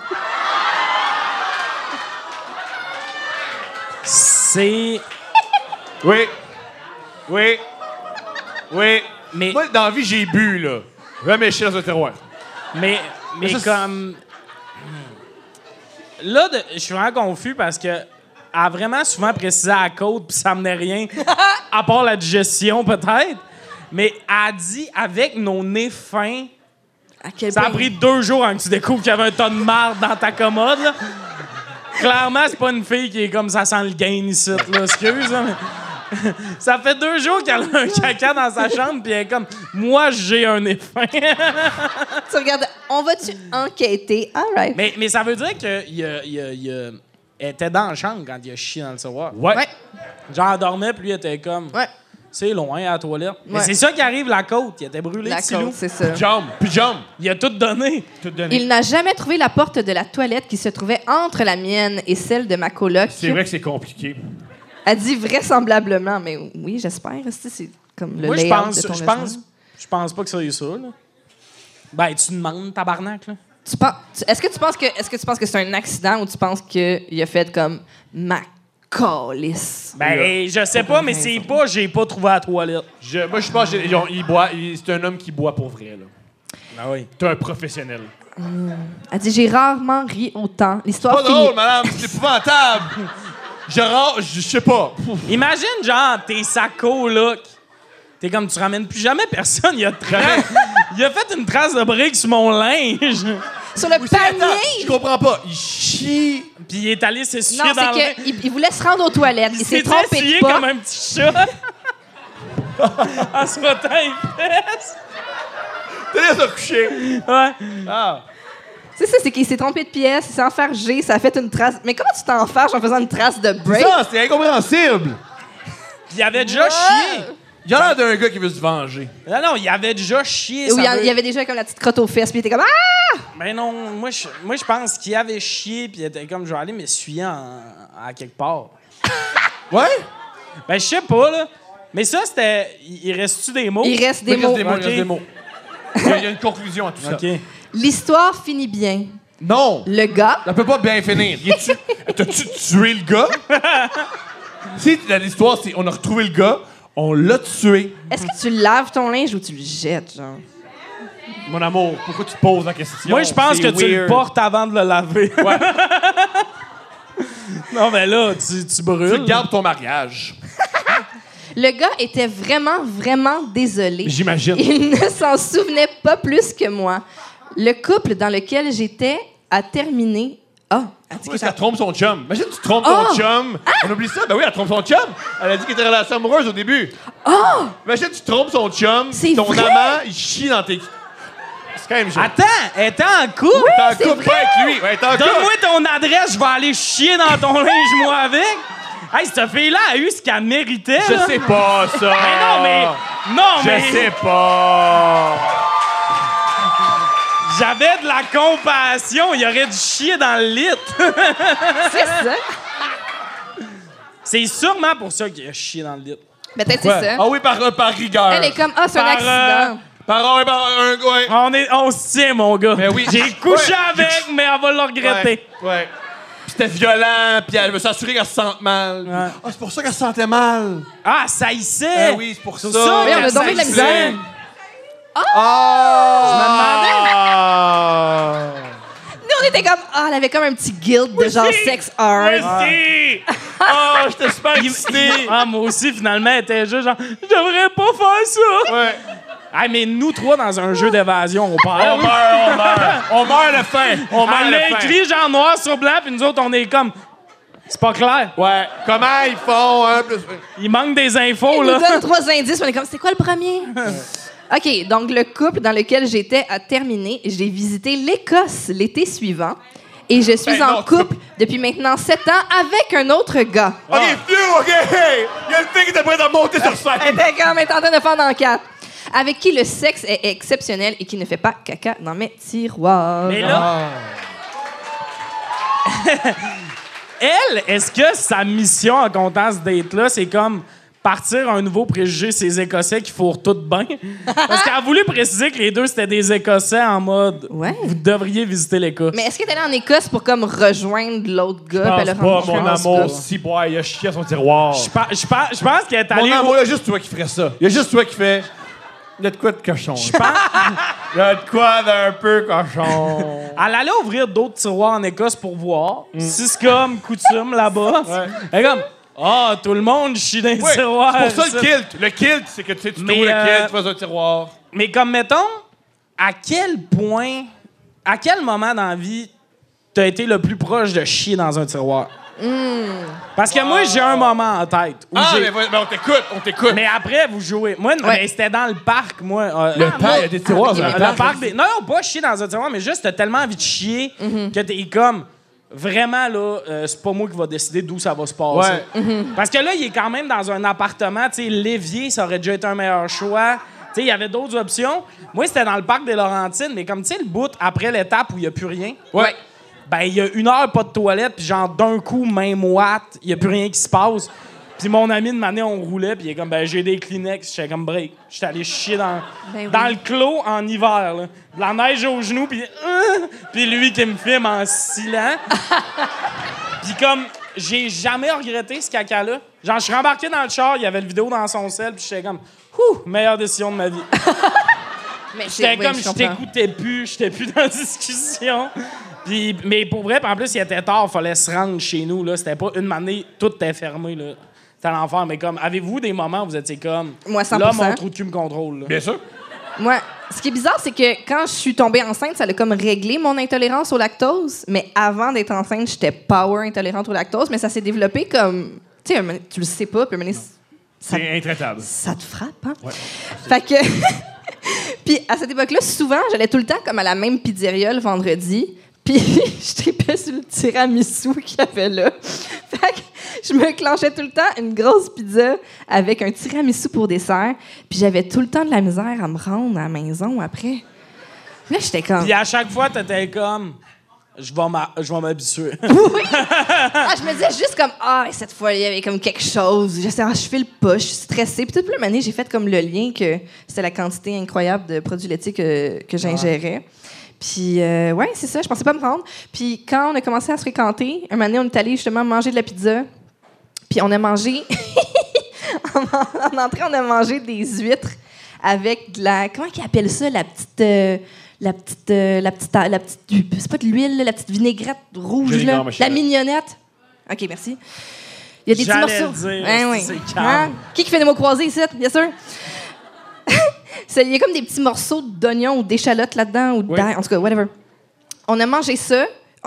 Speaker 3: C'est.
Speaker 2: Oui. Oui. Oui.
Speaker 3: Mais-
Speaker 2: Moi, dans la vie, j'ai bu, là. Jamais chier dans un terroir.
Speaker 3: Mais, mais
Speaker 2: ça, c'est-
Speaker 3: comme. Là, de- je suis vraiment confus parce que. Elle a vraiment souvent précisé à la côte, puis ça menait rien, à part la digestion, peut-être. Mais elle a dit avec nos nez fins.
Speaker 1: À quel
Speaker 3: Ça a
Speaker 1: point-
Speaker 3: pris deux jours avant que tu découvres qu'il y avait un tas de marde dans ta commode, là. Clairement, c'est pas une fille qui est comme ça sent le gain ici, là. Excuse, hein, mais- Ça fait deux jours qu'elle a un caca dans sa chambre, puis elle est comme, moi, j'ai un nez fin.
Speaker 1: Tu regardes, on va-tu enquêter? All right.
Speaker 3: Mais, mais ça veut dire qu'il a, il a- il a- elle était dans la chambre quand il a chié dans le tiroir.
Speaker 2: Ouais.
Speaker 1: Ouais,
Speaker 3: Genre, elle dormait, puis lui, il était comme,
Speaker 1: ouais.
Speaker 3: c'est loin à la toilette. Mais
Speaker 1: Ouais.
Speaker 3: c'est ça qui arrive, la côte. Il était brûlé,
Speaker 1: La
Speaker 3: petit loup.
Speaker 1: côte, c'est ça.
Speaker 2: Jump. Puis jump.
Speaker 3: Il a tout donné.
Speaker 2: Tout donné.
Speaker 1: Il n'a jamais trouvé la porte de la toilette qui se trouvait entre la mienne et celle de ma coloc.
Speaker 2: C'est vrai que c'est compliqué.
Speaker 1: A dit vraisemblablement, mais oui, j'espère. C'est c'est comme le
Speaker 3: Moi, je
Speaker 1: layout
Speaker 3: pense,
Speaker 1: de ton
Speaker 3: je
Speaker 1: logement.
Speaker 3: pense, je pense pas que ça y est ça, là. Ben, tu demandes, tabarnak, là.
Speaker 1: Tu pen- tu- Est-ce que tu penses que est-ce que tu penses que c'est un accident ou tu penses qu'il a fait comme ma calice?
Speaker 3: Ben, je sais pas, mais c'est pas, j'ai pas trouvé la toilette.
Speaker 2: Je- moi, je pense que j'ai- genre, il boit. il- C'est un homme qui boit pour vrai, là.
Speaker 3: Ah oui.
Speaker 2: T'es un professionnel.
Speaker 1: Elle dit j'ai rarement ri autant. L'histoire
Speaker 4: Pas
Speaker 1: finit.
Speaker 4: drôle, madame, c'est épouvantable. Je rentre, je sais pas. Pouf.
Speaker 3: Imagine, genre, tes sacos, là. qui- T'es comme, tu ramènes plus jamais personne. Il a, tra- il a fait une trace de briques sur mon linge.
Speaker 1: Sur le
Speaker 4: Attends, je
Speaker 1: panier.
Speaker 4: comprends pas. Il chie.
Speaker 3: Puis il est allé s'essuyer
Speaker 1: Non,
Speaker 3: dans
Speaker 1: c'est
Speaker 3: le
Speaker 1: qu'il il voulait se rendre aux toilettes. Il s'est trompé de
Speaker 3: essuyé
Speaker 1: pas.
Speaker 3: comme un petit chat. en se frottant les fesses.
Speaker 4: T'es là, Ah. ça coucher.
Speaker 3: Ouais.
Speaker 1: C'est ça, c'est qu'il s'est trompé de pièce, il s'est enfargé, ça a fait une trace. Mais comment tu t'enfarges en faisant une trace de break?
Speaker 4: Ça, c'est incompréhensible.
Speaker 3: Puis il avait déjà
Speaker 4: Ah.
Speaker 3: chié.
Speaker 4: Il a l'air d'un gars qui veut se venger.
Speaker 3: Non, non, il avait déjà chié.
Speaker 1: Où il y,
Speaker 3: ça
Speaker 1: en-
Speaker 3: veut-
Speaker 1: il y avait déjà comme la petite crotte aux fesses, puis il était comme Ah!
Speaker 3: Ben non, moi je, moi, je pense qu'il avait chié puis il était comme je vais aller m'essuyer en- à quelque part.
Speaker 4: Ouais?
Speaker 3: Ben je sais pas là. Mais ça c'était il il reste-tu des mots
Speaker 1: Il reste des
Speaker 4: Il reste
Speaker 1: mots.
Speaker 4: des mots, il
Speaker 3: Ok.
Speaker 4: reste des mots. Il y a- il y a une conclusion à tout ça.
Speaker 3: OK.
Speaker 1: L'histoire finit bien.
Speaker 4: Non!
Speaker 1: Le gars,
Speaker 4: Ça peut pas bien finir. Il est-tu- T'as-tu tué le gars? si la- l'histoire, c'est on a retrouvé le gars, on l'a tué.
Speaker 1: est-ce que tu laves ton linge ou tu le jettes, genre?
Speaker 2: Mon amour, pourquoi tu te poses la question?
Speaker 3: Moi je pense
Speaker 2: C'est
Speaker 3: que tu le
Speaker 2: weird.
Speaker 3: portes avant de le laver. non mais là tu, tu brûles.
Speaker 4: Tu le gardes pour ton mariage.
Speaker 1: Le gars était vraiment, vraiment désolé.
Speaker 2: J'imagine.
Speaker 1: Il ne s'en souvenait pas plus que moi. Le couple dans lequel j'étais a terminé. Ah, elle dit que
Speaker 2: Parce
Speaker 1: ça-
Speaker 2: qu'elle trompe son chum. Imagine, tu trompes
Speaker 1: Oh!
Speaker 2: ton chum. On oublie ça. Ben oui, elle trompe son chum. Elle a dit qu'elle était en relation amoureuse au début. Imagine, tu trompes son chum.
Speaker 1: Oh! C'est
Speaker 2: Ton
Speaker 1: vrai?
Speaker 2: amant, il chie dans tes. C'est quand même genre.
Speaker 3: Attends, elle était en couple?
Speaker 2: T'en
Speaker 1: c'est
Speaker 2: coupes pas
Speaker 1: vrai!
Speaker 2: avec lui. Ouais, t'en
Speaker 3: Donne-moi
Speaker 2: coupes.
Speaker 3: ton adresse, je vais aller chier dans ton linge, moi, avec. Hey, cette fille-là a eu ce qu'elle méritait.
Speaker 2: Je
Speaker 3: là.
Speaker 2: sais pas ça.
Speaker 3: Mais non, mais. Non, mais.
Speaker 2: Je sais pas.
Speaker 3: J'avais de la compassion. Il aurait dû chier dans le lit.
Speaker 1: C'est ça.
Speaker 3: c'est sûrement pour ça qu'il a chié dans le lit.
Speaker 1: Peut-être c'est ça.
Speaker 2: Ah oui, par, euh, par rigueur.
Speaker 1: Hein?
Speaker 2: euh,
Speaker 1: Elle est comme, ah, c'est un
Speaker 3: Par,
Speaker 1: accident.
Speaker 2: Par un, par un, ouais.
Speaker 3: On, est, on se tient, mon gars.
Speaker 2: Mais Ben oui.
Speaker 3: J'ai couché
Speaker 2: Ouais.
Speaker 3: avec, mais on va le regretter.
Speaker 2: Ouais. ouais. Puis c'était violent, puis elle veut s'assurer qu'elle se sente mal. Puis, Ah, c'est pour ça qu'elle se sentait mal.
Speaker 3: Ah, ça hissait.
Speaker 2: Ah oui, c'est pour ça.
Speaker 1: Oui, on a
Speaker 3: qu'elle
Speaker 1: dormi de la
Speaker 3: saillissait.
Speaker 1: misère.
Speaker 2: Ah!
Speaker 1: Nous, on était comme, ah, elle avait comme un petit guilt de genre sex hard.
Speaker 2: Merci! Ah, j'étais super excité!
Speaker 3: Ah, moi aussi, finalement, elle était juste genre, je devrais pas faire ça.
Speaker 2: Ouais.
Speaker 3: Ah, mais nous trois, dans un jeu d'évasion, on
Speaker 2: On
Speaker 3: parle.
Speaker 2: meurt, on meurt! On meurt à la fin! On meurt à
Speaker 3: Elle
Speaker 2: la
Speaker 3: l'a
Speaker 2: fin!
Speaker 3: écrit genre noir sur blanc, puis nous autres, on est comme, c'est pas clair.
Speaker 2: Ouais. Comment ils font? hein, plus-
Speaker 3: Il manque des infos,
Speaker 1: Il nous
Speaker 3: Oh là.
Speaker 1: donne trois indices, on est comme, c'est quoi le premier? OK, donc le couple dans lequel j'étais a terminé. J'ai visité l'Écosse l'été suivant et je suis
Speaker 2: Ben
Speaker 1: en
Speaker 2: non, tu peux-
Speaker 1: couple depuis maintenant sept ans avec un autre gars.
Speaker 2: OK, phew, OK! Il y a une fille qui était prête à monter sur scène!
Speaker 1: Elle était comme, elle était en train de faire dans quatre. Avec qui le sexe est exceptionnel et qui ne fait pas caca dans mes tiroirs.
Speaker 3: Mais là. Elle, est-ce que sa mission en comptant ce date-là, c'est comme partir un nouveau préjugé ces Écossais qui fourrent tout bain? Parce qu'elle a voulu préciser que les deux, c'était des Écossais en mode
Speaker 1: Ouais.
Speaker 3: Vous devriez visiter l'Écosse.
Speaker 1: Mais est-ce que t'es allée en Écosse pour comme rejoindre l'autre
Speaker 2: ben,
Speaker 1: gars? puis elle a
Speaker 2: Pense
Speaker 1: rencontré un autre gars?
Speaker 2: si boy, il a chié à son tiroir.
Speaker 3: Je pa- je pa- je pense qu'elle est
Speaker 2: Mon
Speaker 3: allée. au-
Speaker 2: amour, il y a juste toi qui ferais ça. Il y a juste toi qui fais. Il y a de quoi de cochon. Je Il y a de quoi d'un peu cochon.
Speaker 3: Elle allait ouvrir d'autres tiroirs en Écosse pour voir
Speaker 2: Mm.
Speaker 3: si c'est comme coutume là-bas. Elle est comme Ah, tout le monde chie dans les
Speaker 2: Ouais, c'est
Speaker 3: tiroirs.
Speaker 2: pour ça le kilt. Le kilt, c'est que tu sais, tu
Speaker 3: Mais,
Speaker 2: trouves le
Speaker 3: euh,
Speaker 2: kilt, tu fais un tiroir.
Speaker 3: Mais comme, mettons, à quel point, à quel moment dans la vie t'as été le plus proche de chier dans un tiroir? Parce que moi, j'ai un moment en tête. où
Speaker 2: Ah,
Speaker 3: j'ai-
Speaker 2: mais,
Speaker 3: mais...
Speaker 2: ouais, mais on t'écoute, on t'écoute.
Speaker 3: après, vous jouez. Moi, non,
Speaker 1: Ouais.
Speaker 3: mais c'était dans le parc, moi. euh,
Speaker 2: Le parc, il y a des tiroirs dans
Speaker 1: ok,
Speaker 2: le
Speaker 1: mais-
Speaker 3: le parc des- Non, non, pas chier dans un tiroir, mais juste t'as tellement envie de chier
Speaker 2: Mhm.
Speaker 3: que t'es comme... Vraiment, là, euh, c'est pas moi qui va décider d'où ça va se passer. Mhm. Parce que là, il est quand même dans un appartement. Tu sais, l'évier, ça aurait déjà été un meilleur choix. Tu sais, il y avait d'autres options. Moi, c'était dans le parc des Laurentides, mais comme, tu sais, le bout après l'étape où il n'y a plus rien,
Speaker 2: Ouais.
Speaker 3: ben, il y a une heure pas de toilette, puis genre, d'un coup, main moite, il n'y a plus rien qui se passe. Puis mon ami, de mané, on roulait, puis il est comme, ben, j'ai des Kleenex. J'étais comme, break. J'étais allé chier dans,
Speaker 1: Ben
Speaker 3: dans
Speaker 1: oui.
Speaker 3: le clos en hiver, là. De la neige aux genoux, puis Hein! puis lui qui me filme en silence. puis comme, j'ai jamais regretté ce caca-là. Genre, je suis rembarqué dans le char, il y avait le vidéo dans son sel, puis j'étais comme, ouh, meilleure décision de ma vie.
Speaker 1: Mais j'ai-
Speaker 3: J'étais
Speaker 1: oui,
Speaker 3: comme,
Speaker 1: je
Speaker 3: je
Speaker 1: comprends.
Speaker 3: t'écoutais plus, j'étais plus dans la discussion. Puis, mais pour vrai, puis en plus, il était tard, fallait se rendre chez nous. là. C'était pas une année, tout était fermé. là. C'était l'enfer. Mais comme, avez-vous des moments où vous étiez comme,
Speaker 1: Moi, 100%.
Speaker 3: là, mon trou de cul me contrôle? là.
Speaker 2: Bien sûr.
Speaker 1: Moi, ce qui est bizarre, c'est que quand je suis tombée enceinte, ça a comme réglé mon intolérance au lactose. Mais avant d'être enceinte, j'étais power intolérante au lactose, mais ça s'est développé comme. Tu sais, un moment- tu le sais pas, puis un moment donné, ça,
Speaker 2: C'est intraitable.
Speaker 1: ça te frappe, hein? Fait que. puis à cette époque-là, souvent, j'allais tout le temps comme à la même pizzeria le vendredi. Puis je tripais sur le tiramisu qu'il y avait là. Fait que je me clenchais tout le temps une grosse pizza avec un tiramisu pour dessert. Puis j'avais tout le temps de la misère à me rendre à la maison après. Là, j'étais comme...
Speaker 3: Puis à chaque fois, t'étais comme, je vais m'a- je vais m'habituer.
Speaker 1: Ah, je me disais juste comme ah et cette fois il y avait comme quelque chose. Je sais, ah, je file pas, je suis stressée. Puis toute la année, j'ai fait comme le lien que c'était la quantité incroyable de produits laitiers que, que j'ingérais. Puis euh, ouais, c'est ça, je pensais pas me rendre. Puis quand on a commencé à se fréquenter, un moment donné, on est allé justement manger de la pizza. Puis on a mangé en, en entrée, on a mangé des huîtres avec de la comment qu'ils appellent ça la petite euh, la petite euh, la petite la petite c'est pas de l'huile, là, la petite vinaigrette rouge
Speaker 2: Joli
Speaker 1: là,
Speaker 2: nom, ma chérie.
Speaker 1: la mignonnette. OK, merci. Il y a des petits
Speaker 3: J'allais
Speaker 1: morceaux.
Speaker 3: le dire,
Speaker 1: Hein, oui.
Speaker 3: c'est calme.
Speaker 1: Qui qui fait des mots croisés ici, bien sûr? C'est- Il y a comme des petits morceaux d'oignons ou d'échalotes là-dedans, ou d'ail, en tout cas, whatever. On a mangé ça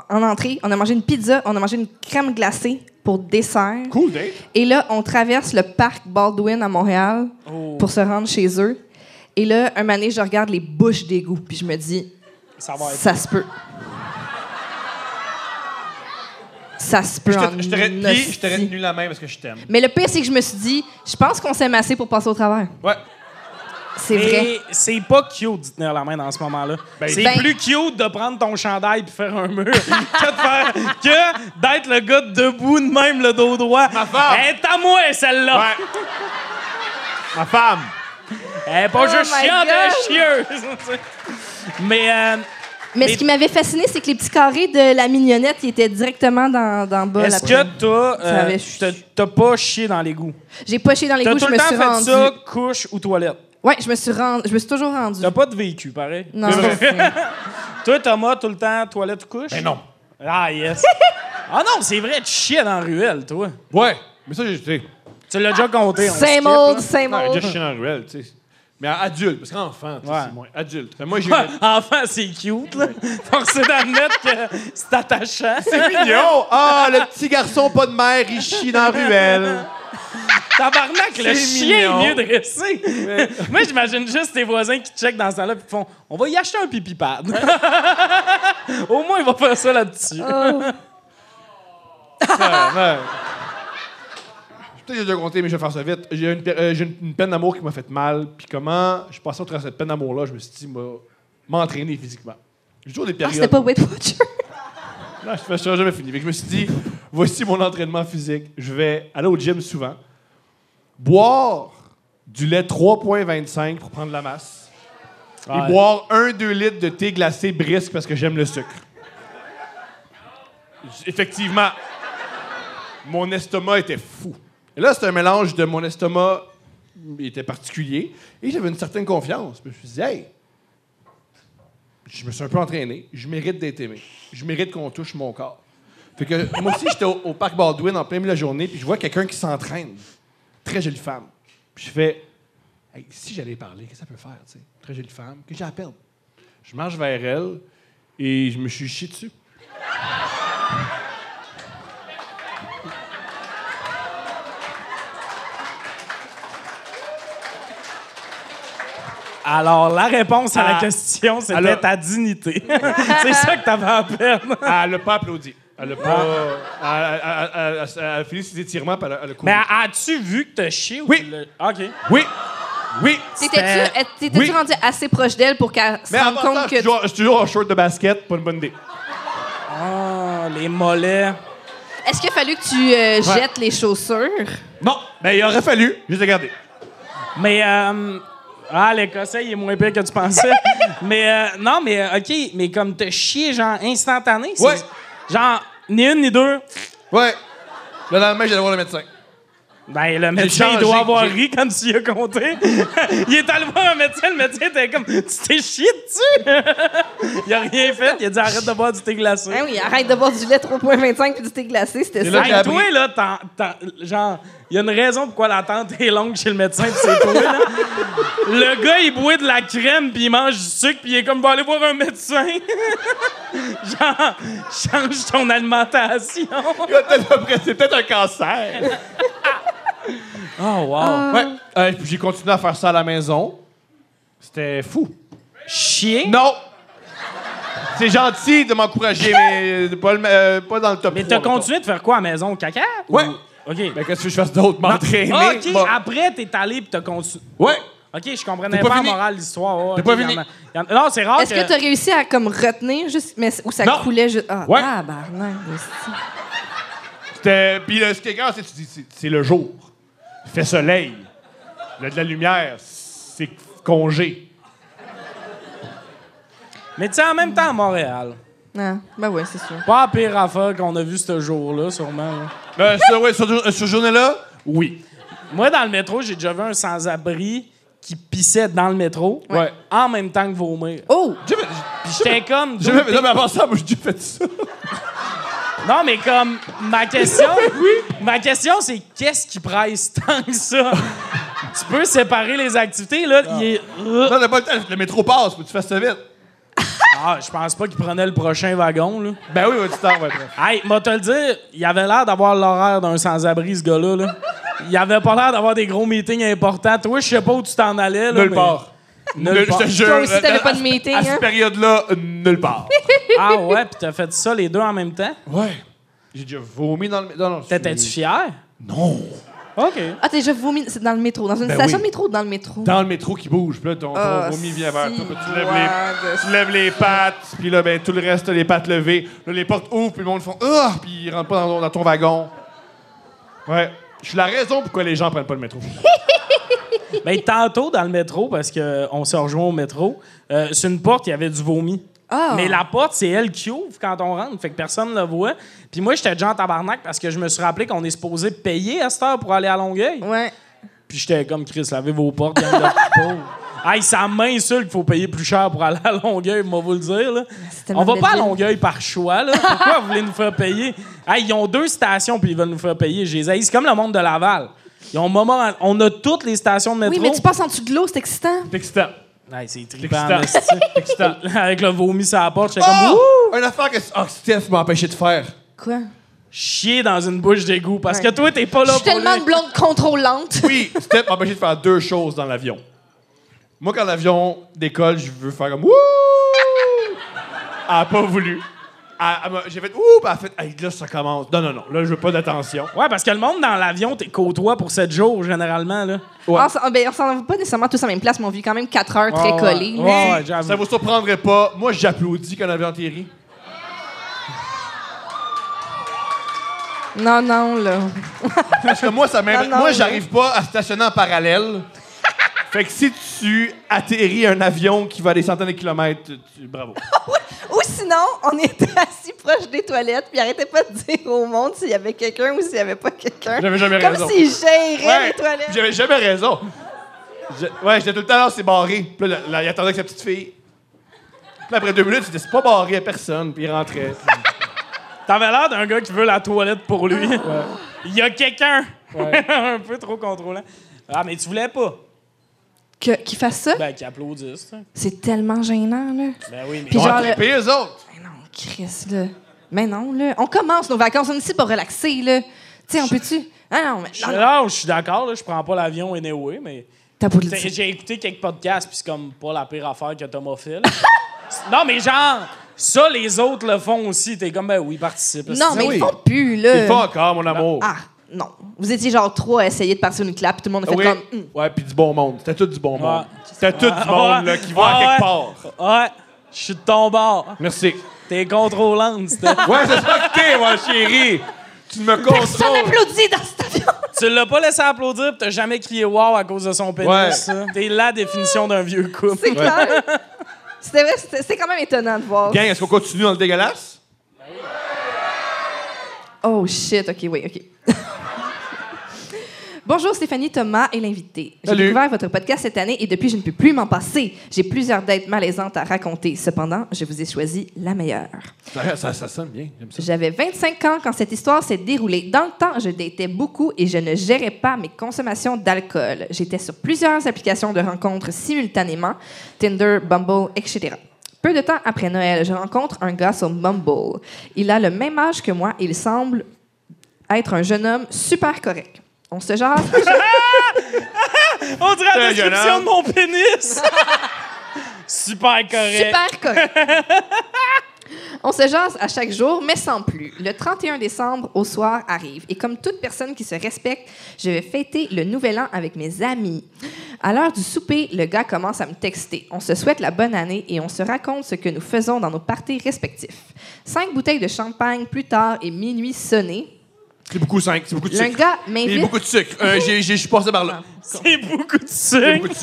Speaker 1: en entrée, on a mangé une pizza, on a mangé une crème glacée pour dessert.
Speaker 2: Cool, Dave.
Speaker 1: Et là, on traverse le parc Baldwin à Montréal
Speaker 3: Oh.
Speaker 1: pour se rendre chez eux. Et là, un mané, je regarde les bouches d'égout, puis je me dis,
Speaker 3: Ça va être.
Speaker 1: ça se peut. Ça se peut.
Speaker 4: Je
Speaker 1: en
Speaker 4: te- je t'aurais Guy,
Speaker 1: hostie.
Speaker 4: je t'aurais tenu la main parce que je t'aime.
Speaker 1: Mais le pire, c'est que je me suis dit, je pense qu'on s'aime assez pour passer au travers.
Speaker 4: Ouais.
Speaker 1: C'est vrai.
Speaker 3: Mais c'est pas cute de tenir la main dans ce moment-là. c'est
Speaker 1: Ben-
Speaker 3: plus cute de prendre ton chandail puis faire un mur que, de faire- que d'être le gars debout de même le dos droit.
Speaker 2: femme.
Speaker 3: Elle est à moi, celle-là.
Speaker 2: Ouais. Ma femme.
Speaker 3: Elle est pas
Speaker 1: Oh
Speaker 3: juste
Speaker 1: my
Speaker 3: chiante, elle est chieuse. Mais euh,
Speaker 1: Mais,
Speaker 3: mais-
Speaker 1: ce qui m'avait fasciné, c'est que les petits carrés de la mignonnette, ils étaient directement dans, dans bas.
Speaker 3: est-ce
Speaker 1: là-bas.
Speaker 3: que toi,
Speaker 1: Ça avait
Speaker 3: euh,
Speaker 1: chi-
Speaker 3: t'as- t'as pas chié dans l'égout?
Speaker 1: J'ai poché dans les
Speaker 3: T'as
Speaker 1: couches,
Speaker 3: tout
Speaker 1: je
Speaker 3: le
Speaker 1: me
Speaker 3: temps
Speaker 1: suis
Speaker 3: fait
Speaker 1: rendue.
Speaker 3: ça, couche ou toilette.
Speaker 1: Ouais, je me suis rendu, je me suis toujours rendue.
Speaker 3: T'as pas de vécu, pareil.
Speaker 1: Non, c'est-
Speaker 3: Toi, Thomas, tout le temps, toilette ou couche?
Speaker 4: Ben non.
Speaker 3: Ah, yes. ah non, c'est vrai, tu chiais dans la ruelle, toi.
Speaker 2: Ouais. Mais ça, j'ai jeté.
Speaker 3: Tu l'as déjà compté. on skip,
Speaker 1: Saint-Maud,
Speaker 3: là.
Speaker 2: Non,
Speaker 1: Saint-Maud.
Speaker 2: Ah, déjà, je suis en ruelle, tu sais. Mais adulte, parce qu'enfant, tu sais,
Speaker 3: Ouais.
Speaker 2: c'est moins adulte. Fait que moi, j'ai
Speaker 3: Ouais, Ah, Enfin, c'est cute, là. Forcé d'admettre que c'est attachant.
Speaker 2: mignon! Ah, le petit garçon, pas de mère, il chie dans la ruelle.
Speaker 3: Tabarnak, le
Speaker 2: C'est
Speaker 3: chien
Speaker 2: mignon.
Speaker 3: est mieux dressé. Moi, j'imagine juste tes voisins qui checkent dans ce temps-là et qui font On va y acheter un pipi pad. Au moins, il va faire ça là-dessus.
Speaker 2: Euh. Ouais. Peut-être que j'ai déjà compté, mais je vais faire ça vite. J'ai eu une, per- euh, j'ai une- une peine d'amour qui m'a fait mal. Puis comment je suis passé au travers de cette peine d'amour-là, je me suis dit, moi, m'entraîner physiquement. J'ai toujours des
Speaker 1: Ah,
Speaker 2: périodes.
Speaker 1: C'était pas Weight Watcher.
Speaker 2: Non, je fais ça, jamais fini. Fait que je me suis dit, voici mon entraînement physique. Je vais aller au gym souvent. Boire du lait 3,25 pour prendre la masse.
Speaker 3: Ouais.
Speaker 2: Et boire 1-2 litres de thé glacé brisque parce que j'aime le sucre. J- Effectivement, mon estomac était fou. Et là, c'est un mélange de mon estomac il était particulier et j'avais une certaine confiance. Je me suis dit, hey, je me suis un peu entraîné. Je mérite d'être aimé. Je mérite qu'on touche mon corps. Fait que moi aussi, j'étais au, au parc Baldwin en plein milieu de la journée, puis je vois quelqu'un qui s'entraîne. Très jolie femme. Puis je fais, Hey, si j'allais parler, qu'est-ce que ça peut faire, tu sais? Très jolie femme, que j'ai à perdre. Je marche vers elle et je me suis chié dessus.
Speaker 3: Alors, la réponse à la
Speaker 2: Ah.
Speaker 3: question, c'était
Speaker 2: Alors-
Speaker 3: ta dignité. c'est ça que t'avais à peine.
Speaker 2: Elle n'a pas applaudi. Elle n'a pas. Elle, elle- elle- elle- elle a fini ses étirements, puis elle a, elle a couru.
Speaker 3: Mais as-tu vu que t'as chié ou
Speaker 2: Oui.
Speaker 3: tu l'as- OK.
Speaker 2: Oui! Oui!
Speaker 1: T'étais-tu euh, t'étais-tu
Speaker 2: Oui.
Speaker 1: rendu assez proche d'elle pour qu'elle se
Speaker 2: Mais
Speaker 1: rende
Speaker 2: avant ça,
Speaker 1: compte
Speaker 2: je suis
Speaker 1: que.
Speaker 2: toujours- je suis toujours en short de basket, pas une bonne idée.
Speaker 3: Ah, les mollets.
Speaker 1: Est-ce qu'il a fallu que tu euh, jettes les chaussures?
Speaker 2: Non, mais ben, il aurait fallu. Je les ai gardés.
Speaker 3: Mais euh, ah, l'écossais, il est moins pire que tu pensais. mais euh, non, mais euh, OK, mais comme te chier genre instantané, c'est
Speaker 2: Ouais.
Speaker 3: genre ni une ni deux.
Speaker 2: Ouais. Le lendemain, j'allais voir le médecin.
Speaker 3: Ben, le médecin, il
Speaker 2: changé,
Speaker 3: doit avoir
Speaker 2: j'ai-
Speaker 3: ri quand tu y as compté. il est allé voir un médecin, le médecin était comme Tu t'es chié dessus Il a rien fait, il a dit arrête de boire du thé glacé.
Speaker 1: Hein, oui, arrête de boire du lait 3,25 puis du thé glacé, c'était
Speaker 2: Et
Speaker 1: ça.
Speaker 2: là, j'ai
Speaker 3: Hey,
Speaker 2: appris-
Speaker 3: toi, là, t'en- t'en- genre, il y a une raison pourquoi l'attente est longue chez le médecin, pis c'est toi, là. Le gars, il boit de la crème, puis il mange du sucre, puis il est comme, va aller voir un médecin. genre, change ton alimentation.
Speaker 2: Il a peut-être après, C'est peut-être un cancer.
Speaker 3: Oh,
Speaker 2: Ah,
Speaker 3: wow.
Speaker 2: Ouais. Euh, puis j'ai continué à faire ça à la maison. C'était fou.
Speaker 3: Chier.
Speaker 2: Non! C'est gentil de m'encourager, mais pas, le- euh, pas dans le top
Speaker 3: Mais
Speaker 2: 3,
Speaker 3: t'as
Speaker 2: mettons.
Speaker 3: continué de faire quoi à la maison? Caca? ou-
Speaker 2: Ouais.
Speaker 3: OK.
Speaker 2: Mais qu'est-ce que je fasse d'autre? M'entraîner?
Speaker 3: Ah, OK,
Speaker 2: bon.
Speaker 3: après, t'es allé, puis t'as continué.
Speaker 2: Ouais!
Speaker 3: OK, je comprenais
Speaker 2: T'es pas
Speaker 3: pas, la
Speaker 2: fini.
Speaker 3: morale de l'histoire. ouais,
Speaker 2: T'es
Speaker 3: OK,
Speaker 2: pas
Speaker 3: y en
Speaker 2: fini.
Speaker 3: a- y en a- Non, c'est rare
Speaker 1: Est-ce que tu as réussi à comme retenir juste mais où ça
Speaker 2: euh, Non.
Speaker 1: coulait juste ah
Speaker 2: Ouais.
Speaker 1: tabarnak, hostie.
Speaker 2: C'était- Puis euh, le skater, c'est, tu dis, c'est, c'est le jour. Il fait soleil. Il y a de la lumière. C'est congé.
Speaker 3: Mais tu sais, en même temps, à Montréal.
Speaker 1: Ah, ben ouais, c'est sûr.
Speaker 3: Pas la pire affaire qu'on a vu ce jour-là, sûrement. là.
Speaker 2: Euh, ce, ouais, ce, jour- ce journée-là, oui.
Speaker 3: Moi, dans le métro, j'ai déjà vu un sans-abri qui pissait dans le métro
Speaker 2: Ouais.
Speaker 3: en même temps que vomir.
Speaker 1: Oh,
Speaker 2: J'ai fait,
Speaker 3: Puis j'étais comme...
Speaker 2: j'ai fait- non, mais avant ça, moi, j'ai déjà fait ça.
Speaker 3: Non, Non, mais comme, ma question, ma question, c'est qu'est-ce qui presse tant que ça? tu peux séparer les activités, là. il est-
Speaker 2: Non, t'as pas le temps, le métro passe, faut que tu fasses ça vite.
Speaker 3: Ah, je pense pas qu'il prenait le prochain wagon, là.
Speaker 2: Ben oui, ouais, tu t'en vas. bref.
Speaker 3: Hey, moi te le dire, il avait l'air d'avoir l'horaire d'un sans-abri, ce gars-là. Là. Il avait pas l'air d'avoir des gros meetings importants. Toi, je sais pas où tu t'en allais. Là,
Speaker 2: Nulle
Speaker 3: mais-
Speaker 2: part.
Speaker 3: Nulle
Speaker 2: Nulle-
Speaker 3: part.
Speaker 2: Je te jure.
Speaker 1: Toi aussi, t'avais
Speaker 2: euh,
Speaker 1: pas de
Speaker 2: à-
Speaker 1: meeting,
Speaker 2: À
Speaker 1: hein?
Speaker 2: cette période-là, euh, nulle part.
Speaker 3: Ah ouais, puis t'as fait ça les deux en même temps?
Speaker 2: Ouais. J'ai déjà vomi dans le. mé- Non, non.
Speaker 3: T'étais-tu fier?
Speaker 2: Non.
Speaker 3: OK.
Speaker 1: Ah, t'es déjà vomi. C'est dans le métro. Dans une
Speaker 2: Ben
Speaker 1: station
Speaker 2: oui.
Speaker 1: de métro ou dans le métro?
Speaker 2: Dans le métro qui bouge, puis là, ton, ton
Speaker 1: Ah,
Speaker 2: vomi vient vers toi. puis Tu lèves,
Speaker 1: ouais,
Speaker 2: les, tu lèves les pattes, puis là, ben, tout le reste, t'as les pattes levées. Là, les portes ouvrent, puis le monde font Ah! Puis ils rentrent pas dans, dans ton wagon. Ouais. Je suis la raison pourquoi les gens prennent pas le métro.
Speaker 3: Ben, tantôt, dans le métro, parce qu'on se rejoint au métro, euh, sur une porte, il y avait du vomi.
Speaker 1: Ah.
Speaker 3: Mais la porte, c'est elle qui ouvre quand on rentre, fait que personne ne le voit. Puis moi, j'étais déjà en tabarnak parce que je me suis rappelé qu'on est supposé payer à cette heure pour aller à Longueuil.
Speaker 1: Ouais.
Speaker 3: Puis j'étais comme Chris, lavez vos portes, gang de petits pauvres. Hey, ça m'insulte qu'il faut payer plus cher pour aller à Longueuil, moi vous le dire. Là.
Speaker 1: tellement
Speaker 3: On va
Speaker 1: belle
Speaker 3: pas à
Speaker 1: ville.
Speaker 3: Longueuil par choix. Là. Pourquoi vous voulez nous faire payer? Hey, ils ont deux stations puis ils veulent nous faire payer. Je les haïs. C'est comme le monde de Laval. Ils ont moment, on a toutes les stations de métro.
Speaker 1: Oui, mais tu passes en dessous de l'eau, c'est excitant.
Speaker 2: C'est excitant.
Speaker 3: Hey, c'est trippant.
Speaker 2: Excitant.
Speaker 3: mais c'est-
Speaker 2: excitant.
Speaker 3: Avec le vomi sur la porte, j'étais comme
Speaker 1: Oh!
Speaker 2: Ah!
Speaker 3: Ouh!
Speaker 2: Une affaire que ah, Steph m'a empêché de faire.
Speaker 1: Quoi?
Speaker 3: chier dans une bouche d'égout parce
Speaker 1: Ouais.
Speaker 3: que toi, t'es pas là
Speaker 1: Je suis
Speaker 3: pour
Speaker 1: tellement
Speaker 3: lui.
Speaker 1: une blonde contrôlante.
Speaker 2: Oui, Steph m'a empêché de faire deux choses dans l'avion. Moi, quand l'avion décolle, je veux faire comme Wouh! Elle a pas voulu. Elle- elle m'a- J'ai fait Ouh! Puis elle a fait Hey, là, ça commence. Non, non, non. Là, je veux pas d'attention.
Speaker 3: Ouais, parce que le monde dans l'avion, t'es côtoie pour 7 jours généralement. Là.
Speaker 2: Ouais.
Speaker 1: Ah, ça- ah, ben, on s'en va pas nécessairement tous à la même place, mais on vit quand même 4 heures très
Speaker 3: Ouais, ouais.
Speaker 1: collées. là.
Speaker 3: Ouais, ouais, j'avoue.
Speaker 2: Ça vous surprendrait pas. Moi, j'applaudis quand l'avion atterrit.
Speaker 1: Non, non, là.
Speaker 2: Parce que moi, ça m'inv-
Speaker 1: Non, non,
Speaker 2: Moi,
Speaker 1: oui.
Speaker 2: j'arrive pas à stationner en parallèle. fait que si tu atterris un avion qui va à des centaines de kilomètres, tu- bravo.
Speaker 1: Ou sinon, on était assis proche des toilettes, puis arrêtez pas de dire au monde s'il y avait quelqu'un ou s'il y avait pas quelqu'un.
Speaker 2: J'avais jamais
Speaker 1: Comme
Speaker 2: raison.
Speaker 1: s'ils géraient
Speaker 2: Ouais,
Speaker 1: les
Speaker 2: puis
Speaker 1: toilettes.
Speaker 2: J'avais jamais raison. Je- ouais, j'étais tout le temps là, c'est barré. Puis là, là, il attendait que sa petite fille. Puis après deux minutes, il était c'est pas barré à personne, puis il rentrait.
Speaker 3: T'avais l'air d'un gars qui veut la toilette pour lui. Il y a quelqu'un. un peu trop contrôlant. Ah, mais tu voulais pas.
Speaker 1: Que- Qu'ils fassent ça,
Speaker 3: Ben, qui applaudissent. ça.
Speaker 1: c'est tellement gênant, là.
Speaker 3: Ben oui, mais.
Speaker 2: Ils
Speaker 1: Puis
Speaker 2: ont
Speaker 1: genre, le-
Speaker 2: attrapé eux autres.
Speaker 1: Mais non, Chris, là. Mais non, là. On commence nos vacances, on est ici pour relaxer, là. Tu sais, on peut-tu? Ah non, mais.
Speaker 3: Je
Speaker 1: non,
Speaker 3: suis-
Speaker 1: non,
Speaker 3: Là, je suis d'accord, là, je prends pas l'avion anyway, mais.
Speaker 1: T'as pas le
Speaker 3: T'sais,
Speaker 1: dire.
Speaker 3: J'ai écouté quelques podcasts, puis c'est comme pas la pire affaire que Tomophile. non, mais genre, ça, les autres le font aussi. T'es comme, ben oui, participe.
Speaker 1: Non, mais
Speaker 2: oui.
Speaker 1: ils font plus, là.
Speaker 2: Ils font encore, mon amour.
Speaker 1: Euh. Ah, non. Vous étiez genre trois à essayer de partir une clap, puis tout le monde a fait
Speaker 2: Ah oui.
Speaker 1: comme. Hum.
Speaker 2: Ouais, puis du bon monde. C'était tout du bon monde.
Speaker 3: Ouais.
Speaker 2: C'était tout du monde, là, qui va à
Speaker 1: Ah,
Speaker 3: Ouais,
Speaker 2: quelque
Speaker 3: ouais.
Speaker 2: part.
Speaker 3: Ouais, je suis de ton bord.
Speaker 2: Merci.
Speaker 3: T'es contrôlante, c'était.
Speaker 2: Ouais, c'est ça que t'es, mon chéri. Tu me
Speaker 1: Personne
Speaker 2: contrôles.
Speaker 1: applaudit dans cet avion!
Speaker 3: Tu l'as pas laissé applaudir, pis t'as jamais crié wow à cause de son pénis.
Speaker 2: Ouais.
Speaker 3: ça. T'es la définition d'un vieux couple.
Speaker 1: C'est clair. C'était vrai, c'était- c'était quand même étonnant de voir.
Speaker 2: Gang, est-ce qu'on continue dans le dégueulasse?
Speaker 1: Oh shit, ok, oui, ok. Bonjour Stéphanie Thomas et l'invité. J'ai
Speaker 2: Salut.
Speaker 1: découvert votre podcast cette année et depuis je ne peux plus m'en passer. J'ai plusieurs dates malaisantes à raconter. Cependant, je vous ai choisi la meilleure.
Speaker 2: Ça, ça, ça sonne bien. J'aime ça.
Speaker 1: J'avais 25 ans quand cette histoire s'est déroulée. Dans le temps, je datais beaucoup et je ne gérais pas mes consommations d'alcool. J'étais sur plusieurs applications de rencontres simultanément, Tinder, Bumble, etc. Peu de temps après Noël, je rencontre un gars sur Bumble. Il a le même âge que moi et il semble être un jeune homme super correct. On se jase.
Speaker 3: On dirait la
Speaker 2: C'est violent.
Speaker 3: description de mon pénis. Super correct.
Speaker 1: Super correct. On se jase à chaque jour, mais sans plus. Le 31 décembre au soir arrive. Et comme toute personne qui se respecte, je vais fêter le nouvel an avec mes amis. À l'heure du souper, le gars commence à me texter. On se souhaite la bonne année et on se raconte ce que nous faisons dans nos parties respectifs. Cinq bouteilles de champagne plus tard et minuit sonné.
Speaker 2: C'est beaucoup 5, c'est beaucoup de
Speaker 1: Le
Speaker 2: sucre.
Speaker 1: gars Ah.
Speaker 2: Il y a
Speaker 1: m'invite.
Speaker 2: beaucoup de sucre. Euh, j'ai- j'ai- Je suis passé par là.
Speaker 3: C'est beaucoup de
Speaker 2: Il y a
Speaker 3: sucre.
Speaker 2: beaucoup de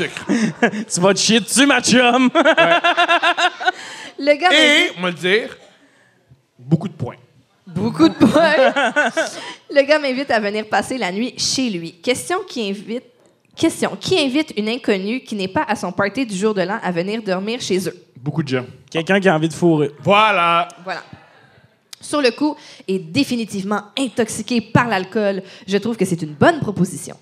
Speaker 2: sucre.
Speaker 3: Tu vas te chier dessus, ma chum.
Speaker 1: Le gars m'invite-
Speaker 2: Et, on va le dire, beaucoup de points.
Speaker 1: Beaucoup de poils. le gars m'invite à venir passer la nuit chez lui. Question qui invite. Question. Qui invite une inconnue qui n'est pas à son party du jour de l'an à venir dormir chez eux?
Speaker 2: Beaucoup de gens.
Speaker 3: Quelqu'un qui a envie de fourrer.
Speaker 2: Voilà.
Speaker 1: Voilà. sur le coup et définitivement intoxiqué par l'alcool. Je trouve que c'est une bonne proposition.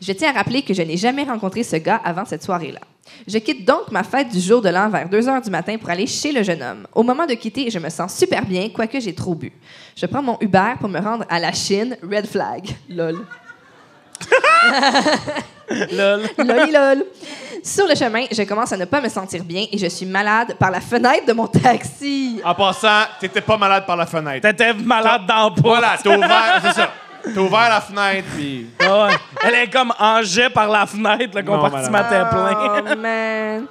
Speaker 1: Je tiens à rappeler que je n'ai jamais rencontré ce gars avant cette soirée-là. Je quitte donc ma fête du jour de l'an vers 2 heures du matin pour aller chez le jeune homme. Au moment de quitter, je me sens super bien, quoique j'ai trop bu. Je prends mon Uber pour me rendre à la Chine, red flag. Lol.
Speaker 3: Lol.
Speaker 1: Loli lol. Sur le chemin, je commence à ne pas me sentir bien et je suis malade par la fenêtre de mon taxi.
Speaker 2: En passant, t'étais pas malade par la fenêtre.
Speaker 3: T'étais malade dans le
Speaker 2: Voilà, t'as ouvert, c'est ça. T'as ouvert la fenêtre, puis.
Speaker 3: Ah Ouais. Elle est comme en jet par la fenêtre, le compartiment était plein.
Speaker 1: Oh, man.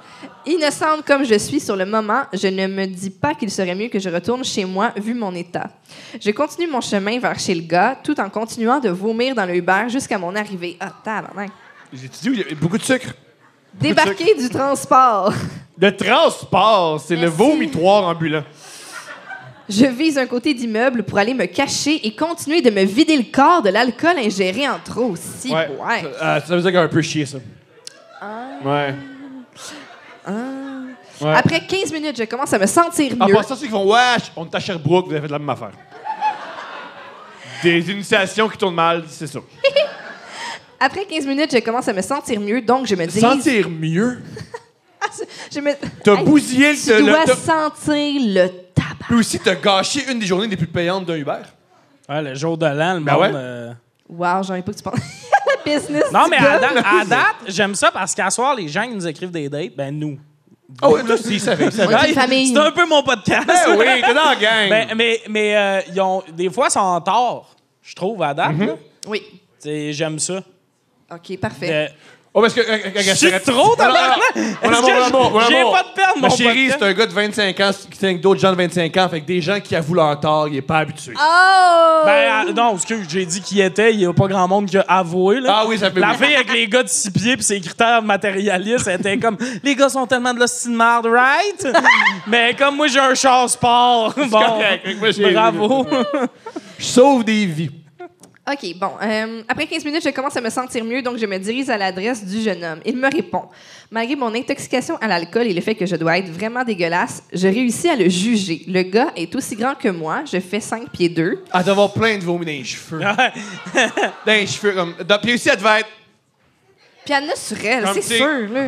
Speaker 1: Innocente comme je suis sur le moment, je ne me dis pas qu'il serait mieux que je retourne chez moi vu mon état. Je continue mon chemin vers chez le gars tout en continuant de vomir dans le Uber jusqu'à mon arrivée. Ah, tabarnak.
Speaker 2: J'ai dit, il y a beaucoup de sucre.
Speaker 1: Débarqué du transport.
Speaker 2: Le transport, c'est le
Speaker 1: Merci.
Speaker 2: vomitoire ambulant.
Speaker 1: Je vise un côté d'immeuble pour aller me cacher et continuer de me vider le corps de l'alcool ingéré en trop. Si, ouais. Ah.
Speaker 2: Ça, ça veut dire qu'il a un peu chier, ça. Ouais. Ouais.
Speaker 1: Après 15 minutes, je commence à me sentir
Speaker 2: En
Speaker 1: mieux.
Speaker 2: passant, ceux qui font Wesh, on est à Sherbrooke, vous avez fait de la même affaire. Des initiations qui tournent mal, c'est ça.
Speaker 1: Après 15 minutes, je commence à me sentir mieux, donc je me dis...
Speaker 2: Sentir mieux.
Speaker 1: Je me...
Speaker 2: T'as
Speaker 1: Hey,
Speaker 2: bousillé
Speaker 1: Tu
Speaker 2: le. le-
Speaker 1: dois
Speaker 2: t'as-
Speaker 1: sentir le tabac.
Speaker 2: Puis aussi, t'as gâché une des journées les plus payantes d'un Uber.
Speaker 3: Ah. Ouais, le jour de l'an, le
Speaker 2: Ben
Speaker 3: monde.
Speaker 2: ouais.
Speaker 3: euh,
Speaker 1: Wow, j'en ai pas que tu penses. Business.
Speaker 3: Non, mais
Speaker 1: du gars.
Speaker 3: à date, à date, j'aime ça parce qu'à soir, les gens qui nous écrivent des dates, ben nous.
Speaker 2: Ah ouais, là, si, ça fait. Ça
Speaker 1: On est
Speaker 3: Hey,
Speaker 1: une famille.
Speaker 3: C'est un peu mon podcast.
Speaker 2: Ben oui, t'es dans la gang.
Speaker 3: Ben, mais mais euh, ils ont, des fois, ils sont en tort, je trouve, à
Speaker 2: Mhm.
Speaker 3: date. là.
Speaker 1: Oui.
Speaker 3: Tu sais, J'aime ça.
Speaker 1: OK, parfait.
Speaker 3: Euh,
Speaker 2: Oh, parce que. Je
Speaker 3: je suis trop dans
Speaker 2: Mon amour, mon amour, mon
Speaker 3: J'ai
Speaker 2: amour.
Speaker 3: pas de perdre, mon
Speaker 2: Ma chérie,
Speaker 3: podcast.
Speaker 2: c'est un gars de 25 ans, qui tient avec d'autres gens de 25 ans, fait que des gens qui avouent leur tort, il est pas habitué.
Speaker 1: Oh!
Speaker 3: Ben, ah, non, excuse, j'ai dit qui était, il y a pas grand monde qui a avoué. Là.
Speaker 2: Ah oui, ça fait
Speaker 3: La
Speaker 2: oui.
Speaker 3: fille avec les gars de six pieds puis ses critères matérialistes, elle était comme les gars sont tellement de l'hostie de merde, right? Mais comme moi j'ai un char sport, bon,
Speaker 2: correct, avec moi, j'ai-
Speaker 3: bravo.
Speaker 2: Je sauve des vies.
Speaker 1: OK, bon. euh, après 15 minutes, je commence à me sentir mieux, donc je me dirige à l'adresse du jeune homme. Il me répond. Malgré mon intoxication à l'alcool et le fait que je dois être vraiment dégueulasse, je réussis à le juger. Le gars est aussi grand que moi. Je fais 5 pieds 2.
Speaker 2: À devoir plein de vomi dans les cheveux. dans les cheveux, comme. dans- Puis aussi, elle devait être.
Speaker 1: Puis elle en a sur elle,
Speaker 2: Comme
Speaker 1: c'est
Speaker 2: t'sais-
Speaker 1: sûr, là.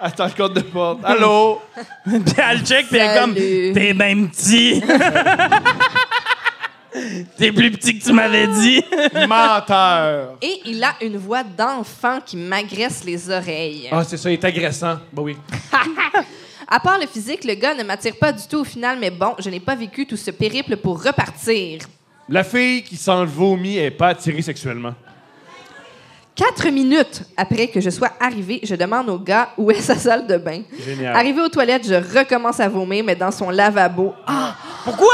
Speaker 2: Attends, le code de porte. Allô?
Speaker 3: puis elle check puis elle est comme
Speaker 1: Salut.
Speaker 3: t'es ben petit. t'es plus petit que tu m'avais dit.
Speaker 2: Menteur.
Speaker 1: Et il a une voix d'enfant qui m'agresse les oreilles.
Speaker 2: Ah, c'est ça, il est agressant. Ben oui.
Speaker 1: À part le physique, le gars ne m'attire pas du tout au final, mais bon, je n'ai pas vécu tout ce périple pour repartir.
Speaker 2: La fille qui sent le vomi est pas attirée sexuellement.
Speaker 1: Quatre minutes après que je sois arrivée, je demande au gars où est sa salle de bain.
Speaker 2: Génial.
Speaker 1: Arrivée aux toilettes, je recommence à vomir, mais dans son lavabo. Ah,
Speaker 3: Pourquoi?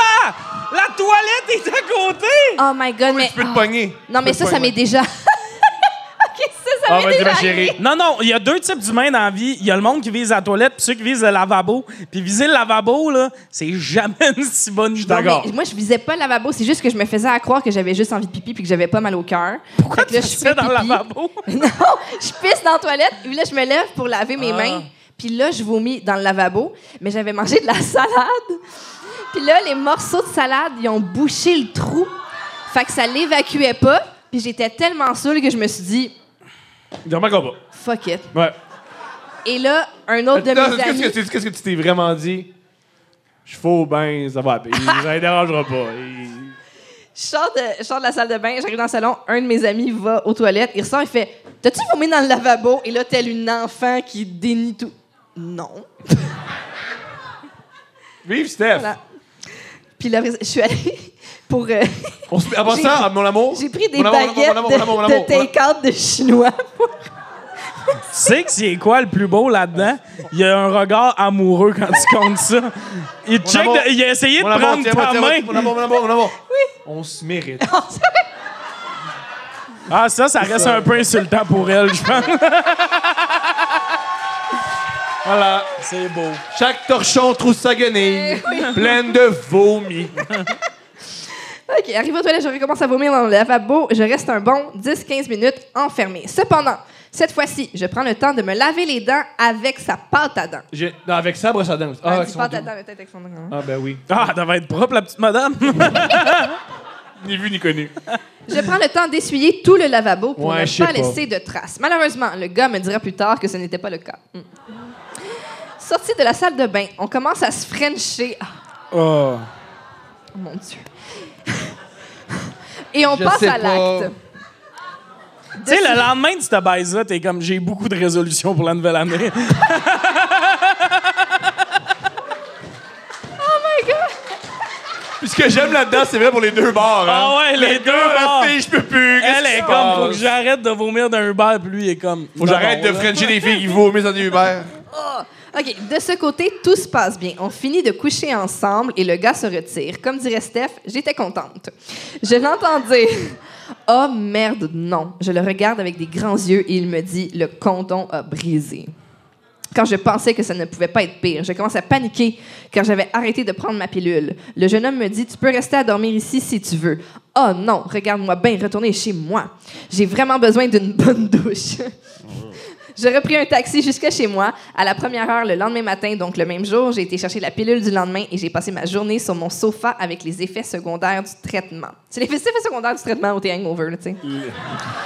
Speaker 3: La toilette est à côté!
Speaker 1: Oh, my God, mais...
Speaker 2: Tu peux te
Speaker 1: ah.
Speaker 2: pogner.
Speaker 1: Non, mais ça, ça m'est déjà... OK, ça, ça
Speaker 2: Ah,
Speaker 1: m'est
Speaker 2: vas-y,
Speaker 1: déjà
Speaker 2: ma chérie.
Speaker 1: arrivé.
Speaker 3: Non, non, il y a deux types d'humains dans la vie. Il y a le monde qui vise la toilette, puis ceux qui visent le lavabo. Puis viser le lavabo, là, c'est jamais une si bonne idée.
Speaker 2: d'accord.
Speaker 1: Moi, je visais pas le lavabo, c'est juste que je me faisais à croire que j'avais juste envie de pipi puis que j'avais pas mal au cœur.
Speaker 3: Pourquoi
Speaker 1: Fait que là,
Speaker 3: tu
Speaker 1: je
Speaker 3: fais
Speaker 1: fais
Speaker 3: dans le
Speaker 1: pipi.
Speaker 3: lavabo?
Speaker 1: non, je pisse dans la toilette, puis là, je me lève pour laver
Speaker 2: Ah.
Speaker 1: mes mains. Puis là, je vomis dans le lavabo, mais j'avais mangé de la salade. Puis là, les morceaux de salade, ils ont bouché le trou. Fait que ça l'évacuait pas. Puis j'étais tellement saoule que je me suis dit,
Speaker 2: Dormant combat.
Speaker 1: fuck it.
Speaker 2: Ouais. Euh,
Speaker 1: Et là, un autre de
Speaker 2: Non, Qu'est-ce
Speaker 1: mes
Speaker 2: que,
Speaker 1: amis.
Speaker 2: tu- qu'est-ce que tu t'es vraiment dit? Je fais au bain, ça va. Il ne dérangera pas. Il-
Speaker 1: Je sors, de, je sors de la salle de bain, j'arrive dans le salon, un de mes amis va aux toilettes, il ressort, il fait T'as-tu vomi dans le lavabo Et là, tel une enfant qui dénie tout. Non.
Speaker 2: Vive Steph!
Speaker 1: Voilà. Puis là, je suis allée pour. euh,
Speaker 2: On se met, avant
Speaker 1: J'ai-
Speaker 2: ça, ah, mon amour.
Speaker 1: J'ai pris des
Speaker 2: Mon amour, mon amour,
Speaker 1: baguettes
Speaker 2: mon amour, mon amour, mon
Speaker 1: de,
Speaker 2: amour,
Speaker 1: de take-out de chinois.
Speaker 3: Tu sais que c'est quoi le plus beau là-dedans? Il y a un regard amoureux quand tu comptes ça. Il, check
Speaker 2: amour.
Speaker 3: de- il a essayé de
Speaker 2: Mon amour,
Speaker 3: prendre
Speaker 2: tiens,
Speaker 3: ta
Speaker 2: tiens,
Speaker 3: main.
Speaker 2: Mon amour, mon amour, mon amour. Oui. On se mérite.
Speaker 3: Ah, ça, ça reste un peu insultant pour elle, je pense.
Speaker 2: Voilà.
Speaker 3: C'est beau.
Speaker 2: Chaque torchon trouve sa guenille, pleine de vomi.
Speaker 1: OK, arrivé aux toilettes, je recommence à vomir dans le lavabo. Je reste un bon 10-15 minutes enfermée. Cependant, Cette fois-ci, je prends le temps de me laver les dents avec sa pâte à dents.
Speaker 4: J'ai- non, avec ça, brosse à dents. Ah,
Speaker 1: Elle
Speaker 4: avec
Speaker 1: dit
Speaker 4: son
Speaker 1: pâte à
Speaker 4: doux.
Speaker 1: dents, mais peut-être avec son hein. nom.
Speaker 4: Ah, ben oui.
Speaker 3: Ah, elle devait être propre, la petite madame.
Speaker 4: Ni vu ni connu.
Speaker 1: Je prends le temps d'essuyer tout le lavabo pour
Speaker 4: Ouais, je
Speaker 1: ne
Speaker 4: sais
Speaker 1: pas,
Speaker 4: pas.
Speaker 1: laisser de traces. Malheureusement, le gars me dira plus tard que ce n'était pas le cas. Hmm. Sorti de la salle de bain, on commence à se frencher. Ah,
Speaker 3: oh.
Speaker 1: mon Dieu. Et on
Speaker 4: Je
Speaker 1: passe
Speaker 4: sais
Speaker 1: à
Speaker 4: pas.
Speaker 1: l'acte.
Speaker 3: Tu sais, le lendemain de cette baise-là, t'es comme, j'ai beaucoup de résolutions pour la nouvelle année.
Speaker 4: Puis ce que j'aime là-dedans, c'est vrai pour les deux bars. Hein?
Speaker 3: Ah ouais, les, deux,
Speaker 4: Ah,
Speaker 3: ah.
Speaker 4: la fille, je peux plus. qu'est-ce
Speaker 3: Elle
Speaker 4: qui
Speaker 3: est
Speaker 4: se
Speaker 3: comme, faut que
Speaker 4: passe?
Speaker 3: j'arrête de vomir d'un Uber, puis lui, il est comme.
Speaker 4: Faut que j'arrête de frencher des filles qui vomissent dans des Uber.
Speaker 1: Ah! OK, de ce côté, tout se passe bien. On finit de coucher ensemble et le gars se retire. Comme dirait Steph, j'étais contente. Je l'entends dire Oh merde, non. Je le regarde avec des grands yeux et il me dit Le condom a brisé. Quand je pensais que ça ne pouvait pas être pire, je commence à paniquer car j'avais arrêté de prendre ma pilule. Le jeune homme me dit Tu peux rester à dormir ici si tu veux. Oh non, regarde-moi bien, retourner chez moi. J'ai vraiment besoin d'une bonne douche. Je repris un taxi jusqu'à chez moi. À la première heure le lendemain matin, donc le même jour, j'ai été chercher la pilule du lendemain et j'ai passé ma journée sur mon sofa avec les effets secondaires du traitement. C'est les effets secondaires du traitement au t'es hangover, là, tu sais.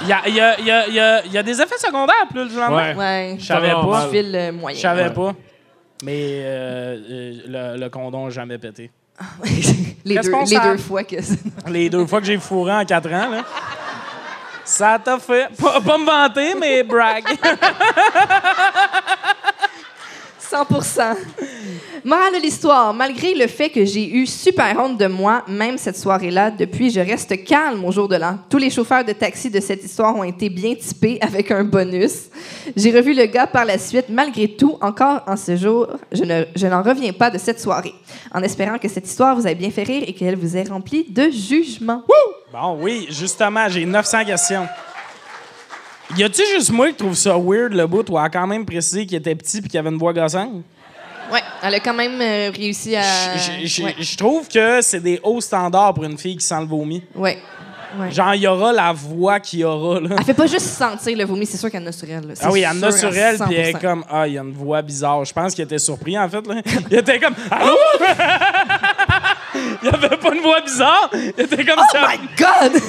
Speaker 3: Il y a, il y a- il y a- il y a- il y a des effets secondaires, plus le
Speaker 4: Ouais.
Speaker 3: lendemain.
Speaker 1: Ouais.
Speaker 3: Je savais pas.
Speaker 1: Je file euh, moyen.
Speaker 3: Je savais pas. Mais euh, euh, le, le condom n'a jamais pété.
Speaker 1: les, deux, les
Speaker 3: Responsable.
Speaker 1: deux fois que ça-
Speaker 3: Les deux fois que j'ai fourré en quatre ans, là. Ça t'a fait. Pas, pas me vanter, mais brag.
Speaker 1: 100 Morale de l'histoire, malgré le fait que j'ai eu super honte de moi, même cette soirée-là, depuis, je reste calme au jour de l'an. Tous les chauffeurs de taxi de cette histoire ont été bien typés avec un bonus. J'ai revu le gars par la suite. Malgré tout, encore en ce jour, je, ne- je n'en reviens pas de cette soirée. En espérant que cette histoire vous ait bien fait rire et qu'elle vous ait rempli de jugement.
Speaker 3: Bon, oui, justement, j'ai 900 questions. Y a-tu juste moi qui trouve ça weird, le bout, où elle a quand même précisé qu'il était petit puis qu'il avait une voix gossante?
Speaker 1: Ouais, elle a quand même euh, réussi à.
Speaker 3: Je- Je je-
Speaker 1: Ouais.
Speaker 3: je trouve que c'est des hauts standards pour une fille qui sent le vomi.
Speaker 1: Ouais. Ouais.
Speaker 3: Genre, il y aura la voix qu'il y aura, là.
Speaker 1: Elle fait pas juste sentir le vomi, c'est sûr qu'elle en a sur elle. là. Ah, C'est
Speaker 3: Ah oui, il y en a
Speaker 1: sûr à
Speaker 3: sur elle, puis elle est
Speaker 1: 100%.
Speaker 3: comme, ah, il y a une voix bizarre. Je pense qu'il était surpris, en fait. Là. Il était comme, allô? il avait pas une voix bizarre. Il était comme,
Speaker 1: Oh
Speaker 3: ça.
Speaker 1: my god!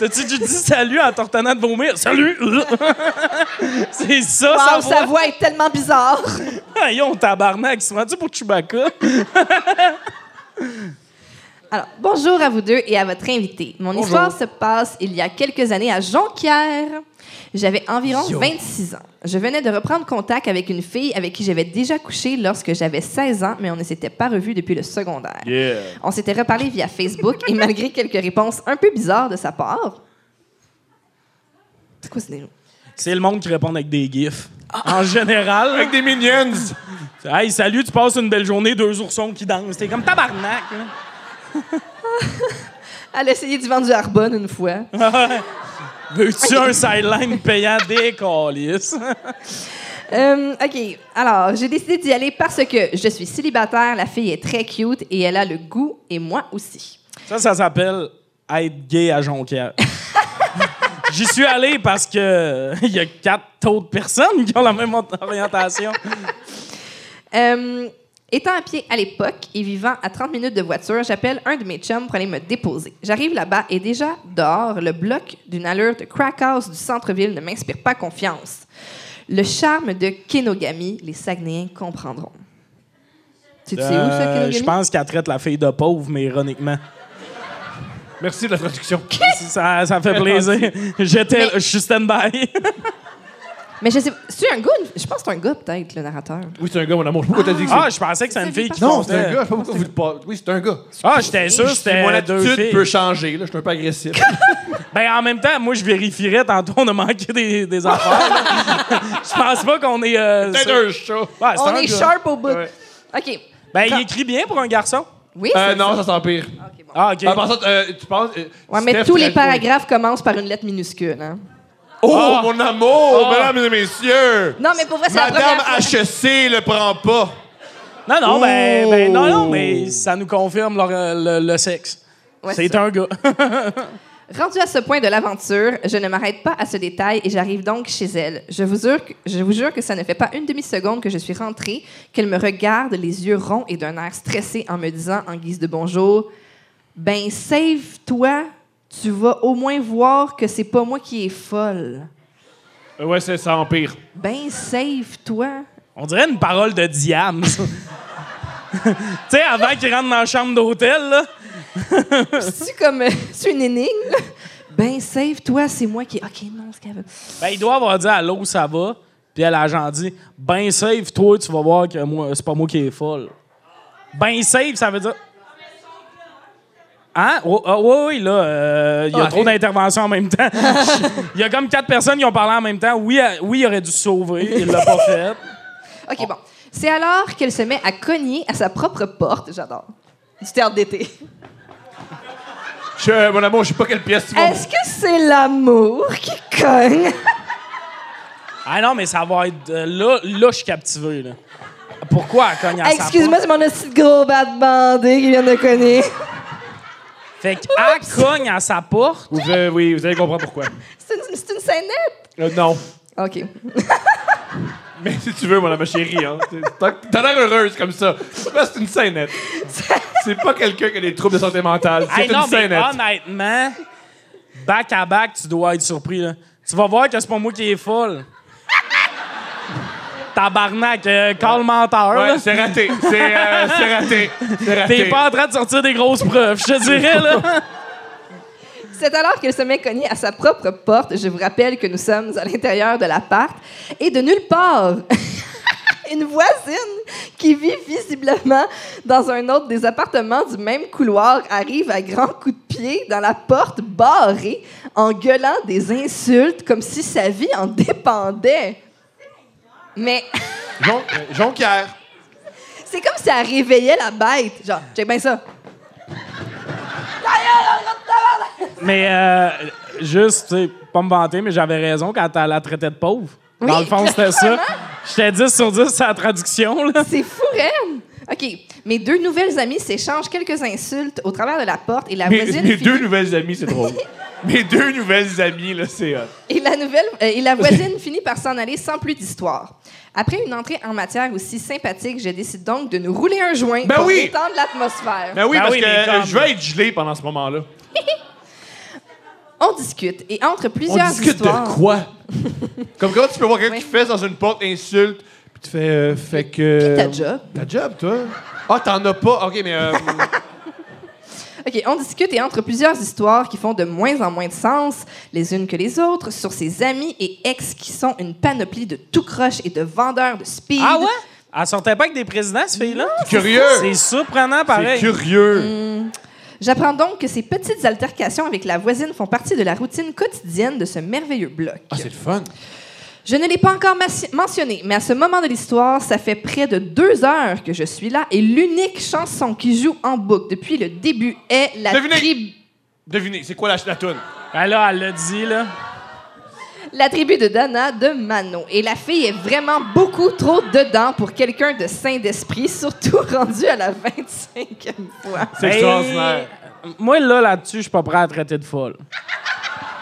Speaker 3: t'as-tu dû dire salut en tortonnant de vomir? Salut! C'est Oh, ça,
Speaker 1: Wow, sa
Speaker 3: sa voix.
Speaker 1: voix est tellement bizarre.
Speaker 3: Ah, Yo, tabarnak, ils sont rendus pour Chewbacca.
Speaker 1: Alors, bonjour à vous deux et à votre invité. Mon histoire se passe il y a quelques années à Jonquière. J'avais environ 26 ans. Je venais de reprendre contact avec une fille avec qui j'avais déjà couché lorsque j'avais 16 ans, mais on ne s'était pas revus depuis le secondaire. On s'était reparlé via Facebook et malgré quelques réponses un peu bizarres de sa part. C'est quoi ce déjeuner?
Speaker 3: C'est le monde qui répond avec des gifs. En général. là.
Speaker 4: Avec des minions.
Speaker 3: Hey, salut, tu passes une belle journée, deux oursons qui dansent. T'es comme tabarnak. hein. là.
Speaker 1: Elle a essayé du vent du Harbonne une fois.
Speaker 3: Veux-tu un sideline payant des calices?
Speaker 1: Euh, OK. Alors, j'ai décidé d'y aller parce que je suis célibataire, la fille est très cute et elle a le goût, et moi aussi.
Speaker 3: Ça, ça s'appelle être gay à Jonquière. J'y suis allé parce que euh, il y a quatre autres personnes qui ont la même orientation.
Speaker 1: Euh, étant à pied à l'époque et vivant à 30 minutes de voiture, j'appelle un de mes chums pour aller me déposer. J'arrive là-bas et déjà, dehors, le bloc d'une allure de crack house du centre-ville ne m'inspire pas confiance. Le charme de Kenogami, les Saguenayens comprendront. Tu sais où ça,
Speaker 3: Euh,
Speaker 1: Kenogami?
Speaker 3: Je pense qu'elle traite la fille de pauvre, mais ironiquement.
Speaker 4: Merci de la traduction.
Speaker 3: Ça, ça fait plaisir. J'étais.
Speaker 1: Mais-
Speaker 3: Je suis stand-by.
Speaker 1: Mais je sais C'est un gars? une- Je pense que c'est un gars, peut-être, le narrateur.
Speaker 4: Oui, c'est un gars, mon amour. Pourquoi t'as dit que c'est.
Speaker 3: Ah, je pensais que c'était une fille qui
Speaker 4: non, c'est
Speaker 3: comptait.
Speaker 4: un gars. Je sais pas pourquoi vous le parlez. Oui, c'est un gars.
Speaker 3: Ah, j'étais sûr que
Speaker 4: Mon
Speaker 3: c'était deux
Speaker 4: attitude
Speaker 3: filles.
Speaker 4: peut changer. Là. Je suis un peu agressif.
Speaker 3: Ben, en même temps, moi, je vérifierais. Tantôt, on a manqué des, des affaires. Je pense pas qu'on est. euh,
Speaker 4: Peut-être
Speaker 3: sur-
Speaker 4: un chat.
Speaker 3: Ouais, c'est
Speaker 1: On
Speaker 3: un
Speaker 1: est
Speaker 3: gars.
Speaker 1: sharp au bout.
Speaker 4: Ouais.
Speaker 1: OK.
Speaker 3: Ben, il écrit bien pour un garçon.
Speaker 1: Oui,
Speaker 4: Euh,
Speaker 1: c'est
Speaker 4: non,
Speaker 1: ça.
Speaker 4: ça s'empire.
Speaker 1: OK, bon.
Speaker 3: Ah, OK.
Speaker 4: En passant, euh, tu penses. euh,
Speaker 1: Ouais, mais
Speaker 4: Steph
Speaker 1: tous les
Speaker 4: traduit-
Speaker 1: paragraphes commencent par une lettre minuscule. hein.
Speaker 4: Oh,
Speaker 3: Ah.
Speaker 4: mon amour,
Speaker 3: Ah.
Speaker 4: mesdames et messieurs.
Speaker 1: Non, mais pour vrai, c'est la
Speaker 4: Madame
Speaker 1: première fois.
Speaker 4: HEC le prend pas.
Speaker 3: Non, non,
Speaker 4: Oh!
Speaker 3: ben, ben, non, non, mais ça nous confirme leur- euh, le, le sexe.
Speaker 1: Ouais,
Speaker 3: c'est
Speaker 1: ça.
Speaker 3: un gars.
Speaker 1: Rendu à ce point de l'aventure, je ne m'arrête pas à ce détail et j'arrive donc chez elle. Je vous, jure que, je vous jure que ça ne fait pas une demi-seconde que je suis rentrée, qu'elle me regarde les yeux ronds et d'un air stressé en me disant en guise de bonjour Ben, save-toi, tu vas au moins voir que c'est pas moi qui est folle.
Speaker 2: Euh, Ouais, c'est ça empire.
Speaker 1: Ben, save-toi.
Speaker 3: On dirait une parole de Diane. ça. tu sais, avant qu'il rentre dans la chambre d'hôtel, là.
Speaker 1: C'est comme euh, c'est une énigme. là? Ben, save-toi, c'est moi qui. Ok, non, ce qu'elle veut.
Speaker 3: Ben, il doit avoir dit allô, ça va. Puis elle a genre dit ben save, toi, tu vas voir que moi, c'est pas moi qui est folle. Ben save, ça veut dire. Hein? Oui, oui, là, euh, il y a
Speaker 4: Ah,
Speaker 3: trop
Speaker 4: ok.
Speaker 3: d'interventions en même temps. Il y a comme quatre personnes qui ont parlé en même temps. Oui, elle- oui, il aurait dû se sauver, il l'a pas fait.
Speaker 1: Ok, bon. C'est alors qu'elle se met à cogner à sa propre porte. J'adore. Du théâtre d'été.
Speaker 4: Je- mon amour, je sais pas quelle pièce tu vas.
Speaker 1: Est-ce que c'est l'amour qui cogne?
Speaker 3: Ah non, mais ça va être. euh, là, là, je suis captivé, là. Pourquoi elle
Speaker 1: Ah,
Speaker 3: cogne à sa
Speaker 1: Excuse-moi, c'est mon petit gros bad bandé qui vient de cogner.
Speaker 3: porte? Fait qu'elle cogne à sa porte.
Speaker 2: Vous, euh, oui, vous allez comprendre pourquoi.
Speaker 1: C'est une, c'est une scénette.
Speaker 4: Euh, non.
Speaker 1: Ok.
Speaker 4: Mais Ben, si tu veux, mon amour chérie, hein. T'as t'as l'air heureuse comme ça. Là, c'est une scénette. C'est pas quelqu'un qui a des troubles de santé mentale. C'est
Speaker 3: Hey,
Speaker 4: une
Speaker 3: non, mais
Speaker 4: scénette.
Speaker 3: honnêtement, back à back, tu dois être surpris. Là. Tu vas voir que c'est pas moi qui est folle. Tabarnak, euh, call menteur. là.
Speaker 4: Ouais, c'est raté. C'est euh, c'est raté. C'est raté.
Speaker 3: T'es pas en train de sortir des grosses preuves, je te dirais. Là.
Speaker 1: C'est alors qu'elle se met cogner à sa propre porte. Je vous rappelle que nous sommes à l'intérieur de l'appart et de nulle part. Une voisine qui vit visiblement dans un autre des appartements du même couloir arrive à grands coups de pied dans la porte barrée en gueulant des insultes comme si sa vie en dépendait. Mais
Speaker 4: Jon- euh, Jonquière.
Speaker 1: c'est comme si elle réveillait la bête. Genre, check bien ça.
Speaker 3: Mais euh, juste, tu sais, pas me vanter, mais j'avais raison quand elle la traitait de pauvre. Dans
Speaker 1: Oui,
Speaker 3: le fond, c'était ça.
Speaker 1: clairement.
Speaker 3: J'étais 10 sur 10, c'est la traduction. Là.
Speaker 1: C'est fou, Ren! OK. Mes deux nouvelles amies s'échangent quelques insultes au travers de la porte et la
Speaker 4: Mes,
Speaker 1: voisine.
Speaker 4: mes
Speaker 1: finit-
Speaker 4: deux nouvelles amies, c'est drôle. mes deux nouvelles amies, là, c'est. euh,
Speaker 1: Et la, nouvelle, euh, et la voisine finit par s'en aller sans plus d'histoire. Après une entrée en matière aussi sympathique, je décide donc de nous rouler un joint
Speaker 4: Ben
Speaker 1: pour
Speaker 4: oui!
Speaker 1: détendre l'atmosphère.
Speaker 4: Ben oui,
Speaker 3: Ben
Speaker 4: parce
Speaker 3: oui,
Speaker 4: que
Speaker 3: mais
Speaker 4: euh,
Speaker 3: comme-
Speaker 4: je vais être gelé pendant ce moment-là.
Speaker 1: On discute et entre plusieurs histoires.
Speaker 4: quoi? Comme quand tu peux voir quelqu'un
Speaker 1: Oui.
Speaker 4: qui fesse dans une porte insulte, puis tu fais. euh, fait que. euh,
Speaker 1: Puis ta job.
Speaker 4: Ta job, toi? Ah, t'en as pas? Ok, mais. euh,
Speaker 1: OK, on discute et entre plusieurs histoires qui font de moins en moins de sens, les unes que les autres, sur ses amis et ex qui sont une panoplie de tout croche et de vendeurs de speed.
Speaker 3: Ah ouais? Elle sortait pas avec des présidents, ce fille-là?
Speaker 4: curieux!
Speaker 3: C'est surprenant,
Speaker 4: C'est
Speaker 3: pareil. Mm.
Speaker 4: curieux!
Speaker 1: J'apprends donc que ces petites altercations avec la voisine font partie de la routine quotidienne de ce merveilleux bloc.
Speaker 4: Ah, c'est le fun!
Speaker 1: Je ne l'ai pas encore mas- mentionné, mais à ce moment de l'histoire, ça fait près de deux heures que je suis là et l'unique chanson qui joue en boucle depuis le début est la,
Speaker 4: Devinez.
Speaker 1: tribu-
Speaker 4: Devinez, c'est quoi la, la toune?
Speaker 3: Ben là, elle l'a dit, là.
Speaker 1: la tribu de Dana de Mano. Et la fille est vraiment beaucoup trop dedans pour quelqu'un de sain d'esprit, surtout rendu à la 25e fois.
Speaker 4: C'est
Speaker 3: Ben,
Speaker 4: extraordinaire.
Speaker 3: Moi, là, là-dessus, je suis pas prêt à traiter de folle.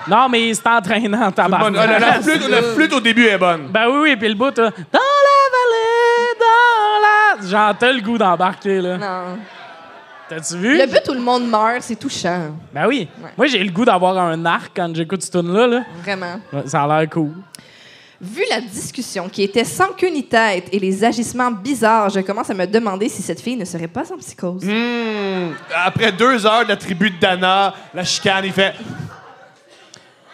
Speaker 3: Non, mais c'est entraînant,
Speaker 4: Bonne- ah, la, la
Speaker 3: tabarnak.
Speaker 4: flûte, la flûte au début est bonne.
Speaker 3: Ben oui, oui, puis le bout, là, dans la vallée, dans la... J'en t'as le goût d'embarquer, là.
Speaker 1: Non.
Speaker 3: T'as-tu vu?
Speaker 1: Le but où le monde meurt, c'est touchant.
Speaker 3: Ben oui.
Speaker 1: Ouais.
Speaker 3: Moi, j'ai le goût d'avoir un arc quand j'écoute ce tune-là, là.
Speaker 1: Vraiment.
Speaker 3: Ouais, Ça a l'air cool.
Speaker 1: Vu la discussion qui était sans queue ni tête et les agissements bizarres, je commence à me demander si cette fille ne serait pas en psychose.
Speaker 2: Mm.
Speaker 4: Hmm. Après deux heures de la tribu de Dana, la chicane, il fait.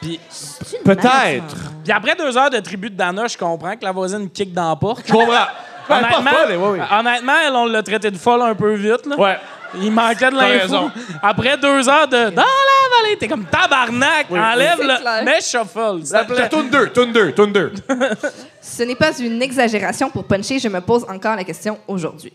Speaker 3: Puis,
Speaker 1: C'est une
Speaker 4: Peut-être.
Speaker 1: malade,
Speaker 3: puis après deux heures de tribut de Dana, je comprends que la voisine kick dans la porte.
Speaker 4: Je comprends. Ben, pas
Speaker 3: Honnêtement,
Speaker 4: folle, ouais, ouais.
Speaker 3: honnêtement, elle, on l'a traité de folle un peu vite, là.
Speaker 4: Ouais.
Speaker 3: Il manquait de l'info.
Speaker 4: raison.
Speaker 3: Après deux heures de dans la vallée, t'es comme tabarnak, enlève
Speaker 1: C'est clair.
Speaker 3: le. Mais shuffle. s'il
Speaker 4: La,
Speaker 3: te plaît.
Speaker 4: la toune 2, toune 2, toune 2.
Speaker 1: Ce n'est pas une exagération pour puncher, je me pose encore la question aujourd'hui.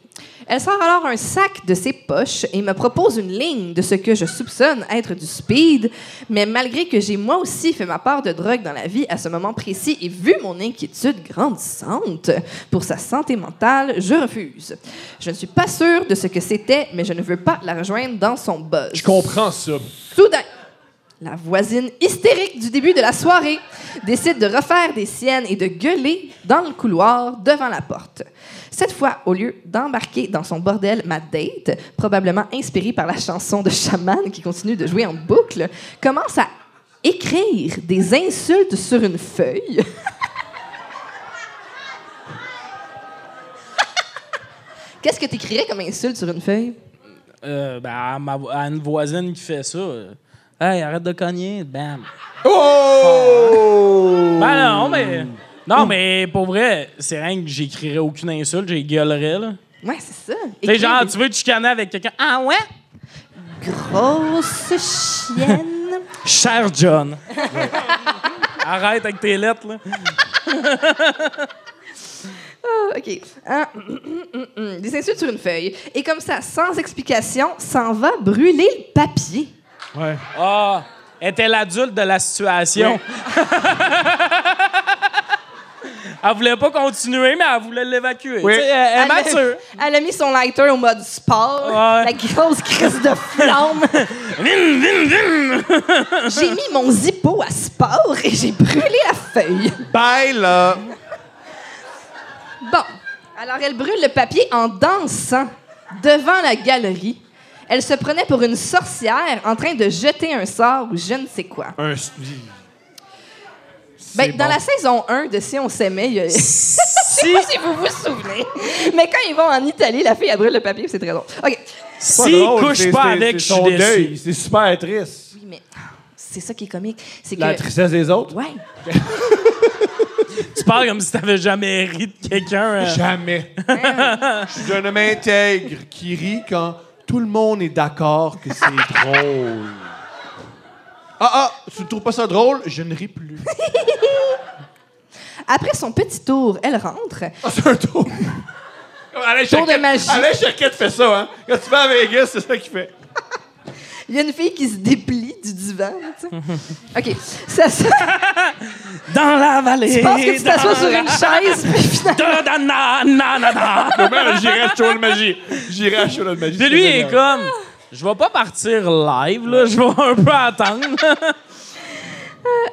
Speaker 1: Elle sort alors un sac de ses poches et me propose une ligne de ce que je soupçonne être du speed, mais malgré que j'ai moi aussi fait ma part de drogue dans la vie à ce moment précis et vu mon inquiétude grandissante pour sa santé mentale, je refuse. Je ne suis pas sûre de ce que c'était, mais je ne veux pas la rejoindre dans son buzz.
Speaker 4: Je comprends ça.
Speaker 1: Soudain, La voisine hystérique du début de la soirée décide de refaire des siennes et de gueuler dans le couloir devant la porte. Cette fois, au lieu d'embarquer dans son bordel ma date, probablement inspirée par la chanson de Chaman qui continue de jouer en boucle, commence à écrire des insultes sur une feuille. Qu'est-ce que tu écrirais comme insulte sur une feuille?
Speaker 3: Euh, ben, à, ma vo- à une voisine qui fait ça. euh, Hey, arrête de cogner. Bam.
Speaker 4: Oh!
Speaker 3: Ben non, mais. Non, mais pour vrai, c'est rien que j'écrirais aucune insulte, j'ai gueulerais, là.
Speaker 1: Ouais, c'est ça.
Speaker 3: Tu sais,
Speaker 1: Écrire
Speaker 3: genre,
Speaker 1: des
Speaker 3: tu veux te chicaner avec quelqu'un. Ah ouais?
Speaker 1: Grosse chienne.
Speaker 3: Cher John. Arrête avec tes lettres, là.
Speaker 1: Ah, OK. Ah, des insultes sur une feuille. Et comme ça, sans explication, s'en va brûler le papier.
Speaker 2: Ouais.
Speaker 3: Ah, elle était l'adulte de la situation. elle voulait pas continuer, mais elle voulait l'évacuer.
Speaker 4: Oui.
Speaker 3: Tu sais, Elle, elle est
Speaker 1: a-
Speaker 3: mature.
Speaker 1: elle a mis son lighter au mode sport.
Speaker 3: Ouais.
Speaker 1: La grosse crise de flamme.
Speaker 3: Vim, vim, vim.
Speaker 1: j'ai mis mon zippo à sport et j'ai brûlé la feuille.
Speaker 4: Bye, là!
Speaker 1: Bon, alors elle brûle le papier en dansant devant la galerie. Elle se prenait pour une sorcière en train de jeter un sort ou je ne sais quoi.
Speaker 2: Un.
Speaker 1: Ben, dans la saison 1 de Si on s'aimait, il y a... si... si vous vous souvenez. Mais quand ils vont en Italie, la fille, elle brûle le papier, puis c'est très drôle. OK.
Speaker 3: Si couche pas avec, je suis déçu.
Speaker 2: C'est super triste.
Speaker 1: Oui, mais c'est ça qui est comique. C'est que...
Speaker 2: La tristesse des autres.
Speaker 1: Ouais.
Speaker 3: Tu parles comme si t'avais jamais ri de quelqu'un. euh.
Speaker 2: Jamais.
Speaker 4: Je suis un homme intègre qui rit quand tout le monde est d'accord que c'est drôle. Ah ah, tu trouves pas ça drôle? Je ne ris plus.
Speaker 1: Après son petit tour, elle rentre.
Speaker 4: Ah, c'est un tour. Comme Alain
Speaker 1: Tour de
Speaker 4: Chaquette-
Speaker 1: magie.
Speaker 4: Alain Chaquette fait ça, hein? Quand tu vas à Vegas, c'est ça qu'il fait.
Speaker 1: Il y a une fille qui se déplie du divan, tu sais. OK. Ça, ça...
Speaker 3: Dans la vallée.
Speaker 1: Je pense que tu
Speaker 3: dans
Speaker 1: t'assois sur
Speaker 3: la-
Speaker 1: une chaise, puis finalement...
Speaker 3: Da, da, na, na, na, na.
Speaker 4: Demain, j'irai à Show de Magie. J'irai à Show de Magie.
Speaker 3: Puis lui, il est comme. Je vais pas partir live, là. Je vais un peu attendre.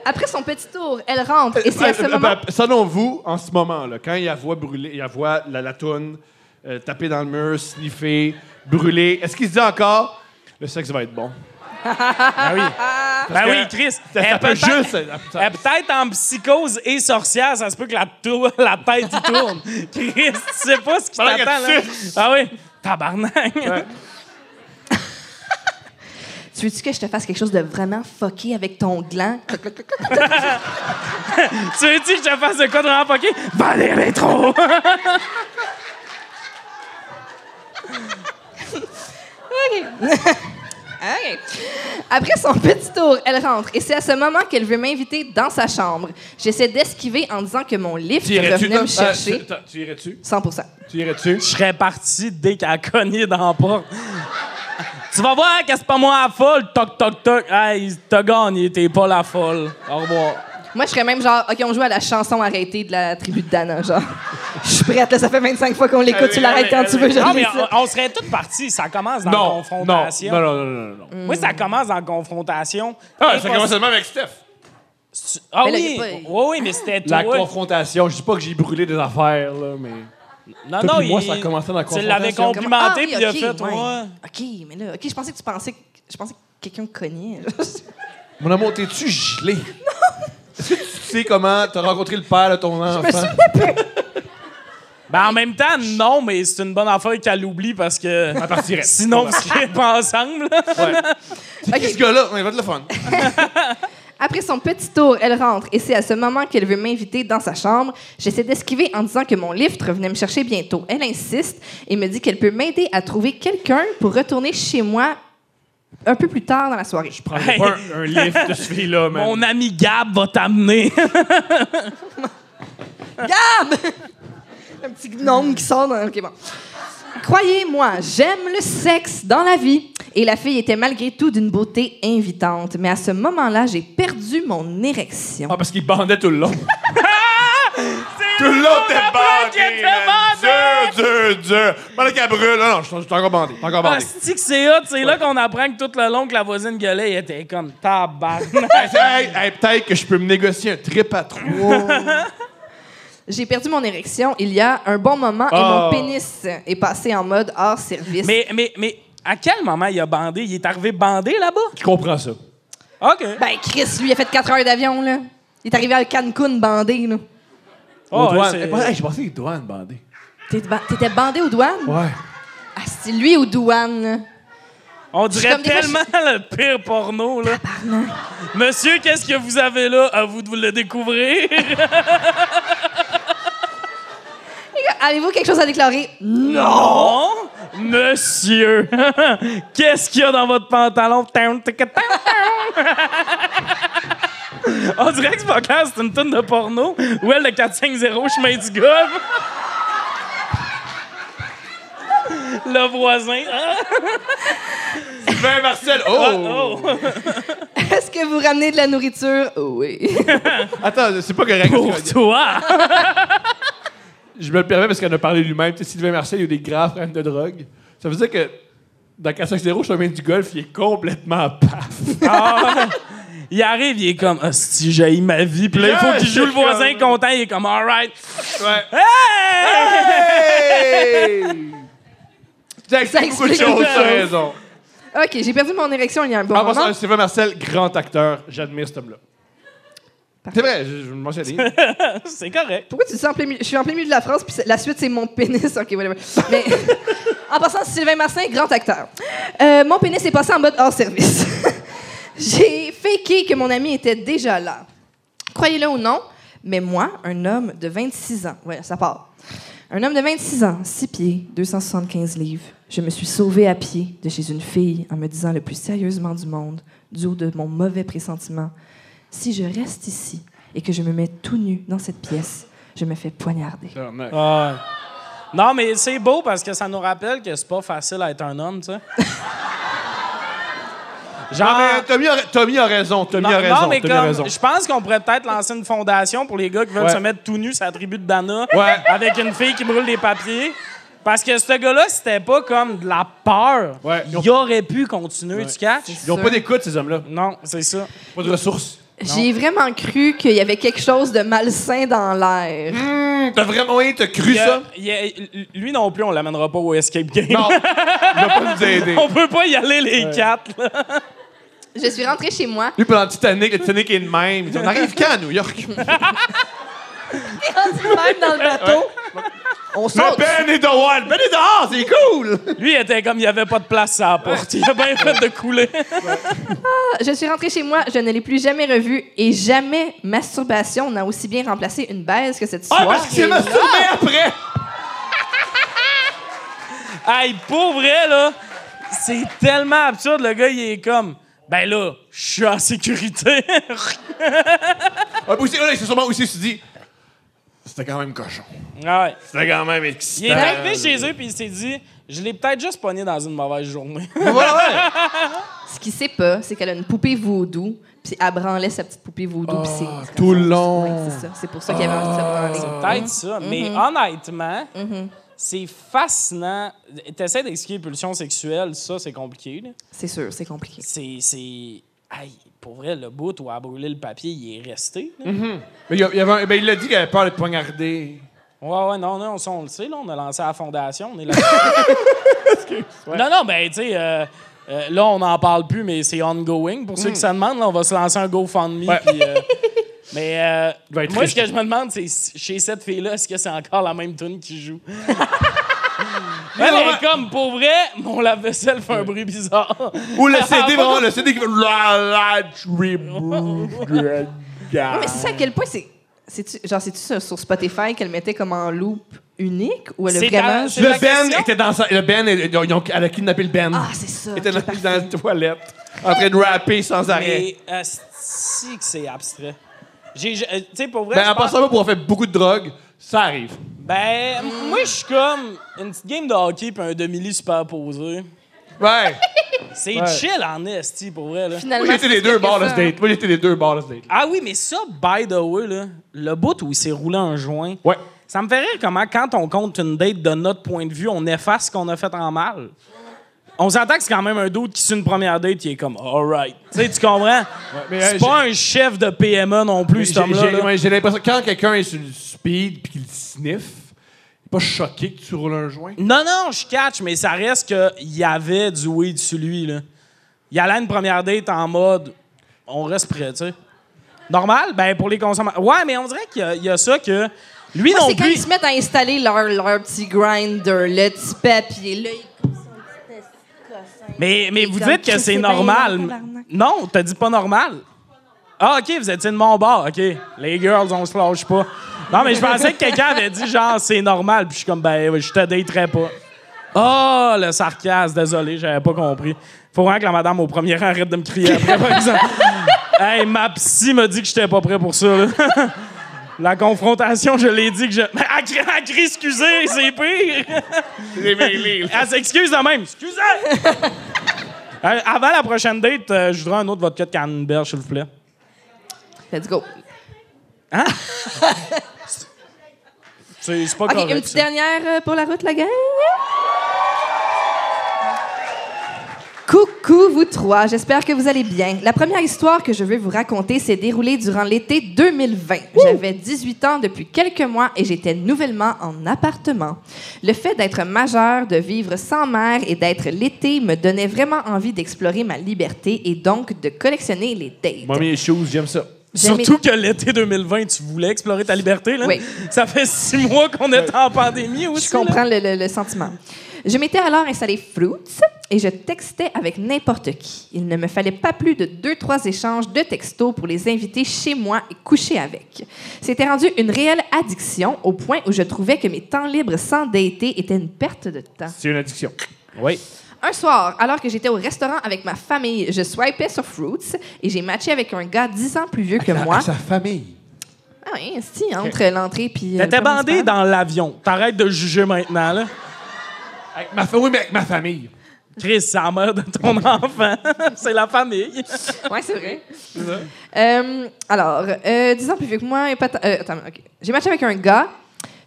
Speaker 1: Après son petit tour, elle rentre. Et c'est
Speaker 4: Euh,
Speaker 1: à ce
Speaker 4: euh,
Speaker 1: moment...
Speaker 4: ben, selon vous, en ce moment, là, quand il la voit brûler, il la voit la, la toune, euh, taper dans le mur, sniffer, brûler, est-ce qu'il se dit encore le sexe va être bon?
Speaker 3: Ben oui. Ben
Speaker 4: que
Speaker 3: oui, Chris.
Speaker 4: ça- ça
Speaker 3: Elle
Speaker 4: peut
Speaker 3: peut-être-
Speaker 4: juste- Ah, ça-
Speaker 3: elle Euh, peut-être en psychose et sorcière, ça se peut que la, tou- la tête y tourne. Chris, tu sais pas ce qui
Speaker 4: Pendant
Speaker 3: t'attend, là.
Speaker 4: qu'elle suce.
Speaker 3: Ah oui. Tabarnak.
Speaker 1: Tu veux-tu que je te fasse quelque chose de vraiment fucké avec ton gland?
Speaker 3: Tu veux dire que je te fasse de quoi de vraiment fucké? Valérie Rétro!
Speaker 1: OK. Après son petit tour, elle rentre et c'est à ce moment qu'elle veut m'inviter dans sa chambre. J'essaie d'esquiver en disant que mon lift revenait me chercher.
Speaker 4: Ah, tu irais-tu?
Speaker 1: 100
Speaker 4: Tu irais-tu?
Speaker 3: Je serais parti dès qu'elle a cogné dans la porte. tu vas voir que c'est pas moi la folle. Toc, toc, toc. Hey, t'as gagné, t'es pas la folle. Au revoir.
Speaker 4: Ah,
Speaker 1: Moi, je serais même genre, OK, on joue à la chanson arrêtée de la tribu de Dana, genre. Je suis prête, là, ça fait 25 fois qu'on l'écoute, tu l'arrêtes quand tu veux, je
Speaker 3: Non,
Speaker 1: reviens
Speaker 3: mais
Speaker 1: ici.
Speaker 3: on, on serait toutes parties. Ça commence dans la
Speaker 4: Non, non, non,
Speaker 3: confrontation.
Speaker 4: non, non, non, non.
Speaker 3: Moi, ça commence dans la confrontation.
Speaker 4: Ah, ça
Speaker 3: Impossible-
Speaker 4: commence seulement avec Steph.
Speaker 3: Ah
Speaker 1: Mais là,
Speaker 3: oui,
Speaker 1: y a pas-
Speaker 3: oui, oui, mais c'était toi.
Speaker 4: La confrontation, je dis pas que j'ai brûlé des affaires, là, mais...
Speaker 3: Non,
Speaker 4: Toi
Speaker 3: non,
Speaker 4: puis moi,
Speaker 3: il-
Speaker 4: ça a commencé dans la
Speaker 3: Tu l'avais
Speaker 4: confrontation.
Speaker 1: Ah,
Speaker 3: complimenté,
Speaker 1: oui,
Speaker 3: puis il a
Speaker 1: OK,
Speaker 3: fait,
Speaker 1: ouais.
Speaker 3: ouais.
Speaker 1: OK, mais là, OK, je pensais que tu pensais que, je pensais que quelqu'un cognait.
Speaker 4: Mon amour, t'es-tu gelé? Est-ce que tu sais comment t'as rencontré le père de ton enfant?
Speaker 3: Ben, en même temps, non, mais c'est une bonne affaire qu'elle oublie parce que.
Speaker 4: partirait.
Speaker 3: Sinon, vous serez pas ensemble. là.
Speaker 4: C'est qui ce gars-là? On va de le fun.
Speaker 1: Après son petit tour, elle rentre et c'est à ce moment qu'elle veut m'inviter dans sa chambre. J'essaie d'esquiver en disant que mon lift revenait me chercher bientôt. Elle insiste et me dit qu'elle peut m'aider à trouver quelqu'un pour retourner chez moi un peu plus tard dans la soirée.
Speaker 2: Je prendrais pas un, un lift de ce fille-là, man.
Speaker 3: Mon ami Gab va t'amener.
Speaker 1: Gab! Un petit gnome qui sort dans... OK, bon. Croyez-moi, j'aime le sexe dans la vie. Et la fille était malgré tout d'une beauté invitante. Mais à ce moment-là, j'ai perdu mon érection.
Speaker 2: Ah, parce qu'il bandait tout le long.
Speaker 3: C'est
Speaker 2: Puis là, t'es
Speaker 3: apprend qu'elle
Speaker 2: bandé, man.
Speaker 3: était
Speaker 2: Dur, dur, dur. Pendant qu'elle brûle, non, non, je suis je suis encore bandé, je suis encore
Speaker 3: Ah,
Speaker 2: bandé.
Speaker 3: c'est-tu que c'est hot, c'est là qu'on apprend que tout le long que la voisine gueulait, elle était comme tabarnak.
Speaker 2: Hey, hey, peut-être que je peux me négocier un trip à trois.
Speaker 1: J'ai perdu mon érection il y a un bon moment et
Speaker 2: Oh.
Speaker 1: mon pénis est passé en mode hors service.
Speaker 3: mais, mais, mais à quel moment il a bandé? Il est arrivé bandé là-bas? Ah,
Speaker 5: Je comprends ça.
Speaker 3: OK.
Speaker 1: Ben, Chris, lui, il a fait 4 heures d'avion, là. Il est arrivé à Cancun bandé, là.
Speaker 3: Oh,
Speaker 5: Aux douanes.
Speaker 3: c'est-
Speaker 5: Eh, pas- hey, je pensais les douanes bandées.
Speaker 1: T'es- T'étais bandé aux douanes?
Speaker 5: Ouais.
Speaker 1: Ah, c'est lui aux douanes, là.
Speaker 3: On
Speaker 1: Je suis
Speaker 3: dirait
Speaker 1: comme des fois,
Speaker 3: tellement le pire porno, là. Monsieur, qu'est-ce que vous avez là? À vous de vous le découvrir.
Speaker 1: Les gars, Avez-vous quelque chose à déclarer?
Speaker 3: Non! Monsieur! Qu'est-ce qu'il y a dans votre pantalon? Taum, tic, taum, taum. On dirait que c'est pas clair, c'est une tonne de porno. Où est le 450 chemin du golf? Le voisin. Ah,
Speaker 2: Ben, Marcel, oh!
Speaker 3: oh.
Speaker 1: Est-ce que vous ramenez de la nourriture? Oui.
Speaker 2: Attends, c'est pas correct.
Speaker 3: Pour toi!
Speaker 5: Je me le permets parce qu'elle en a parlé lui-même. Tu sais, Sylvain Marcel, il a eu des graves problèmes de drogue. Ça veut dire que dans 450 chemin du golf, il est complètement paf.
Speaker 3: Ah. Il arrive, il est comme, ah, si j'ai ma vie. Puis là, il faut qu'il joue le voisin content. Il est comme, alright.
Speaker 2: Ouais.
Speaker 3: Hey!
Speaker 2: Hey! Ça explique beaucoup de
Speaker 1: explique
Speaker 2: choses,
Speaker 1: beaucoup de
Speaker 2: t'as
Speaker 1: choses.
Speaker 2: raison.
Speaker 1: OK, j'ai perdu mon érection il y a un bon
Speaker 2: En
Speaker 1: moment.
Speaker 2: passant, Sylvain Marcel, grand acteur, j'admire cet homme-là. C'est vrai, je, je me mentionnais.
Speaker 3: C'est correct.
Speaker 1: Pourquoi tu dis ça en plein milieu? Je suis en plein milieu de la France, puis c'est- la suite, c'est mon pénis. OK, whatever. Mais en passant, Sylvain Massin, grand acteur. Euh, mon pénis est passé en mode hors service. J'ai faké que mon ami était déjà là. Croyez-le ou non, mais moi, un homme de 26 ans, ouais, ça part. Un homme de 26 ans, 6 pieds, 275 livres, je me suis sauvée à pied de chez une fille en me disant le plus sérieusement du monde, du haut de mon mauvais pressentiment, si je reste ici et que je me mets tout nu dans cette pièce, je me fais poignarder.
Speaker 3: Ah. Non, mais c'est beau parce que ça nous rappelle que c'est pas facile à être un homme, tu sais.
Speaker 2: Non,
Speaker 3: Genre.
Speaker 2: mais Tommy a, Tommy a raison, Tommy
Speaker 3: non,
Speaker 2: a raison,
Speaker 3: non, mais
Speaker 2: Tommy a raison.
Speaker 3: comme, je pense qu'on pourrait peut-être lancer une fondation pour les gars qui veulent
Speaker 2: Ouais.
Speaker 3: se mettre tout nu sur la tribu de Dana
Speaker 2: Ouais.
Speaker 3: avec une fille qui brûle des papiers. Parce que ce gars-là, c'était pas comme de la peur.
Speaker 2: Ouais.
Speaker 3: Il aurait pu continuer, tu catches?
Speaker 2: Ils n'ont pas d'écoute, ces hommes-là.
Speaker 3: Non, c'est ça.
Speaker 2: Pas de ressources.
Speaker 1: J'ai vraiment cru qu'il y avait quelque chose de malsain dans l'air.
Speaker 2: T'as vraiment oui, t'as cru
Speaker 3: Il y a-
Speaker 2: ça?
Speaker 3: il y a- lui non plus, on l'amènera pas au escape game.
Speaker 2: Non, il va pas nous aider.
Speaker 3: on peut pas y aller les quatre. là.
Speaker 1: Je suis rentrée chez moi.
Speaker 2: Lui, pendant le Titanic, le Titanic est le même. Il dit, On arrive quand à New York?
Speaker 1: Et on dit même dans le bateau. On
Speaker 2: Le
Speaker 1: saute.
Speaker 2: Ben est dehors! Le Ben est dehors! C'est cool!
Speaker 3: Lui, il était comme il n'y avait pas de place à la porte. Il a bien fait de couler.
Speaker 1: Je suis rentrée chez moi, je ne l'ai plus jamais revu et jamais masturbation n'a aussi bien remplacé une baise que cette
Speaker 2: Ah,
Speaker 1: soirée.
Speaker 2: parce qu'il s'est masturbé après!
Speaker 3: Hey, pour vrai, là, c'est tellement absurde. Le gars, il est comme Ben là, je suis en sécurité.
Speaker 2: Ah, puis aussi, là, il s'est sûrement aussi dit, c'était quand même cochon.
Speaker 3: Ah ouais.
Speaker 2: C'était quand même
Speaker 3: Il est
Speaker 2: excitant.
Speaker 3: arrivé chez eux puis il s'est dit Je l'ai peut-être juste pogné dans une mauvaise journée.
Speaker 2: Voilà, ouais.
Speaker 1: Ce qu'il sait pas, c'est qu'elle a une poupée vaudou, puis elle branlait sa petite poupée vaudou. puis c'est-
Speaker 2: Ah, tout le long. Ah.
Speaker 1: Ouais, c'est ça. C'est pour ça qu'il avait envie de se branler.
Speaker 3: peut-être ça. Mais honnêtement, c'est fascinant. T'essaies d'expliquer pulsion sexuelle, ça, c'est compliqué. là.
Speaker 1: C'est sûr, c'est compliqué.
Speaker 3: C'est. c'est- Aïe, pour vrai, le bout où a brûlé le papier, il est resté. là.
Speaker 2: Mais il, y a- il y avait un- ben, il l'a dit qu'il avait peur de poignarder.
Speaker 3: Ouais, ouais, non, non, ça, on le sait, là, on a lancé la fondation, on est là. Non, non, ben, tu sais, euh, euh, là, on n'en parle plus, mais c'est ongoing. Pour ceux qui se demandent, là, on va se lancer un GoFundMe. puis, euh, mais euh,
Speaker 2: va être
Speaker 3: moi,
Speaker 2: riche.
Speaker 3: ce que je me demande, c'est si- chez cette fille-là, est-ce que c'est encore la même tune qui joue? Ben, elle est comme, pour vrai, mon lave-vaisselle fait un bruit bizarre.
Speaker 2: Ou le CD, vraiment, le CD qui fait. La, la, tribou- dra-
Speaker 1: Ouais,
Speaker 2: ga.
Speaker 1: mais c'est ça à quel point c'est. c'est-tu- Genre, c'est-tu sur, sur Spotify qu'elle mettait comme en loop unique ou elle a
Speaker 3: C'est
Speaker 1: vraiment.
Speaker 3: dans- c'est- la
Speaker 2: Le Ben
Speaker 3: question?
Speaker 2: était dans sa. Le Ben, est- ils ont- ils ont- elle a kidnappé le Ben.
Speaker 1: Ah, c'est ça.
Speaker 2: Il était
Speaker 1: ok,
Speaker 2: dans,
Speaker 1: parfait.
Speaker 2: dans la toilette, en train de rapper sans arrêt.
Speaker 3: Mais, euh, si que c'est abstrait. J'ai, j'ai- euh, tu sais, pour vrai,
Speaker 2: Ben,
Speaker 3: je
Speaker 2: en
Speaker 3: pense-
Speaker 2: passant là, pour avoir fait beaucoup de drogue, ça arrive.
Speaker 3: Ben, moi, je suis comme une petite game de hockey puis un demi-lit superposé.
Speaker 2: Ouais.
Speaker 3: C'est chill en esti, pour vrai, là.
Speaker 1: Finalement,
Speaker 2: Moi, j'étais les
Speaker 1: c'est
Speaker 2: deux
Speaker 1: presque
Speaker 2: bars de
Speaker 1: ça.
Speaker 2: ce date. Moi, j'étais les deux bars de ce date.
Speaker 3: Ah oui, mais ça, by the way, là, le bout où il s'est roulé un joint,
Speaker 2: Ouais.
Speaker 3: Ça me fait rire comment, quand on compte une date de notre point de vue, on efface ce qu'on a fait en mal. On s'entend que c'est quand même un doute qui, sur une première date, il est comme « alright ». Tu sais, tu comprends?
Speaker 4: mais,
Speaker 3: c'est
Speaker 4: euh,
Speaker 3: pas un chef de PME non plus,
Speaker 4: J'ai
Speaker 3: cet homme-là.
Speaker 4: j'ai-
Speaker 3: là.
Speaker 4: ouais, j'ai l'impression que quand quelqu'un est sur le speed puis qu'il sniffe, il est pas choqué que tu roules un joint.
Speaker 3: Non, non, je catch, mais ça reste qu'il y avait du weed sur lui. Là. Il allait à une première date en mode on reste prêt, tu sais. Normal, ben pour les consommateurs. Ouais, mais on dirait qu'il y a- il y, a ça que. Lui
Speaker 1: Moi,
Speaker 3: non
Speaker 1: c'est quand ils
Speaker 3: plus.
Speaker 1: se mettent à installer leur, leur petit grinder, le petit papier, là, ils coupent son petit cossin.
Speaker 3: Mais, mais vous
Speaker 1: comme,
Speaker 3: dites que
Speaker 1: Chris,
Speaker 3: c'est
Speaker 1: c'est bien
Speaker 3: normal.
Speaker 1: long, tabarnak.
Speaker 3: Non, t'as dit pas normal. Ah, OK, vous étiez de mon bord, OK. Les girls, on se lâche pas. Non, mais je pensais que quelqu'un avait dit genre c'est normal, puis je suis comme ben je te daterai pas. Ah, le sarcasme, désolé, j'avais pas compris. Faut vraiment que la madame au premier rang arrête de me crier après, par exemple. hey, ma psy m'a dit que j'étais pas prêt pour ça, là. La confrontation, je l'ai dit que je. Mais elle crie- elle crie, excusez, c'est pire! Elle s'excuse de même. Excusez! Euh, avant la prochaine date, euh, je voudrais un autre vodka de canneberge, s'il vous plaît.
Speaker 1: Let's go.
Speaker 3: C'est c'est pas
Speaker 1: OK,
Speaker 3: correct,
Speaker 1: une petite
Speaker 3: ça.
Speaker 1: dernière euh, pour la route, la gang. Coucou vous trois, j'espère que vous allez bien. La première histoire que je vais vous raconter s'est déroulée durant l'été 2020. J'avais 18 ans depuis quelques mois et j'étais nouvellement en appartement. Le fait d'être majeur, de vivre sans mère et d'être l'été me donnait vraiment envie d'explorer ma liberté et donc de collectionner les dates.
Speaker 4: Moi, mes choses, j'aime ça.
Speaker 1: Jamais-
Speaker 3: Surtout que l'été 2020, tu voulais explorer ta liberté, là.
Speaker 1: Oui.
Speaker 3: Ça fait six mois qu'on est en pandémie aussi.
Speaker 1: Je comprends le, le- le sentiment. Je m'étais alors installé Fruits et je textais avec n'importe qui. Il ne me fallait pas plus de deux, trois échanges de textos pour les inviter chez moi et coucher avec. C'était rendu une réelle addiction au point où je trouvais que mes temps libres sans dater étaient une perte de temps.
Speaker 4: C'est une addiction.
Speaker 3: Oui.
Speaker 1: Un soir, alors que j'étais au restaurant avec ma famille, je swipais sur Fruits et j'ai matché avec un gars dix ans plus vieux que moi.
Speaker 4: Sa famille.
Speaker 1: Ah oui, si, entre l'entrée puis. euh,
Speaker 3: T'étais
Speaker 1: le
Speaker 3: bandé
Speaker 1: principal.
Speaker 3: dans l'avion. T'arrêtes de juger maintenant, là.
Speaker 4: Avec ma fa- Oui, mais avec ma famille.
Speaker 3: Chris, c'est la mère de ton enfant. c'est la famille.
Speaker 1: Oui, c'est vrai. Euh, alors, euh, 10 ans plus vieux que moi et pas tant... euh, attends, OK. J'ai matché avec un gars,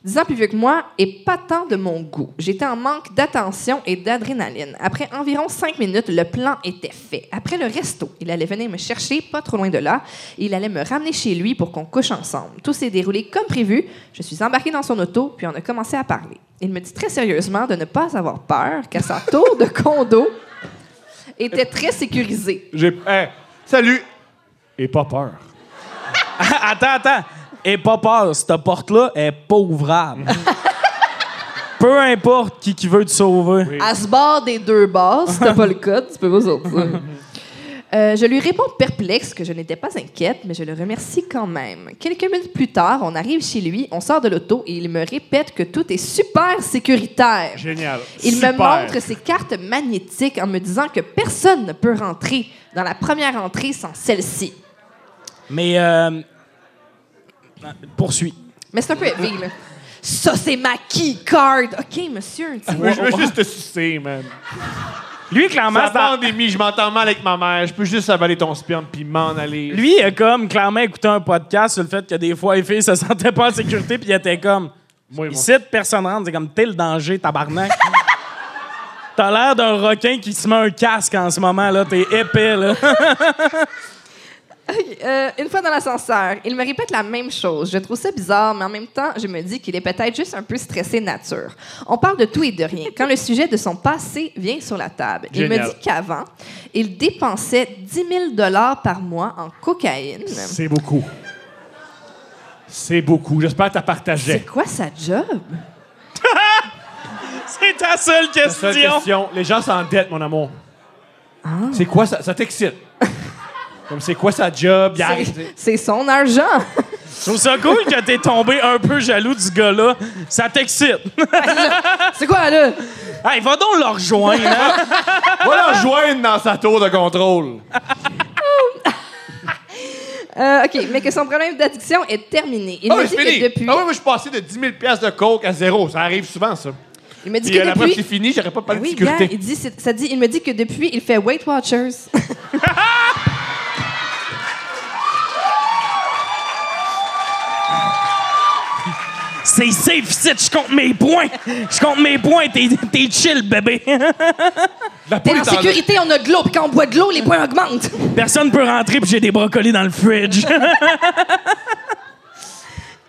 Speaker 1: 10 ans plus vieux que moi et pas tant de mon goût. J'étais en manque d'attention et d'adrénaline. Après environ 5 minutes, le plan était fait. Après le resto, il allait venir me chercher pas trop loin de là. Il allait me ramener chez lui pour qu'on couche ensemble. Tout s'est déroulé comme prévu. Je suis embarquée dans son auto, puis on a commencé à parler. Il me dit très sérieusement de ne pas avoir peur, qu'à sa tour de condo était très sécurisée.
Speaker 4: J'ai. Hey, salut! Et pas peur.
Speaker 3: attends, attends. Et pas peur, cette porte-là est pas ouvrable. Peu importe qui, qui veut te sauver.
Speaker 1: À ce bord des deux bars, si t'as pas le code, tu peux pas sortir. Euh, je lui réponds perplexe que je n'étais pas inquiète, mais je le remercie quand même. Quelques minutes plus tard, on arrive chez lui, on sort de l'auto et il me répète que tout est super sécuritaire.
Speaker 4: Génial.
Speaker 1: Il
Speaker 4: Super.
Speaker 1: me montre ses cartes magnétiques en me disant que personne ne peut rentrer dans la première entrée sans celle-ci.
Speaker 3: Mais euh, poursuis.
Speaker 1: Mais c'est un peu heavy, là. Ça, c'est ma key card. OK, monsieur, un petit
Speaker 4: Je veux- Je veux juste te sucer, man.
Speaker 3: Lui,
Speaker 4: C'est
Speaker 3: clairement,
Speaker 4: la
Speaker 3: c'est en-
Speaker 4: pandémie, je m'entends mal avec ma mère. Je peux juste avaler ton sperme puis m'en aller.
Speaker 3: lui, il a comme clairement écouté un podcast sur le fait que des fois, les filles se sentaient pas en sécurité, puis il était comme.
Speaker 4: Moi,
Speaker 3: Ici, personne rentre, c'est comme, t'es le danger, tabarnak. T'as l'air d'un requin qui se met un casque en ce moment, là. T'es épais, là.
Speaker 1: Euh, une fois dans l'ascenseur, il me répète la même chose. Je trouve ça bizarre, mais en même temps, je me dis qu'il est peut-être juste un peu stressé de nature. On parle de tout et de rien. Quand le sujet de son passé vient sur la table, il me
Speaker 4: Génial.
Speaker 1: dit qu'avant, il dépensait 10 000 par mois en cocaïne.
Speaker 4: C'est beaucoup. C'est beaucoup. J'espère que t'as partagé.
Speaker 1: C'est quoi sa job?
Speaker 3: c'est ta seule question.
Speaker 4: Seule question. Les gens s'endettent, mon amour.
Speaker 1: Ah.
Speaker 4: C'est quoi ça? Ça t'excite. Comme c'est quoi sa job? Il
Speaker 1: C'est-
Speaker 4: arrête-
Speaker 1: C'est son argent.
Speaker 3: Je trouve ça cool que t'es tombé un peu jaloux du gars-là. Ça t'excite.
Speaker 1: C'est quoi, là?
Speaker 3: hey, va donc le rejoindre, hein.
Speaker 4: Va la rejoindre dans sa tour de contrôle.
Speaker 1: Euh, OK, mais que son problème d'addiction est terminé. Il
Speaker 4: Ah
Speaker 1: me
Speaker 4: oui,
Speaker 1: dit
Speaker 4: c'est fini.
Speaker 1: que depuis...
Speaker 4: Ah oui, moi, je suis passé de 10 000 de coke à zéro. Ça arrive souvent, ça.
Speaker 1: Il me dit
Speaker 4: Puis
Speaker 1: que
Speaker 4: euh, la preuve, c'est
Speaker 1: depuis... Ah
Speaker 4: fini. J'aurais pas parlé
Speaker 1: Oui,
Speaker 4: de
Speaker 1: gars,
Speaker 4: sécurité.
Speaker 1: il, dit, c'est- ça dit, il me dit que depuis, il fait Weight Watchers.
Speaker 3: C'est safe, ici, je compte mes points. Je compte mes points, t'es t'es chill, bébé.
Speaker 4: La
Speaker 1: T'es
Speaker 4: poule
Speaker 1: en
Speaker 4: est en-
Speaker 1: sécurité, on a de l'eau, puis quand on boit de l'eau, les points augmentent.
Speaker 3: Personne peut rentrer puis j'ai des brocolis dans le fridge.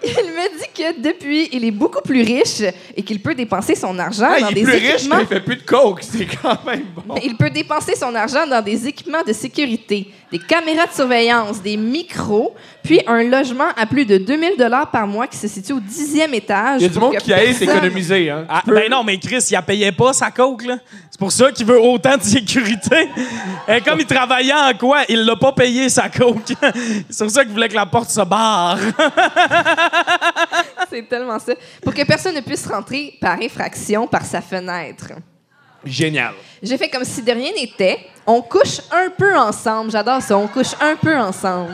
Speaker 1: Il me dit que depuis, il est beaucoup plus riche et qu'il peut dépenser son argent
Speaker 4: Ah,
Speaker 1: dans
Speaker 4: il
Speaker 1: des
Speaker 4: est plus riche,
Speaker 1: équipements.
Speaker 4: mais il fait plus de coke. C'est quand même bon.
Speaker 1: Il peut dépenser son argent dans des équipements de sécurité, des caméras de surveillance, des micros, puis un logement à plus de 2000 dollars par mois qui se situe au dixième étage.
Speaker 4: Il y a du monde
Speaker 1: Que
Speaker 4: qui haït
Speaker 1: personne-
Speaker 4: économiser. Hein.
Speaker 3: Ah, ben non, mais Chris, il la payait pas sa coke, là. C'est pour ça qu'il veut autant de sécurité. Et comme il travaillait en quoi, il l'a pas payé sa coke. C'est pour ça qu'il voulait que la porte se barre.
Speaker 1: C'est tellement ça. Pour que personne ne puisse rentrer par effraction par sa fenêtre.
Speaker 4: Génial.
Speaker 1: J'ai fait comme si de rien n'était. On couche un peu ensemble. J'adore ça. On couche un peu ensemble.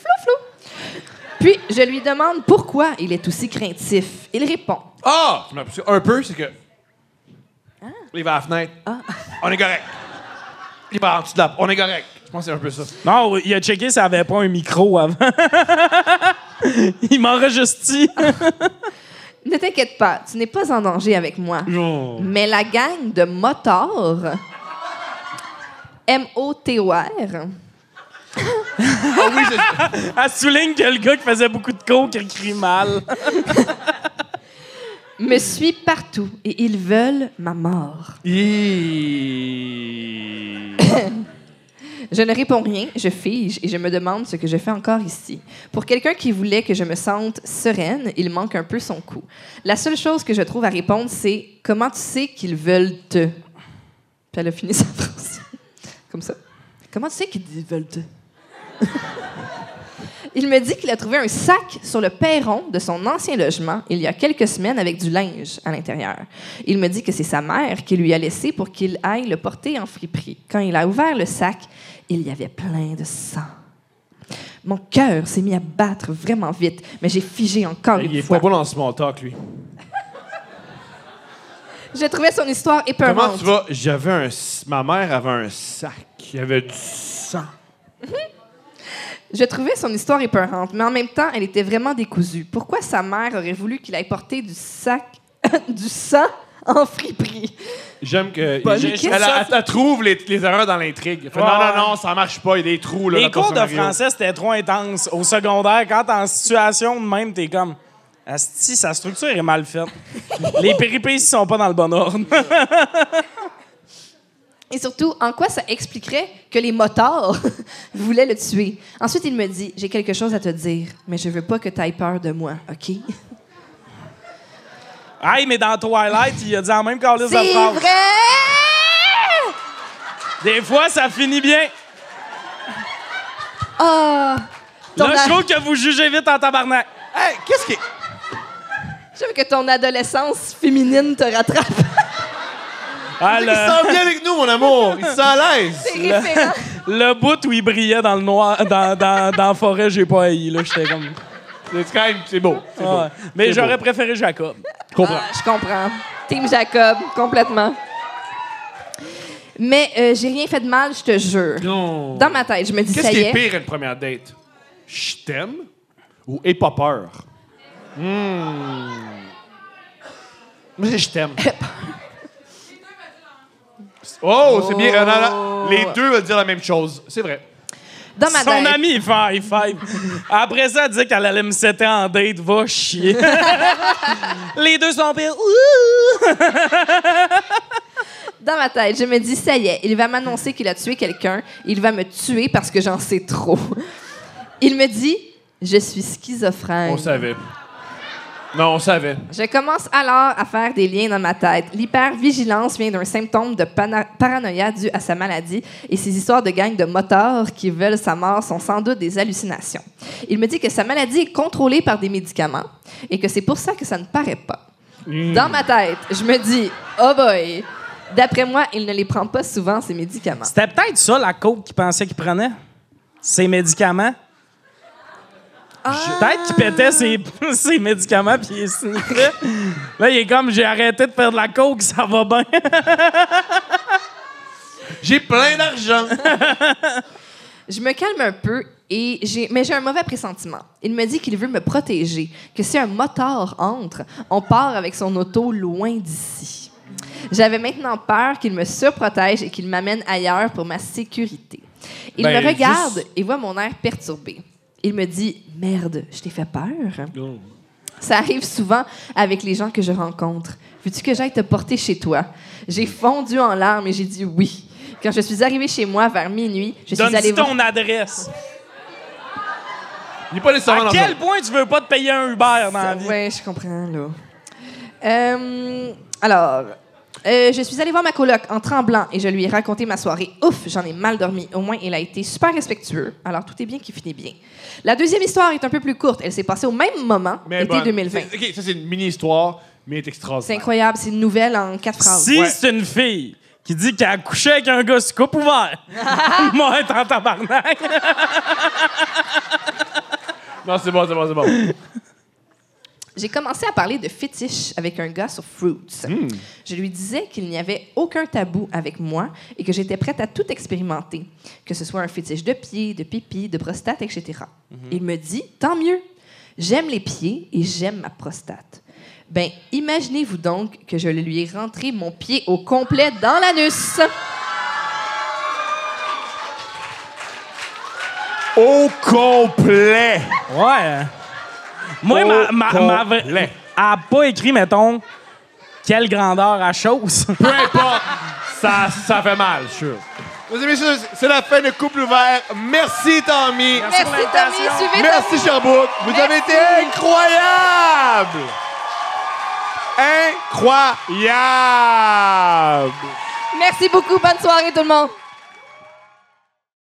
Speaker 1: Flou, flou. Puis, je lui demande pourquoi il est aussi craintif. Il répond.
Speaker 4: Ah! Je m'aperçois Un peu, c'est que. Il va à la fenêtre. On est correct. Il va en dessous de la. On est correct. Je pense que c'est un peu ça.
Speaker 3: Non, il a checké ça avait pas un micro avant. il m'enregistre.
Speaker 1: Ne t'inquiète pas, tu n'es pas en danger avec moi. Mais la gang de motards, M-O-T-O-R,
Speaker 3: Elle Ah, souligne que le gars qui faisait beaucoup de coke écrit mal.
Speaker 1: me suit partout et ils veulent ma mort. Je ne réponds rien, je fige et je me demande ce que je fais encore ici. Pour quelqu'un qui voulait que je me sente sereine, il manque un peu son coup. La seule chose que je trouve à répondre, c'est comment tu sais qu'ils veulent te. Puis elle a fini sa phrase. Comme ça. Comment tu sais qu'ils veulent te? il me dit qu'il a trouvé un sac sur le perron de son ancien logement il y a quelques semaines avec du linge à l'intérieur. Il me dit que c'est sa mère qui lui a laissé pour qu'il aille le porter en friperie. Quand il a ouvert le sac, il y avait plein de sang. Mon cœur s'est mis à battre vraiment vite, mais j'ai figé encore
Speaker 4: Il
Speaker 1: une
Speaker 4: est
Speaker 1: fois.
Speaker 4: pas bon dans ce small talk, lui.
Speaker 1: Je trouvais son histoire épeurante.
Speaker 4: Comment tu vas? J'avais un. s- Ma mère avait un sac. Il y avait du sang.
Speaker 1: Je trouvais son histoire épeurante, mais en même temps, elle était vraiment décousue. Pourquoi sa mère aurait voulu qu'il aille porter du sac, du sang en friperie?
Speaker 4: J'aime que.
Speaker 1: Bonne
Speaker 4: j'ai-
Speaker 1: question.
Speaker 4: elle, elle- elle trouve les, les erreurs dans l'intrigue. Elle fait, Non,
Speaker 3: Ouais.
Speaker 4: non, non, ça marche pas. Il y a des trous, là.
Speaker 3: Les
Speaker 4: dans ton
Speaker 3: cours de
Speaker 4: scénario.
Speaker 3: français, c'était trop intense. Au secondaire, quand t'es en situation de même, t'es comme... Asti, sa structure est mal faite. Les péripéties sont pas dans le bon ordre.
Speaker 1: Et surtout, en quoi ça expliquerait que les motards voulaient le tuer? Ensuite, il me dit J'ai quelque chose à te dire, mais je veux pas que tu aies peur de moi, OK?
Speaker 3: Hey, mais dans Twilight, il a dit en même calice de
Speaker 1: C'est
Speaker 3: phrase.
Speaker 1: vrai!
Speaker 3: Des fois, ça finit bien.
Speaker 1: Ah! Ton
Speaker 3: Là,
Speaker 1: a-
Speaker 3: je trouve que vous jugez vite en tabarnak.
Speaker 4: Hey, qu'est-ce qui.
Speaker 1: J'aime que ton adolescence féminine te rattrape.
Speaker 3: Ah,
Speaker 4: Il se sent bien avec nous, mon amour. Il se sent à l'aise.
Speaker 1: C'est référent.
Speaker 3: le, le bout où il brillait dans le noir, dans, dans, dans la forêt, j'ai pas haï. Là, j'étais comme.
Speaker 4: C'est quand même. C'est beau. C'est beau.
Speaker 3: Ouais. Mais
Speaker 4: C'est
Speaker 3: j'aurais préféré Jacob.
Speaker 4: Je comprends.
Speaker 1: Ah, je comprends. Team Jacob, complètement. Mais euh, j'ai rien fait de mal, je te jure.
Speaker 4: Non.
Speaker 1: Dans ma tête, je me dis
Speaker 4: Qu'est-ce
Speaker 1: ça
Speaker 4: qui
Speaker 1: y
Speaker 4: est
Speaker 1: est.
Speaker 4: pire à une première date? Je t'aime ou aie pas peur? Hmm. Moi, c'est je t'aime. Oh, c'est bien. Non, non, Les deux veulent dire la même chose. C'est vrai.
Speaker 1: Dans ma
Speaker 3: Son
Speaker 1: tête.
Speaker 3: ami, il fait un high five. Après ça, elle dit qu'elle allait me setter en date. Va chier. Les deux sont pires. Ouh!
Speaker 1: Dans ma tête, je me dis ça y est, il va m'annoncer qu'il a tué quelqu'un, il va me tuer parce que j'en sais trop. Il me dit je suis schizophrène.
Speaker 4: On savait. Non, on savait.
Speaker 1: Je commence alors à faire des liens dans ma tête. L'hypervigilance vient d'un symptôme de pana- paranoïa dû à sa maladie et ces histoires de gangs de motards qui veulent sa mort sont sans doute des hallucinations. Il me dit que sa maladie est contrôlée par des médicaments et que c'est pour ça que ça ne paraît pas. Dans ma tête, je me dis oh boy. D'après moi, il ne les prend pas souvent ces médicaments.
Speaker 3: C'était peut-être ça la coke qu'il pensait qu'il prenait. Ses médicaments.
Speaker 1: Ah.
Speaker 3: Peut-être qu'il pétait ses, ses médicaments puis il sniffait. Là, il est comme j'ai arrêté de faire de la coke, ça va bien.
Speaker 4: J'ai plein d'argent.
Speaker 1: Je me calme un peu, et j'ai, mais j'ai un mauvais pressentiment. Il me dit qu'il veut me protéger, que si un motard entre, on part avec son auto loin d'ici. J'avais maintenant peur qu'il me surprotège et qu'il m'amène ailleurs pour ma sécurité. Il
Speaker 2: Ben,
Speaker 1: me regarde
Speaker 2: juste-
Speaker 1: et voit mon air perturbé. Il me dit Merde, je t'ai fait peur. Ça arrive souvent avec les gens que je rencontre. Veux-tu que j'aille te porter chez toi? J'ai fondu en larmes et j'ai dit oui. Quand je suis arrivée chez moi vers minuit, je suis allée
Speaker 3: Donne-y
Speaker 1: voir...
Speaker 3: ton adresse.
Speaker 2: Il n'est pas nécessairement
Speaker 3: À
Speaker 2: dans
Speaker 3: quel point tu veux pas te payer un Uber dans la vie?
Speaker 1: Ouais, je comprends, là. Euh, alors, euh, je suis allée voir ma coloc en tremblant et je lui ai raconté ma soirée. Ouf, j'en ai mal dormi. Au moins, il a été super respectueux. Alors, tout est bien qui finit bien. La deuxième histoire est un peu plus courte. Elle s'est passée au même moment,
Speaker 2: Mais
Speaker 1: été
Speaker 2: bonne.
Speaker 1: 2020.
Speaker 2: C'est- OK, ça, c'est une mini-histoire, mais elle est
Speaker 1: C'est
Speaker 2: extraordinaire.
Speaker 1: incroyable, c'est une nouvelle en quatre phrases.
Speaker 3: Si
Speaker 2: Ouais.
Speaker 3: c'est une fille qui dit qu'elle a couché avec un gars sous coupe ouvert, moi, être en tabarnak.
Speaker 2: Non, c'est bon, c'est bon, c'est bon.
Speaker 1: J'ai commencé à parler de fétiche avec un gars sur Fruits. Je lui disais qu'il n'y avait aucun tabou avec moi et que j'étais prête à tout expérimenter, que ce soit un fétiche de pied, de pipi, de prostate, etc. Il me dit Tant mieux, j'aime les pieds et j'aime ma prostate. Ben, imaginez-vous donc que je lui ai rentré mon pied au complet dans l'anus.
Speaker 2: Au complet!
Speaker 3: Ouais. Moi, ma, ma, ma,
Speaker 2: complet.
Speaker 3: elle a pas écrit, mettons, quelle grandeur à chose.
Speaker 2: Peu importe, ça, ça fait mal, sûr.
Speaker 4: Mesdames et messieurs, c'est la fin de Couple ouvert. Merci, Tommy.
Speaker 1: Merci, Tommy. Suivez
Speaker 4: Merci, Sherbrooke. Vous avez été incroyables. Incroyables.
Speaker 1: Merci beaucoup. Bonne soirée, tout le monde.